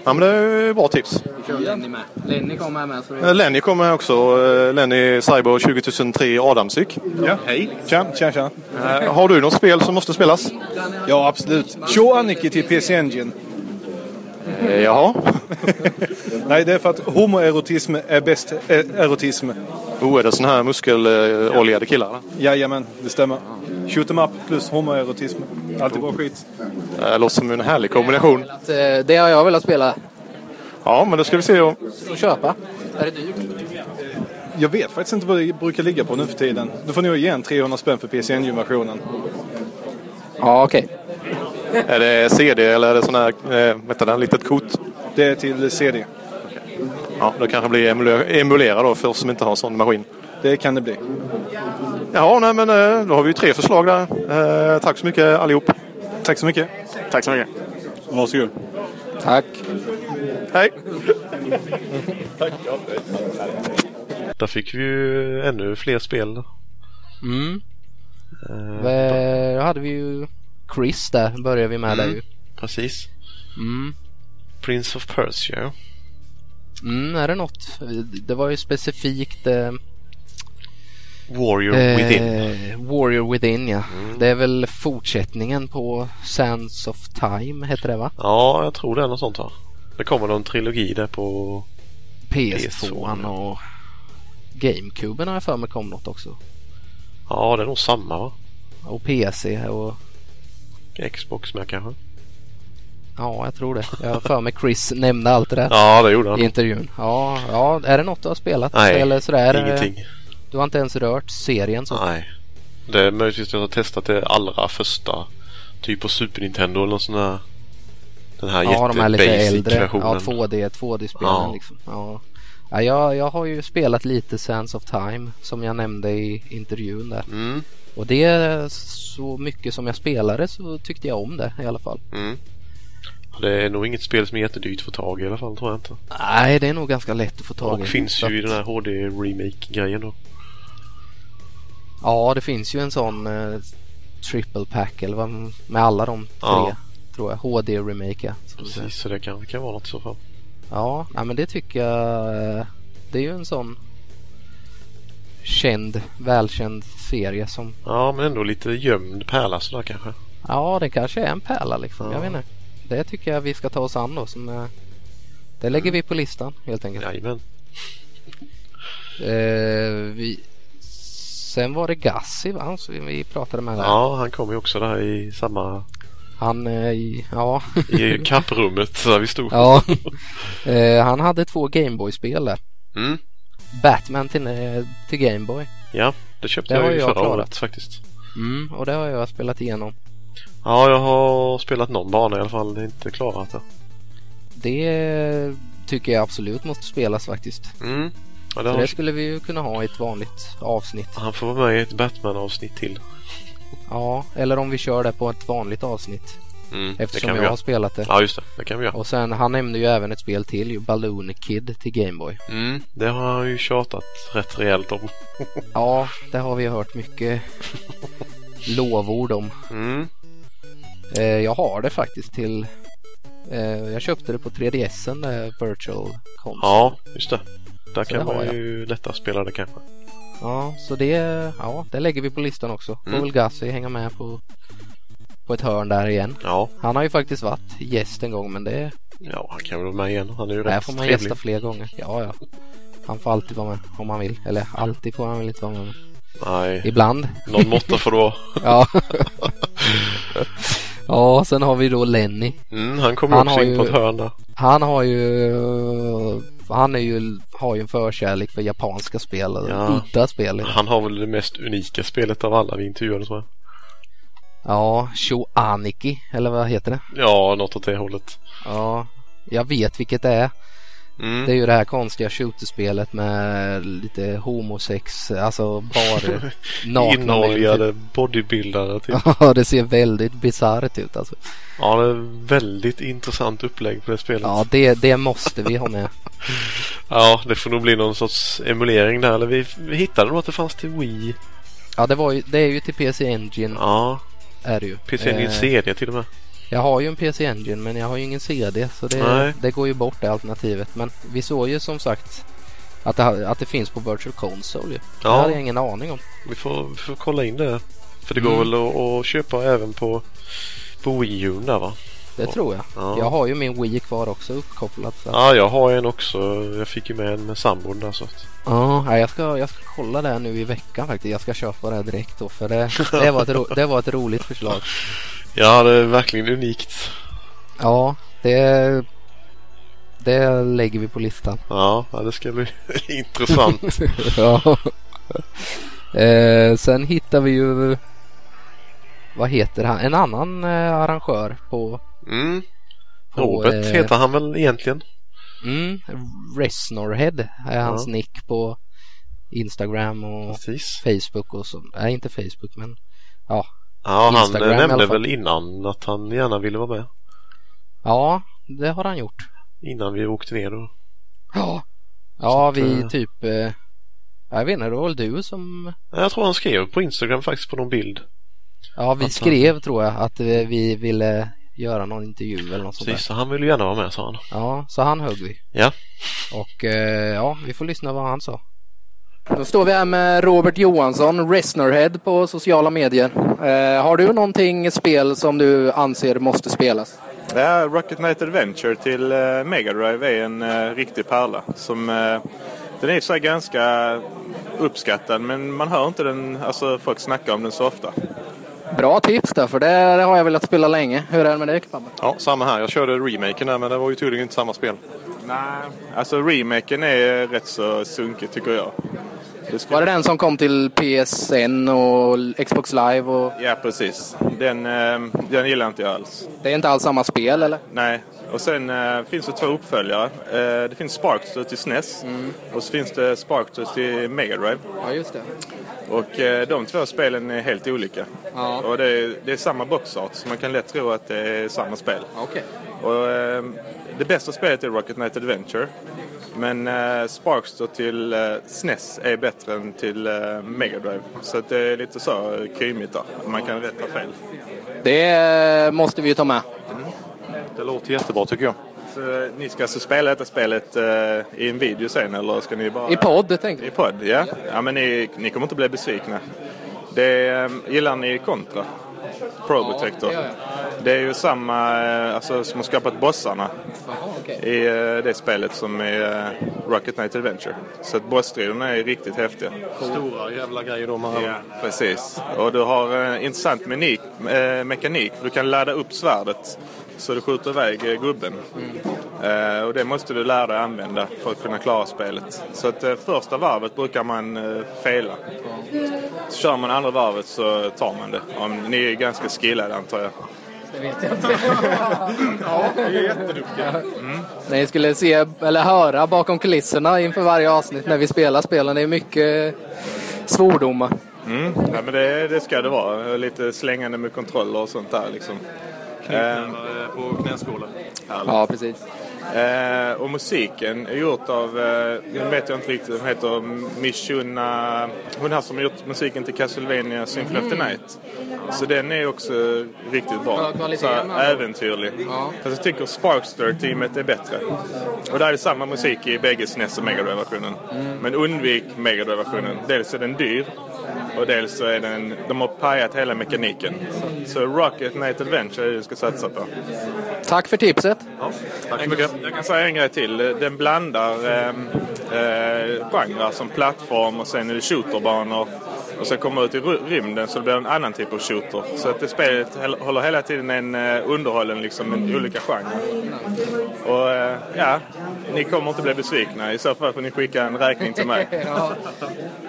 S4: Ja men det är bra tips.
S7: Lenny med. Lenny kommer här med. Så
S4: Eh, Lenny kommer här också. Eh, Lenny Cyber 20003 Adamsyk.
S8: Ja, hej. Tja, tja, tja.
S4: Eh, har du något spel som måste spelas?
S8: Ja, absolut. Show Aniki till PC Engine.
S4: Eh, jaha.
S8: Nej, det är för att homoerotism är bäst eh, erotism.
S4: Oh, är det sån här muskeloljade killar? eller?
S8: Jajamän, det stämmer. Shoot 'em up plus homoerotism. Alltid bra skit.
S4: Eh, låter som en härlig kombination.
S7: att, eh, det har jag velat spela
S4: Ja, men då ska vi se om...
S7: och köpa. Är det dyrt?
S8: Jag vet faktiskt inte vad det brukar ligga på nu för tiden. Du får nog ge en 300 spänn för PC Engine-versionen.
S7: Ja, okej.
S4: Är det CD eller är det sån här... Eh, vänta, där, litet kort.
S8: Det är till CD.
S4: Ja, då kanske blir emule- emulera då för oss som inte har en sån maskin.
S8: Det kan det bli.
S4: Ja, nej men eh, då har vi ju tre förslag där. Eh, tack så mycket allihop.
S8: Tack så mycket.
S6: Tack så mycket.
S5: Varsågod.
S7: Tack.
S4: Hej!
S2: Där fick vi ju ännu fler spel.
S1: Mm.
S2: Eh,
S1: Eh, Då hade vi ju Chris där, började vi med
S2: Mm.
S1: där ju.
S2: Precis.
S1: Mm.
S2: Prince of Persia.
S1: Mm, är det något? Det var ju specifikt eh,
S2: Warrior
S1: eh,
S2: Within. Mm.
S1: Warrior Within ja. Det är väl fortsättningen på Sands of Time heter det va?
S2: Ja, jag tror det är något sånt va? Det kommer någon trilogi där på...
S1: PS2 och GameCuben har jag för mig kom något också.
S2: Ja, det är nog samma va?
S1: Och PC och
S2: Xbox med kanske?
S1: ja, jag tror det. Jag har för mig Chris nämnde allt det där.
S2: Ja, det gjorde han.
S1: I intervjun. Ja, ja, är det något du har spelat?
S2: Nej,
S1: Eller sådär, eh,
S2: Ingenting.
S1: Du har inte ens rört serien så?
S2: Nej. Det är möjligtvis att jag har testat det allra första. Typ på Super Nintendo eller någon sån där. Den här
S1: Ja, de här lite äldre. Ja,
S2: versionen.
S1: 2D, 2D-spelen
S2: Ja.
S1: liksom. Ja. Ja, jag, jag har ju spelat lite Sands of Time som jag nämnde i intervjun där.
S2: Mm,
S1: Och det så mycket som jag spelade så tyckte jag om det i alla fall.
S2: mm. Ja, Det är nog inget spel som är jättedyrt att få tag i i alla fall tror jag inte.
S1: Nej, det är nog ganska lätt att få tag i.
S2: Och finns
S1: Så
S2: ju i
S1: att-
S2: den här HD remake-grejen då.
S1: Ja, det finns ju en sån eh, triple pack eller vad, med alla de tre.
S2: Ja.
S1: Tror jag. HD-remake ja. Så-
S2: Precis, så det kan, kan vara något i så fall.
S1: Ja, nej, men det tycker jag. eh, Det är ju en sån känd, välkänd serie som
S2: Ja, men ändå lite gömd pärla sådär kanske.
S1: Ja, det kanske är en pärla liksom.
S2: Ja.
S1: Jag vet inte. Det tycker jag vi ska ta oss an då. Som, eh, det lägger vi på listan helt enkelt.
S2: Jajamän.
S1: Eh, vi, sen var det Gassi va? Som vi pratade med där.
S2: Ja, han kom ju också där i samma...
S1: Han, eh, i- ja.
S2: I kapprummet där vi stod.
S1: ja. eh, han hade två Gameboy-spel där.
S2: Mm,
S1: Batman till, eh, till Gameboy.
S2: ja, det köpte
S1: Det har
S2: jag ju
S1: jag
S2: förra
S1: klarat.
S2: året faktiskt.
S1: Mm, och det har jag spelat igenom.
S2: Ja, jag har spelat någon bana i alla fall. Det är inte klarat det.
S1: Det tycker jag absolut måste spelas faktiskt.
S2: Mm. Ja, det
S1: Så
S2: har...
S1: det skulle vi ju kunna ha i ett vanligt avsnitt.
S2: Han får vara med i ett Batman-avsnitt till.
S1: Ja, eller om vi kör det på ett vanligt avsnitt.
S2: Mm, det
S1: Eftersom
S2: kan
S1: jag
S2: vi
S1: har
S2: göra.
S1: spelat det.
S2: Ja, just det. Det kan vi göra.
S1: Och sen, han nämnde ju även ett spel till, ju Balloon Kid till Gameboy.
S2: Mm, det har han ju tjatat rätt rejält om.
S1: Ja, det har vi hört mycket lovord om.
S2: Mm.
S1: Eh, jag har det faktiskt till... Eh, jag köpte det på 3DSen, det Virtual Console.
S2: Ja, just det. Där
S1: Så
S2: kan
S1: det har
S2: man
S1: jag.
S2: ju lättare spela det kanske.
S1: Ja, så det, ja, det lägger vi på listan också. Får
S2: Mm.
S1: väl Gassi hänga med på, på ett hörn där igen.
S2: Ja,
S1: Han har ju faktiskt varit gäst en gång men det
S2: ja han kan väl vara med igen. Han är ju
S1: där
S2: rätt
S1: får man
S2: trevlig.
S1: gästa fler gånger. Ja, ja. Han får alltid vara med om han vill. Eller alltid får han väl inte vara med. men
S2: Nej,
S1: Ibland.
S2: någon måtta får det vara.
S1: Ja. ja, sen har vi då Lenny.
S2: Mm, han kommer
S1: Han
S2: också
S1: har
S2: in på
S1: ju-
S2: ett hörn där.
S1: Han har ju... Han är ju, har ju en förkärlek för japanska spel. och
S2: Ja.
S1: Udda spel.
S2: Han har väl det mest unika spelet av alla vi intervjuade tror jag.
S1: Ja, Shoaniki. Eller vad heter det?
S2: Ja, något åt det hållet.
S1: Ja, jag vet vilket det är.
S2: Mm.
S1: Det är ju det här konstiga shooterspelet med lite homosex, alltså bara nakna män, typ.
S2: Inoljade bodybuildare typ.
S1: Ja, det ser väldigt bisarrt ut alltså.
S2: Ja, det är väldigt intressant upplägg på det spelet. Ja.
S1: Ja, det, det måste vi ha med.
S2: det får nog bli någon sorts emulering där. Eller vi, vi hittade nog att det fanns till Wii.
S1: Ja, det, var ju, det är ju till PC Engine
S2: Ja,
S1: är det ju.
S2: PC Engine
S1: Eh,
S2: CD till och med.
S1: Jag har ju en PC Engine men jag har ju ingen CD så det,
S2: Nej.
S1: det går ju bort det alternativet. Men vi såg ju som sagt att det, ha- att det finns på Virtual Console ju. Det
S2: Ja.
S1: hade jag ingen aning om.
S2: Vi får, vi får kolla in det. För det
S1: Mm.
S2: går väl att, att köpa även på, på Wii U där va?
S1: Det tror jag.
S2: Ja.
S1: Jag har ju min Wii kvar också uppkopplad. Så. att-
S2: Ja, jag har en också. Jag fick ju med en med sambon där så att...
S1: Ja, nej, jag ska, jag ska kolla det här nu i veckan faktiskt. Jag ska köpa det här direkt då för det, det, var, ett ro, det var ett roligt förslag.
S2: Ja, det är verkligen unikt.
S1: Ja, det, det lägger vi på listan.
S2: Ja, ja, det ska bli intressant.
S1: Ja. eh, sen hittar vi ju vad heter han? En annan eh, arrangör på,
S2: Mm.
S1: på
S2: Robert
S1: eh,
S2: heter han väl egentligen?
S1: Mm, Resnorhead är hans
S2: Ja.
S1: nick på Instagram och
S2: Precis.
S1: Facebook och så. Nej, inte Facebook men
S2: Ja, han eh,
S1: Instagram i alla
S2: nämnde
S1: fall.
S2: väl innan att han gärna ville vara med.
S1: ja, det har han gjort.
S2: Innan vi åkte ner och...
S1: Ja, ja
S2: att,
S1: vi
S2: eh,
S1: typ eh, jag vet inte, det var väl du som
S2: Ja, Jag tror han skrev på Instagram faktiskt på någon bild.
S1: Ja, vi
S2: Att han-
S7: Alltså.
S1: skrev tror jag att eh, vi ville göra någon intervju eller något sånt där.
S2: Precis, så han ville gärna vara med sa han.
S1: Ja, så han högg vi.
S2: Ja.
S1: Och eh, ja, vi får lyssna vad han sa. Då står vi här med Robert Johansson, Resnorhead på sociala medier. Eh, har du någonting spel som du anser måste spelas?
S9: Ja, Rocket Knight Adventure till eh, Mega Drive är en eh, riktig pärla. Som, eh, den är i och för sig ganska uppskattad men man hör inte den, alltså, folk snacka om den så ofta.
S7: Bra tips där, för det har jag velat spela länge. Hur är det med dig Fabbe?
S4: Ja, samma här. Jag körde remaken där men det var ju tydligen inte samma spel.
S9: Nej. Alltså remaken är rätt så sunkig tycker jag. Det skulle-
S7: Var det den som kom till PSN och Xbox Live? Och...
S9: Ja precis. Den, eh, den gillar inte jag alls.
S7: Det är inte alls samma spel eller?
S9: Nej. Och sen eh, finns det två uppföljare. Eh, det finns Sparkster till SNES och så finns det Sparkster till Mega Drive.
S7: Ja, just det.
S9: Och eh, de två spelen är helt olika.
S7: Ja.
S9: Och det är, det är samma boxart så man kan lätt tro att det är samma spel.
S7: Okej.
S9: Och, eh, det bästa spelet är Rocket Knight Adventure. Men eh, Sparkster till eh, SNES är bättre än till eh, Mega Drive. Så att det är lite så eh, krymigt då. Man kan rätta fel.
S7: Det eh, måste vi ju ta med.
S4: Det låter jättebra tycker jag.
S9: Så, eh, ni ska alltså spela detta spelet eh, i en video sen eller ska ni bara...
S7: I podd tänkte
S9: I
S7: jag.
S9: podd, ja. Ja men ni, ni kommer inte bli besvikna. Det, eh, gillar ni Contra? Pro Protector.
S7: det gör jag.
S9: det är ju samma eh, alltså, som har skapat bossarna
S7: Jaha, okej.
S9: i eh, det spelet som är eh, Rocket Knight Adventure. Så att bossstriderna är riktigt häftiga.
S4: Stora jävla grejer de här.
S9: Ja, precis. Och du har eh, intressant menik, eh, mekanik för du kan ladda upp svärdet
S5: Så du skjuter iväg eh, gubben. Eh, och det måste du lära dig använda för att kunna klara spelet. Så att eh, första varvet brukar man eh, fela. Så kör man andra varvet så tar man det. Om, ni är ju ganska skillade antar jag.
S10: Det vet jag inte.
S5: ja, vi är jätteduktiga.
S10: Ni skulle se, eller höra bakom kulisserna inför varje avsnitt när vi spelar spelen. Det är mycket svordomar.
S5: Mm. Ja, men det, det ska det vara. Lite slängande med kontroller och sånt där liksom. Knytnävar på knäskålar.
S10: Ja, precis.
S5: Eh, och musiken är gjort av, eh, nu vet jag inte riktigt, hon heter Mishuna, hon här som har gjort musiken till Castlevania Symphony of the
S10: Mhm.
S5: Night. Så den är också riktigt bra.
S10: Bra kvalitet,
S5: Så här
S10: med andra ord.
S5: äventyrlig.
S10: Ja.
S5: Fast jag tycker Sparkster-teamet är bättre. Och där är samma musik i bägge SNES och Mega versionen
S10: Mm.
S5: Men undvik Mega versionen Dels är den dyr och dels så är den, de har pajat hela mekaniken. Så Rocket Night Adventure är det du ska satsa på.
S10: Tack för tipset.
S5: Tack så mycket. Jag kan säga en grej till. Den blandar eh, eh, genrer som plattform och sen är det shooterbanor. Och sen kommer ut i ru- rymden så det blir en annan typ av shooter. Så att det spelet hel- håller hela tiden en eh, underhållen liksom en olika genrer. Och eh, ja, ni kommer inte bli besvikna. I så fall får ni skicka en räkning till mig.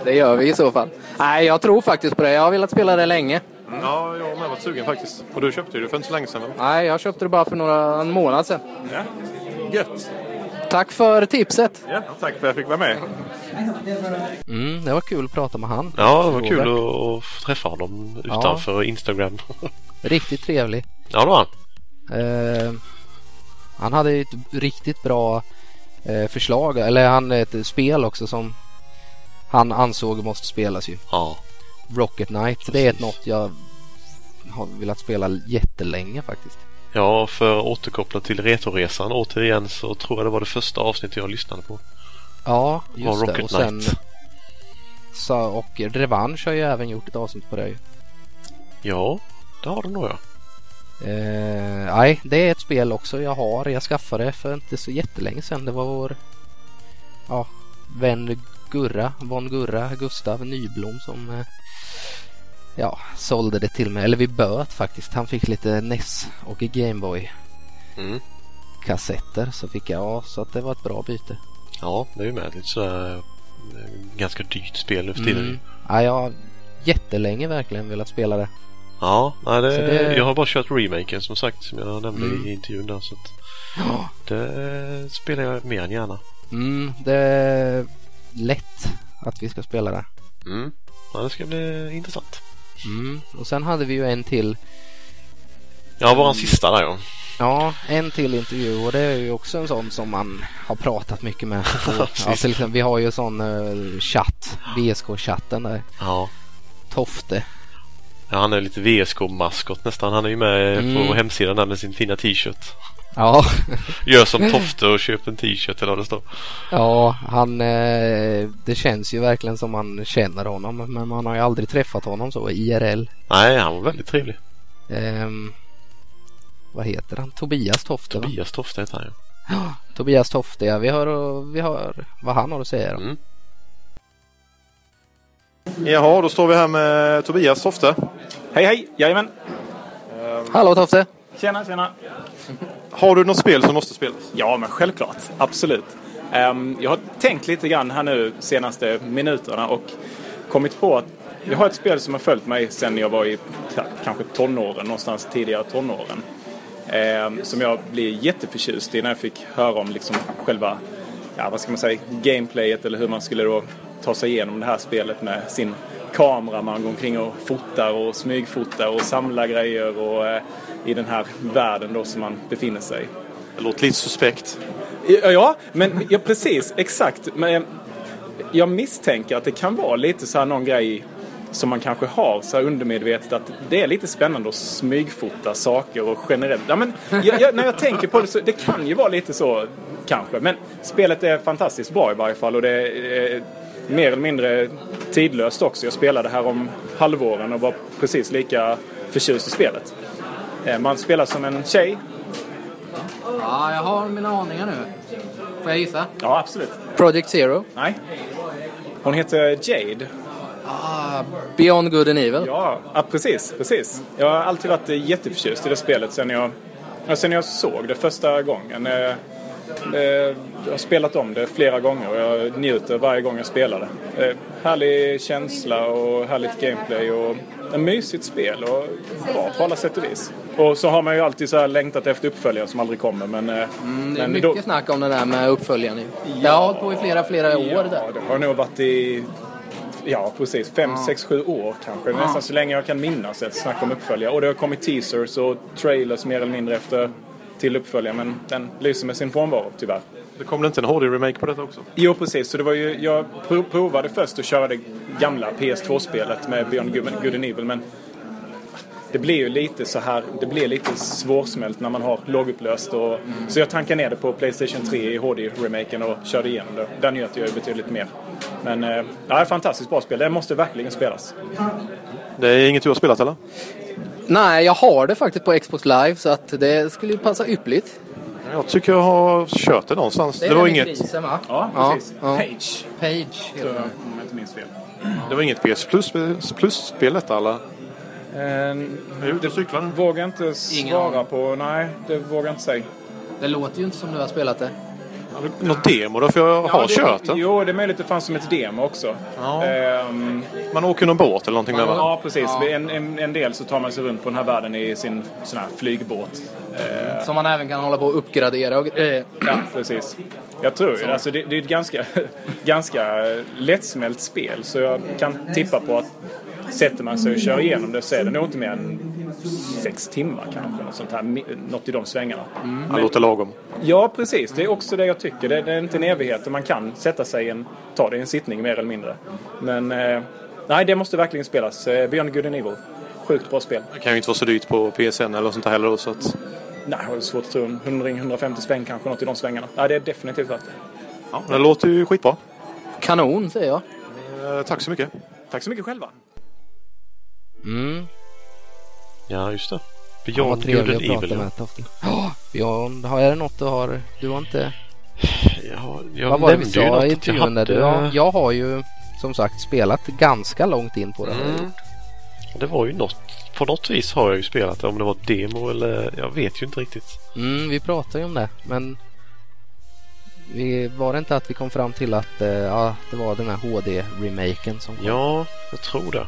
S10: Det gör vi i så fall. Nej, jag tror faktiskt på det. Jag har velat spela det länge.
S4: Ja, jag har med varit sugen faktiskt. Och du köpte ju det för inte så länge sedan väl?
S10: Nej, jag köpte det bara för några en månad sedan.
S5: Ja, gött.
S10: Tack för tipset.
S5: Ja, tack för att jag fick vara med.
S1: Mm, det var kul att prata med han.
S2: Ja, det var kul
S1: Robert.
S2: att- att få träffa honom
S1: Ja.
S2: utanför Instagram.
S1: Riktigt trevlig.
S2: ja, det var han.
S1: Eh, han hade ju ett riktigt bra eh, förslag, eller han ett spel också som han ansåg måste spelas ju.
S2: Ja.
S1: Rocket Knight, det är ett något jag har velat spela jättelänge faktiskt.
S2: Ja, för att återkoppla till Retoresan återigen så tror jag det var det första avsnittet jag lyssnade på.
S1: Ja, just
S2: Ja,
S1: det.
S2: Rocket
S1: Och sen...
S2: Knight.
S1: Så, och Revansch har ju även gjort ett avsnitt på det ju.
S2: Ja, det har de nog ja.
S1: Eh, nej, det är ett spel också jag har. Jag skaffade det för inte så jättelänge sedan. Det var vår ja, vän Gurra, von Gurra, Gustav Nyblom som eh, ja, sålde det till mig. Eller vi böt faktiskt. Han fick lite NES och Gameboy
S2: Mm.
S1: kassetter så fick jag, ja, så att det var ett bra byte.
S2: Ja, det är ju med lite sådär eh, ganska dyrt spel nu för tiden.
S1: Mm. Ja, jag har jättelänge verkligen velat spela det.
S2: Ja, nej, det,
S1: Så det-
S2: jag har bara kört remaken som sagt som jag nämnde
S1: Mm.
S2: i intervjun där. Så att det eh, spelar jag mer än gärna.
S1: Mm, det är lätt att vi ska spela det.
S2: Mm. Ja, det ska bli intressant.
S1: Mm. Och sen hade vi ju en till.
S2: Ja, våran
S1: Mm.
S2: sista där ja.
S1: Ja, en till intervju och det är ju också en sån som man har pratat mycket med. Och,
S2: Precis.
S1: ja, till exempel, vi har ju sån eh, chatt, VSK-chatten där.
S2: Ja.
S1: Tofte.
S2: Ja, han är lite VSK-maskot nästan. Han är ju med
S1: Mm.
S2: på hemsidan där med sin fina t-shirt.
S1: Ja,
S2: Gör
S1: Mm.
S2: som Tofte och köp en t-shirt eller vad det står.
S1: ja han, eh, det känns ju verkligen som man känner honom men man har ju aldrig träffat honom så IRL.
S2: Nej, han var väldigt trevlig.
S1: Ehm, vad heter han? Tobias Tofte va?
S2: Tobias Tofte heter han ju.
S1: Tobias Tofte, ja. Vi hör, och- vi hör vad han har att säga då.
S2: Mm.
S4: Jaha, då står vi här med Tobias Tofte.
S9: Hej, hej! Jajamän!
S1: Hallå Tofte!
S9: Tjena, tjena!
S4: Har du något spel som måste spelas?
S9: Ja, men självklart. Absolut. Ehm, jag har tänkt lite grann här nu senaste minuterna och kommit på att jag har ett spel som har följt mig sedan jag var i ja, kanske tonåren, någonstans tidigare tonåren. Ehm, som jag blev jätteförtjust i när jag fick höra om liksom själva, ja vad ska man säga, gameplayet eller hur man skulle då ta sig igenom det här spelet med sin kamera. Man går omkring och fotar och smygfotar och samlar grejer och eh, i den här världen då som man befinner sig i.
S4: Det låter lite suspekt.
S9: Ja, Ja, men ja, precis. Exakt. Men jag- jag misstänker att det kan vara lite så här någon grej som man kanske har så här undermedvetet att det är lite spännande att smygfota saker och generellt. Ja, men jag, jag, när jag tänker på det så det kan ju vara lite så kanske. Men spelet är fantastiskt bra i varje fall och det är eh, mer eller mindre tidlöst också. Jag spelade här om halvåren och var precis lika förtjust i spelet. Eh, Man spelar som en tjej.
S10: Ja, jag har mina aningar nu. Får jag gissa?
S9: Ja, absolut.
S10: Project Zero.
S9: Nej. Hon heter Jade.
S10: Ah, Beyond Good and Evil.
S9: Ja, ja precis, precis. Jag har alltid varit eh, jätteförtjust i det spelet sen jag
S5: Ja, sen jag såg det första gången. eh, eh, Jag har spelat om det flera gånger och jag njuter varje gång jag spelar det. Eh, Härlig känsla och härligt gameplay och ett mysigt spel och bra på alla sätt och vis. Och så har man ju alltid så här längtat efter uppföljare som aldrig kommer men... eh,
S7: Mm, Det är
S5: men
S7: mycket snack om det där med uppföljaren ju. Det har hållit på i flera, flera år det där.
S5: Ja, det har nog varit i... Ja, precis. fem
S7: Ja.
S5: sex sju år kanske.
S7: Ja.
S5: Nästan så länge jag kan minnas ett snack om uppföljare. Och det har kommit teasers och trailers mer eller mindre efter till uppföljaren. Men den lyser med sin frånvaro tyvärr.
S4: Det kom det inte en HD-remake på detta också?
S5: Jo, precis. Så det var ju, jag pro- provade först att köra det gamla PS2-spelet med Beyond Good, Good and Evil, men det blir ju lite så här, det blir lite svårsmält när man har lågupplöst. Och, Så jag tankade ner det på Playstation 3 i HD-remaken och körde igenom det. Där njöt jag ju betydligt mer. Men eh, ja, ett fantastiskt bra spel. Det måste verkligen spelas.
S4: Det är inget du har spelat eller?
S7: Nej, jag har det faktiskt på Xbox Live så att det skulle ju passa ypperligt.
S4: Jag tycker jag har kört det någonstans. Det,
S7: är
S4: var
S7: den med
S4: inget,
S7: Grisen, va?
S5: Ja, precis.
S7: ja.
S5: Page.
S7: Page heter
S5: Så, om
S7: den.
S5: jag inte minns fel.
S4: det var inget PS Plus, Plus-spel detta eller?
S5: Eh,
S4: Jag är ute och cyklar nu.
S5: vågar inte
S7: Ingen
S5: svara
S7: aning.
S5: på. Nej, det vågar jag inte säga.
S7: Det låter ju inte som du har spelat det.
S4: Något demo därför jag har
S5: det-
S4: kört den.
S5: Jo, det är möjligt att det fanns som ett demo också.
S4: Ja.
S5: Ehm,
S4: Man åker någon båt eller någonting med va?
S5: ja precis. En, en, en del så tar man sig runt på den här världen i sin sån här flygbåt.
S7: Som man även kan hålla på att uppgradera och eh,
S5: Ja, precis. Jag tror ju alltså, det. Det är ett ganska, ganska eh, lättsmält spel. Så jag kan tippa på att sätter man sig och kör igenom det så är det nog inte mer än sex timmar kanske. Något, sånt här, mi- något i de svängarna.
S4: Det låter lagom.
S5: Ja, precis. Det är också det jag tycker. Det, det är inte en evighet och man kan sätta sig i en, ta det i en sittning mer eller mindre. Men eh, nej, det måste verkligen spelas. Eh, Beyond Good and Evil. Sjukt bra spel.
S4: Det kan ju inte vara så dyrt på PSN eller något sånt där heller. då, Så att...
S5: Nej, jag har svårt att tro. En hundring, 150 spänn kanske, något i de svängarna. Nej, det är definitivt värt det.
S4: ja, det låter ju skitbra.
S7: kanon säger jag.
S4: Eh, Tack så mycket.
S5: Tack så mycket själva.
S1: Mm,
S2: Ja, just det.
S1: ja, vad
S2: Beyond Good
S1: trevligt att
S2: and
S1: prata
S2: Evil. ja.
S1: med Tofte. Ja, Björn, har jag något du har? Du har inte...
S2: Ja, jag
S1: Vad var det vi
S2: nämnde ju något
S1: sa i
S2: att jag
S1: intervjun? där?
S2: hade...
S1: Du har- Jag har ju som sagt spelat ganska långt in på det. här.
S2: Mm. Det var ju något. På något vis har jag ju spelat det. Om det var ett demo eller... Jag vet ju inte riktigt.
S1: Mm, vi pratade ju om det, men vi, var det inte att vi kom fram till att eh, ja, det var den här HD-remaken som kom?
S2: Ja, jag tror det.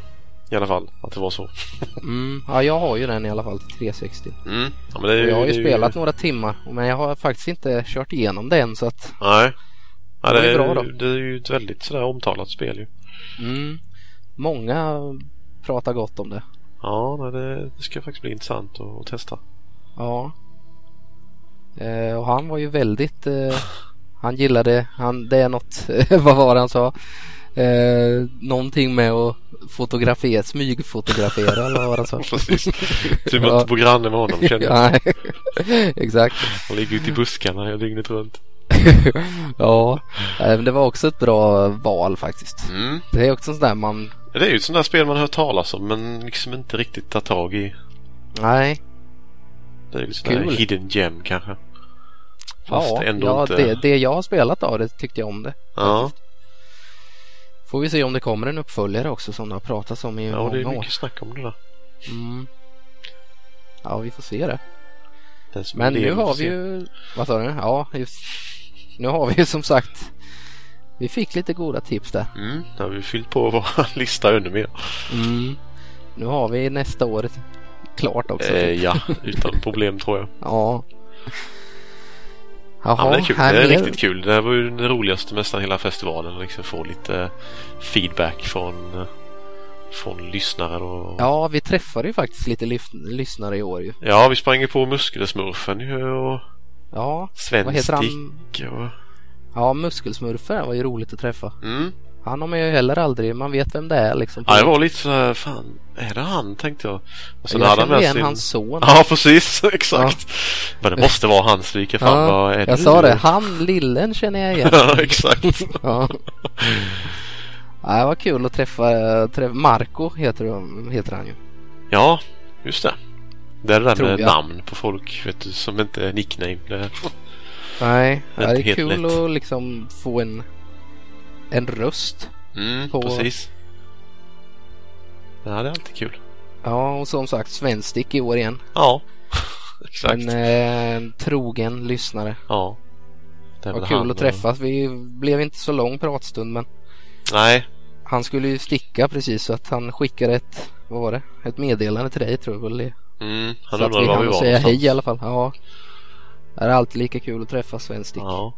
S2: I alla fall att det var så.
S1: Mm, ja, jag har ju den i alla fall till 360.
S2: Mm. Ja, men det, är
S1: Och jag har ju
S2: det är
S1: spelat några timmar, men jag har faktiskt inte kört igenom det än så att
S2: Nej. Ja,
S1: Det
S2: det,
S1: var ju
S2: är,
S1: bra då.
S2: det är ju ett väldigt sådär omtalat spel ju.
S1: mm, många pratar gott om det.
S2: Ja, nej, det, det ska faktiskt bli intressant att, att testa.
S1: Ja. Eh, och han var ju väldigt... Eh, han gillade... Han, det är något... vad var det han sa? Eh, någonting med att fotografera, smygfotografera eller vad var det han sa?
S2: Precis. Tur man
S1: Ja.
S2: Typ inte bor granne med honom känner jag.
S1: Nej, exakt.
S2: Han ligger ute i buskarna hela dygnet runt.
S1: Ja, eh, men det var också ett bra val faktiskt.
S2: Mm.
S1: Det är också en sån där man...
S2: Det är ju ett sånt där spel man hör talas om men liksom inte riktigt tar tag i.
S1: Nej,
S2: Det är ju lite sån där
S1: Kul.
S2: hidden gem kanske. Fast
S1: ja,
S2: ändå
S1: ja
S2: inte.
S1: det, det jag har spelat av det tyckte jag om det.
S2: ja.
S1: Får vi se om det kommer en uppföljare också som det har pratats om i
S2: ja,
S1: många
S2: det är
S1: år.
S2: mycket snack om det där.
S1: Mm. Ja, vi får se det.
S2: Den som
S1: Men nu
S2: lever
S1: har
S2: får
S1: vi
S2: se.
S1: ju... Vad sa du? Ja, just. Nu har vi ju som sagt... Vi fick lite goda tips där.
S2: Mm, då har vi fyllt på vår lista ännu mer.
S1: Nu har vi nästa år klart också.
S2: Eh,
S1: typ.
S2: ja, utan problem tror jag.
S1: Ja. Jaha,
S2: Ja, men det är kul.
S1: här
S2: Det är
S1: nere.
S2: riktigt kul. Det här var ju det roligaste med nästan hela festivalen. Liksom få lite feedback från, eh, från lyssnare. Och...
S1: Ja, vi träffade ju faktiskt lite lyf- lyssnare i år ju.
S2: Ja, vi sprang ju på Muskelsmurfen ju och
S1: Ja, vad heter han?
S2: Svenstick och...
S1: Ja, Muskelsmurfen var ju roligt att träffa.
S2: Mm.
S1: Han har man ju heller aldrig, man vet vem det är liksom.
S2: Ja, det var lite sådär, fan, är det han? Tänkte jag. Och sen
S1: jag
S2: hade han
S1: känner
S2: med
S1: igen
S2: sin...
S1: hans son.
S2: Ja, precis. Exakt. Men det måste vara hans. Vilka fan, vad är
S1: jag
S2: du?
S1: sa det, han lillen känner jag igen.
S2: Ja, exakt.
S1: Ja. Ja, det var kul att träffa,
S11: eh,
S1: träffa Marco heter, de- heter han ju.
S2: Ja, just det. Det är det där
S1: Tror
S2: med
S1: jag.
S2: namn på folk, vet du, som inte är nickname. Det...
S1: Nej,
S2: Det är
S1: ja, det
S2: inte
S1: är
S2: helt
S1: kul
S2: lätt.
S1: att liksom få en, en röst.
S2: Mm,
S1: på-
S2: precis. Ja, det är alltid kul.
S1: Ja, och som sagt Svenstick i år igen.
S2: Ja. Exakt.
S11: En eh, trogen lyssnare.
S2: Ja. Det är
S11: Vad
S2: väl
S11: kul
S2: han,
S11: att
S2: eh,
S11: träffas. Vi blev inte så lång pratstund men
S2: Nej,
S11: han skulle ju sticka precis så att han skickade ett, vad var det? Ett meddelande till dig tror jag väl det.
S2: Mm, han
S11: så att
S2: undrade var
S11: hann
S2: vi var
S11: säga hej
S2: någonstans.
S11: i alla fall. Ja. Det är alltid lika kul att träffa Sven-Stick.
S2: Ja.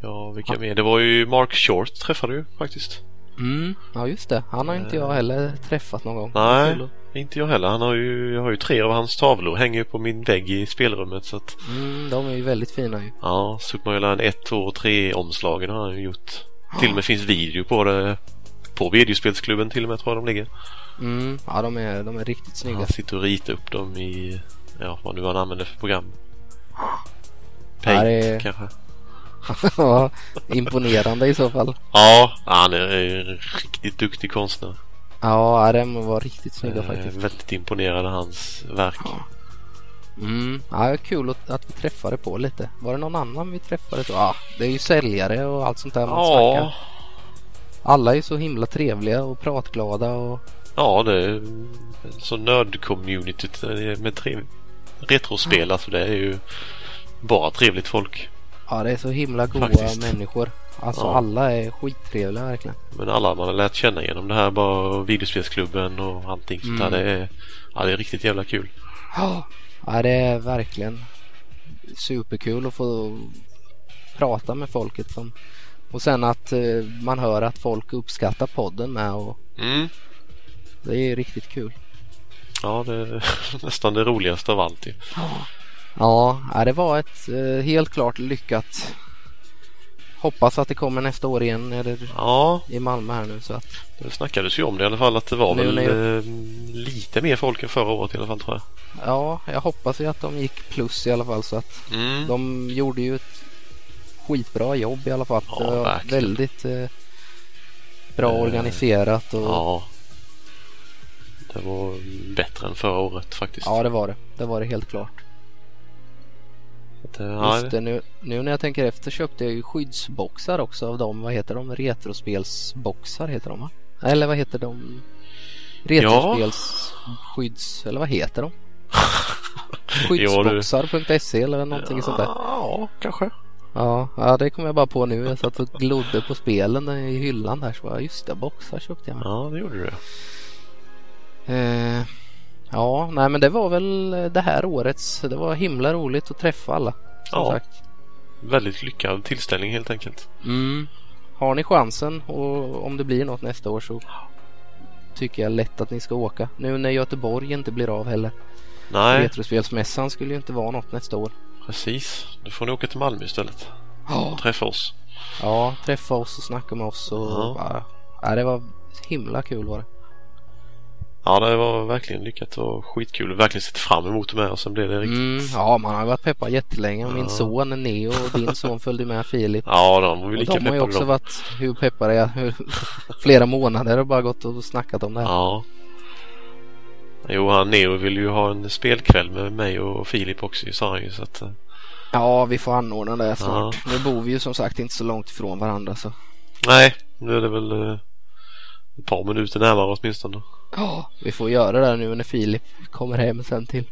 S2: Ja, vilka mer? Det var ju Mark Short träffade du faktiskt.
S11: Mm, ja just det. Han har inte jag heller träffat någon gång.
S2: Nej,
S11: Kul att-
S2: inte jag heller. Han har ju, jag har ju tre av hans tavlor. Hänger ju på min vägg i spelrummet. Så att,
S11: Mm, de är ju väldigt fina ju.
S2: ja, Super Mario Land 1, 2 och 3-omslagen har han ju gjort. Till och med finns video på det. På videospelsklubben till och med tror jag de ligger.
S11: Mm, ja de är, de är riktigt snygga.
S2: Han sitter och ritar upp dem i, ja vad nu han använder för program.
S11: Ja,
S2: Paint
S11: det är-
S2: kanske.
S11: Ja, imponerande i så fall.
S2: Ja, han är en riktigt duktig konstnär.
S11: Ja, ja, de var riktigt snygga
S2: Eh,
S11: faktiskt.
S2: Väldigt imponerad av hans verk.
S11: Mm, ja, det är kul att, att vi träffade på lite. Var det någon annan vi träffade? då? Ja, det är ju säljare och allt sånt där man
S2: Ja,
S11: snackar. Alla är så himla trevliga och pratglada och
S2: ja det är så nörd-communityt med tre... retrospel. Alltså det är ju bara trevligt folk.
S11: ja, det är så himla goa
S2: Faktiskt.
S11: människor. Alltså
S2: Ja.
S11: alla är skittrevliga verkligen.
S2: Men alla man har lärt känna genom det här bara videospelsklubben och allting sånt
S11: Mm.
S2: där. Det är, ja, det är riktigt jävla kul.
S11: Ja, det är verkligen superkul att få prata med folket som och sen att eh, man hör att folk uppskattar podden med och
S2: Mm.
S11: det är ju riktigt kul.
S2: Ja, det är nästan det roligaste av allt ju.
S11: Ja, ja, det var ett eh, helt klart lyckat. Hoppas att det kommer nästa år igen eller
S2: Ja,
S11: i Malmö här nu så att
S2: det snackades ju om det i alla fall att det var
S11: Nu
S2: väl
S11: när
S2: eh, lite mer folk än förra året i alla fall tror jag.
S11: ja, jag hoppas ju att de gick plus i alla fall så att
S2: Mm.
S11: de gjorde ju ett skitbra jobb i alla fall.
S2: Ja,
S11: det var
S2: verkligen.
S11: väldigt eh, bra
S2: Eh,
S11: organiserat och
S2: Ja. Det var bättre än förra året faktiskt.
S11: Ja, det var det. Det var det helt klart.
S2: det, eh, ja,
S11: Just det, nu, nu när jag tänker efter köpte jag ju skyddsboxar också av dem. Vad heter de? Retrospelsboxar heter de va? Eller vad heter de? Retrospelsskydds... Eller vad heter de? Skyddsboxar.se E eller någonting sånt där.
S2: Ja, kanske.
S11: Ja, ja, det kom jag bara på nu. Jag satt och glodde på spelen i hyllan där. Så bara, just det, boxar köpte jag.
S2: Ja, det gjorde du.
S11: Eh, ja, nej men det var väl det här årets. Det var himla roligt att träffa alla. Som
S2: Ja.
S11: sagt.
S2: Väldigt lyckad tillställning helt enkelt.
S11: Mm. Har ni chansen och om det blir något nästa år så tycker jag lätt att ni ska åka. Nu när Göteborg inte blir av heller.
S2: Nej,
S11: Retrospelsmässan skulle ju inte vara något nästa år.
S2: precis. Då får ni åka till Malmö istället.
S11: Ja.
S2: Träffa oss.
S11: Ja, träffa oss och snacka med oss och
S2: Ja.
S11: bara... Ja, det var himla kul var det.
S2: Ja, det var verkligen lyckat och skitkul. Verkligen sett fram emot det med och sen blev det riktigt...
S11: Mm, ja, man har varit peppad jättelänge. Min
S2: Ja.
S11: son Neo och din son följde med Filip.
S2: Ja, de var ju
S11: Och
S2: lika
S11: de har ju
S2: peppade
S11: också
S2: de.
S11: varit hur peppade jag hur, flera månader och bara gått och snackat om det här.
S2: Ja. Jo, han Neo vill ju ha en spelkväll med mig och Filip också sa han ju så att... eh,
S11: Ja, vi får anordna det snart. Nu bor vi ju som sagt inte så långt ifrån varandra så.
S2: Nej, nu är det väl eh, ett par minuter närmare åtminstone.
S11: Ja, vi får göra det här nu när Filip kommer hem sen till.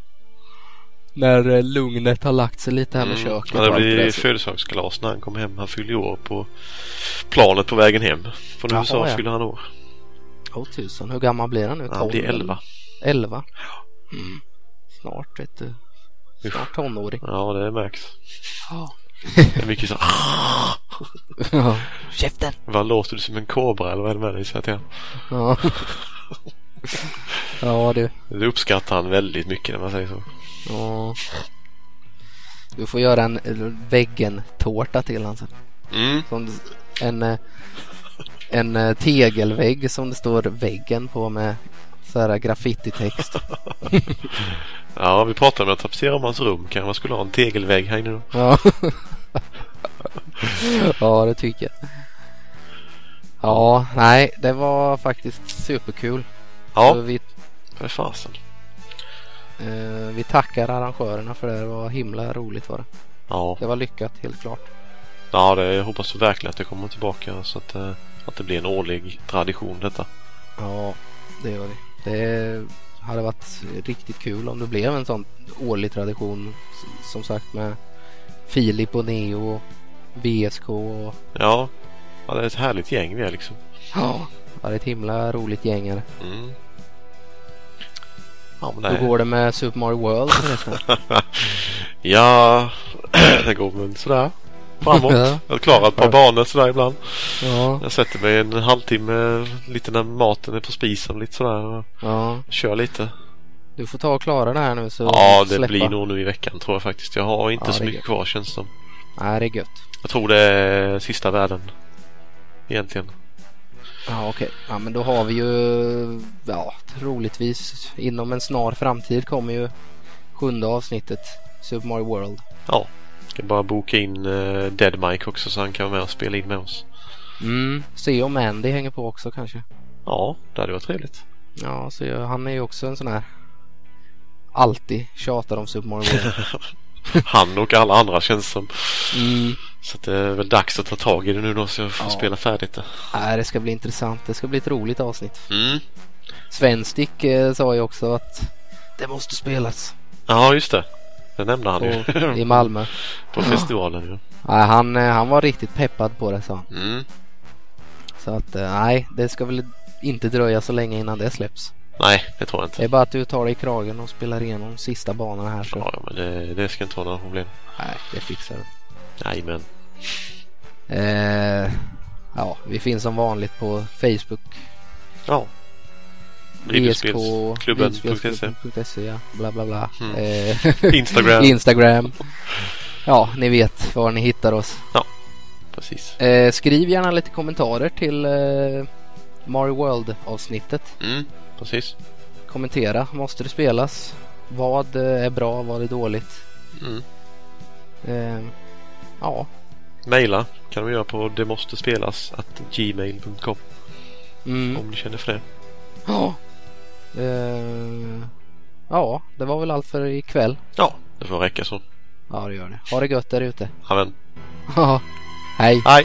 S11: När eh, lugnet har lagt sig lite här med köket
S2: Mm. ja, det
S11: och allt
S2: blir
S11: där, så-
S2: födelsedagskalas när han kommer hem. Han fyller ju år på planet på vägen hem. Från
S11: Jaha,
S2: USA
S11: ja.
S2: fyller han år.
S11: Åh tusan, hur gammal blir han nu?
S2: Han blir
S11: Tolv?
S2: 11.
S11: Elva? Mm. Snart vet du. Snart tonåring.
S2: Ja, det märks.
S11: Ja.
S2: Det är mycket så "Ah!"
S11: Käften!
S2: Vad låter du som en kobra eller vad är det med dig? Så att jag,
S11: Ja. ja du.
S2: det uppskattar han väldigt mycket när man säger så.
S11: Ja. Du får göra en väggen-tårta till honom sen.
S2: Mm.
S11: Som det- en, eh, en eh, tegelvägg som det står väggen på med så här graffititext.
S2: Ja, vi pratade om att tapetsera om hans rum. Kanske man skulle ha en tegelvägg här inne då.
S11: Ja. ja, det tycker jag. Ja, nej, det var faktiskt superkul. Så
S2: Ja,
S11: vi,
S2: för fasen.
S11: eh, vi tackar arrangörerna för det. Det var himla roligt var det.
S2: Ja,
S11: Det var lyckat helt klart.
S2: ja det, jag hoppas verkligen att det kommer tillbaka så att, eh, att det blir en årlig tradition detta.
S11: Ja, det gör vi. Det är hade varit riktigt kul om det blev en sån årlig tradition. s- Som sagt med Filip och Neo och BSK och
S2: Ja. ja, det är ett härligt gäng vi är liksom.
S11: ja, det är ett himla roligt gäng. här.
S2: Mm. Ja, men
S11: Hur
S2: nej.
S11: går det med Super Mario World förresten?
S2: ja, det går väl sådär framåt.
S11: Ja.
S2: Jag klarar ett par banor sådär ibland.
S11: ja,
S2: Jag sätter mig en halvtimme lite när maten är på spisen lite sådär och
S11: ja,
S2: kör lite.
S11: du får ta och klara det här nu så
S2: Ja, det
S11: släppa.
S2: blir nog nu i veckan tror jag faktiskt. Jag har inte
S11: Ja,
S2: så
S11: det är
S2: mycket
S11: gött.
S2: kvar känns det som.
S11: Nej, det är gött.
S2: Jag tror det är sista världen. Egentligen.
S11: Ja, okej. Ja, men då har vi ju, ja, troligtvis inom en snar framtid kommer ju sjunde avsnittet Super Mario World.
S2: Ja. Ska bara boka in eh, Dead Mike också så han kan vara med och spela in med oss.
S11: Mm, se om Andy hänger på också kanske.
S2: Ja, det hade varit trevligt.
S11: Ja, så jag, han är ju också en sån här alltid tjatar om Super Mario World.
S2: Han och alla andra känns som.
S11: Mm.
S2: Så att det är väl dags att ta tag i det nu då så jag får spela färdigt det.
S11: Nej, det ska bli intressant. Det ska bli ett roligt avsnitt.
S2: Mm.
S11: Svenstick eh, sa ju också att det måste spelas
S2: Ja, just det. Det nämnde han ju
S11: på, i Malmö.
S2: på festivalen. Ju.
S11: Nej, han, eh, han var riktigt peppad på det sa han.
S2: Mm.
S11: Så att eh, nej, det ska väl inte dröja så länge innan det släpps.
S2: Nej, det tror jag inte.
S11: Det är bara att du tar dig i kragen och spelar igenom de sista banorna här så.
S2: Ja, ja, men det, det ska inte vara några problem.
S11: Nej, det fixar du.
S2: Jajamän.
S11: Eh, ja, vi finns som vanligt på Facebook. E
S2: Ja. Videospelsklubben.se
S11: videospelsklubben.se, E, ja. Bla bla bla.
S2: Mm.
S11: Eh,
S2: E. Instagram.
S11: Instagram. Ja, ni vet var ni hittar oss.
S2: Precis.
S11: Eh, skriv gärna lite kommentarer till eh, Mario World avsnittet.
S2: Mm, precis.
S11: Kommentera, måste det spelas? Vad eh, är bra, vad är dåligt?
S2: Mm.
S11: Eh, ja,
S2: Maila kan vi göra på demostespelas@gmail.com
S11: mm.
S2: om ni känner för det.
S11: Ja. Eh, ja, det var väl allt för ikväll.
S2: Ja, det får räcka så.
S11: Ja, det gör det. Ha det gött där ute.
S2: Amen.
S11: Ja, hej.
S2: Hej!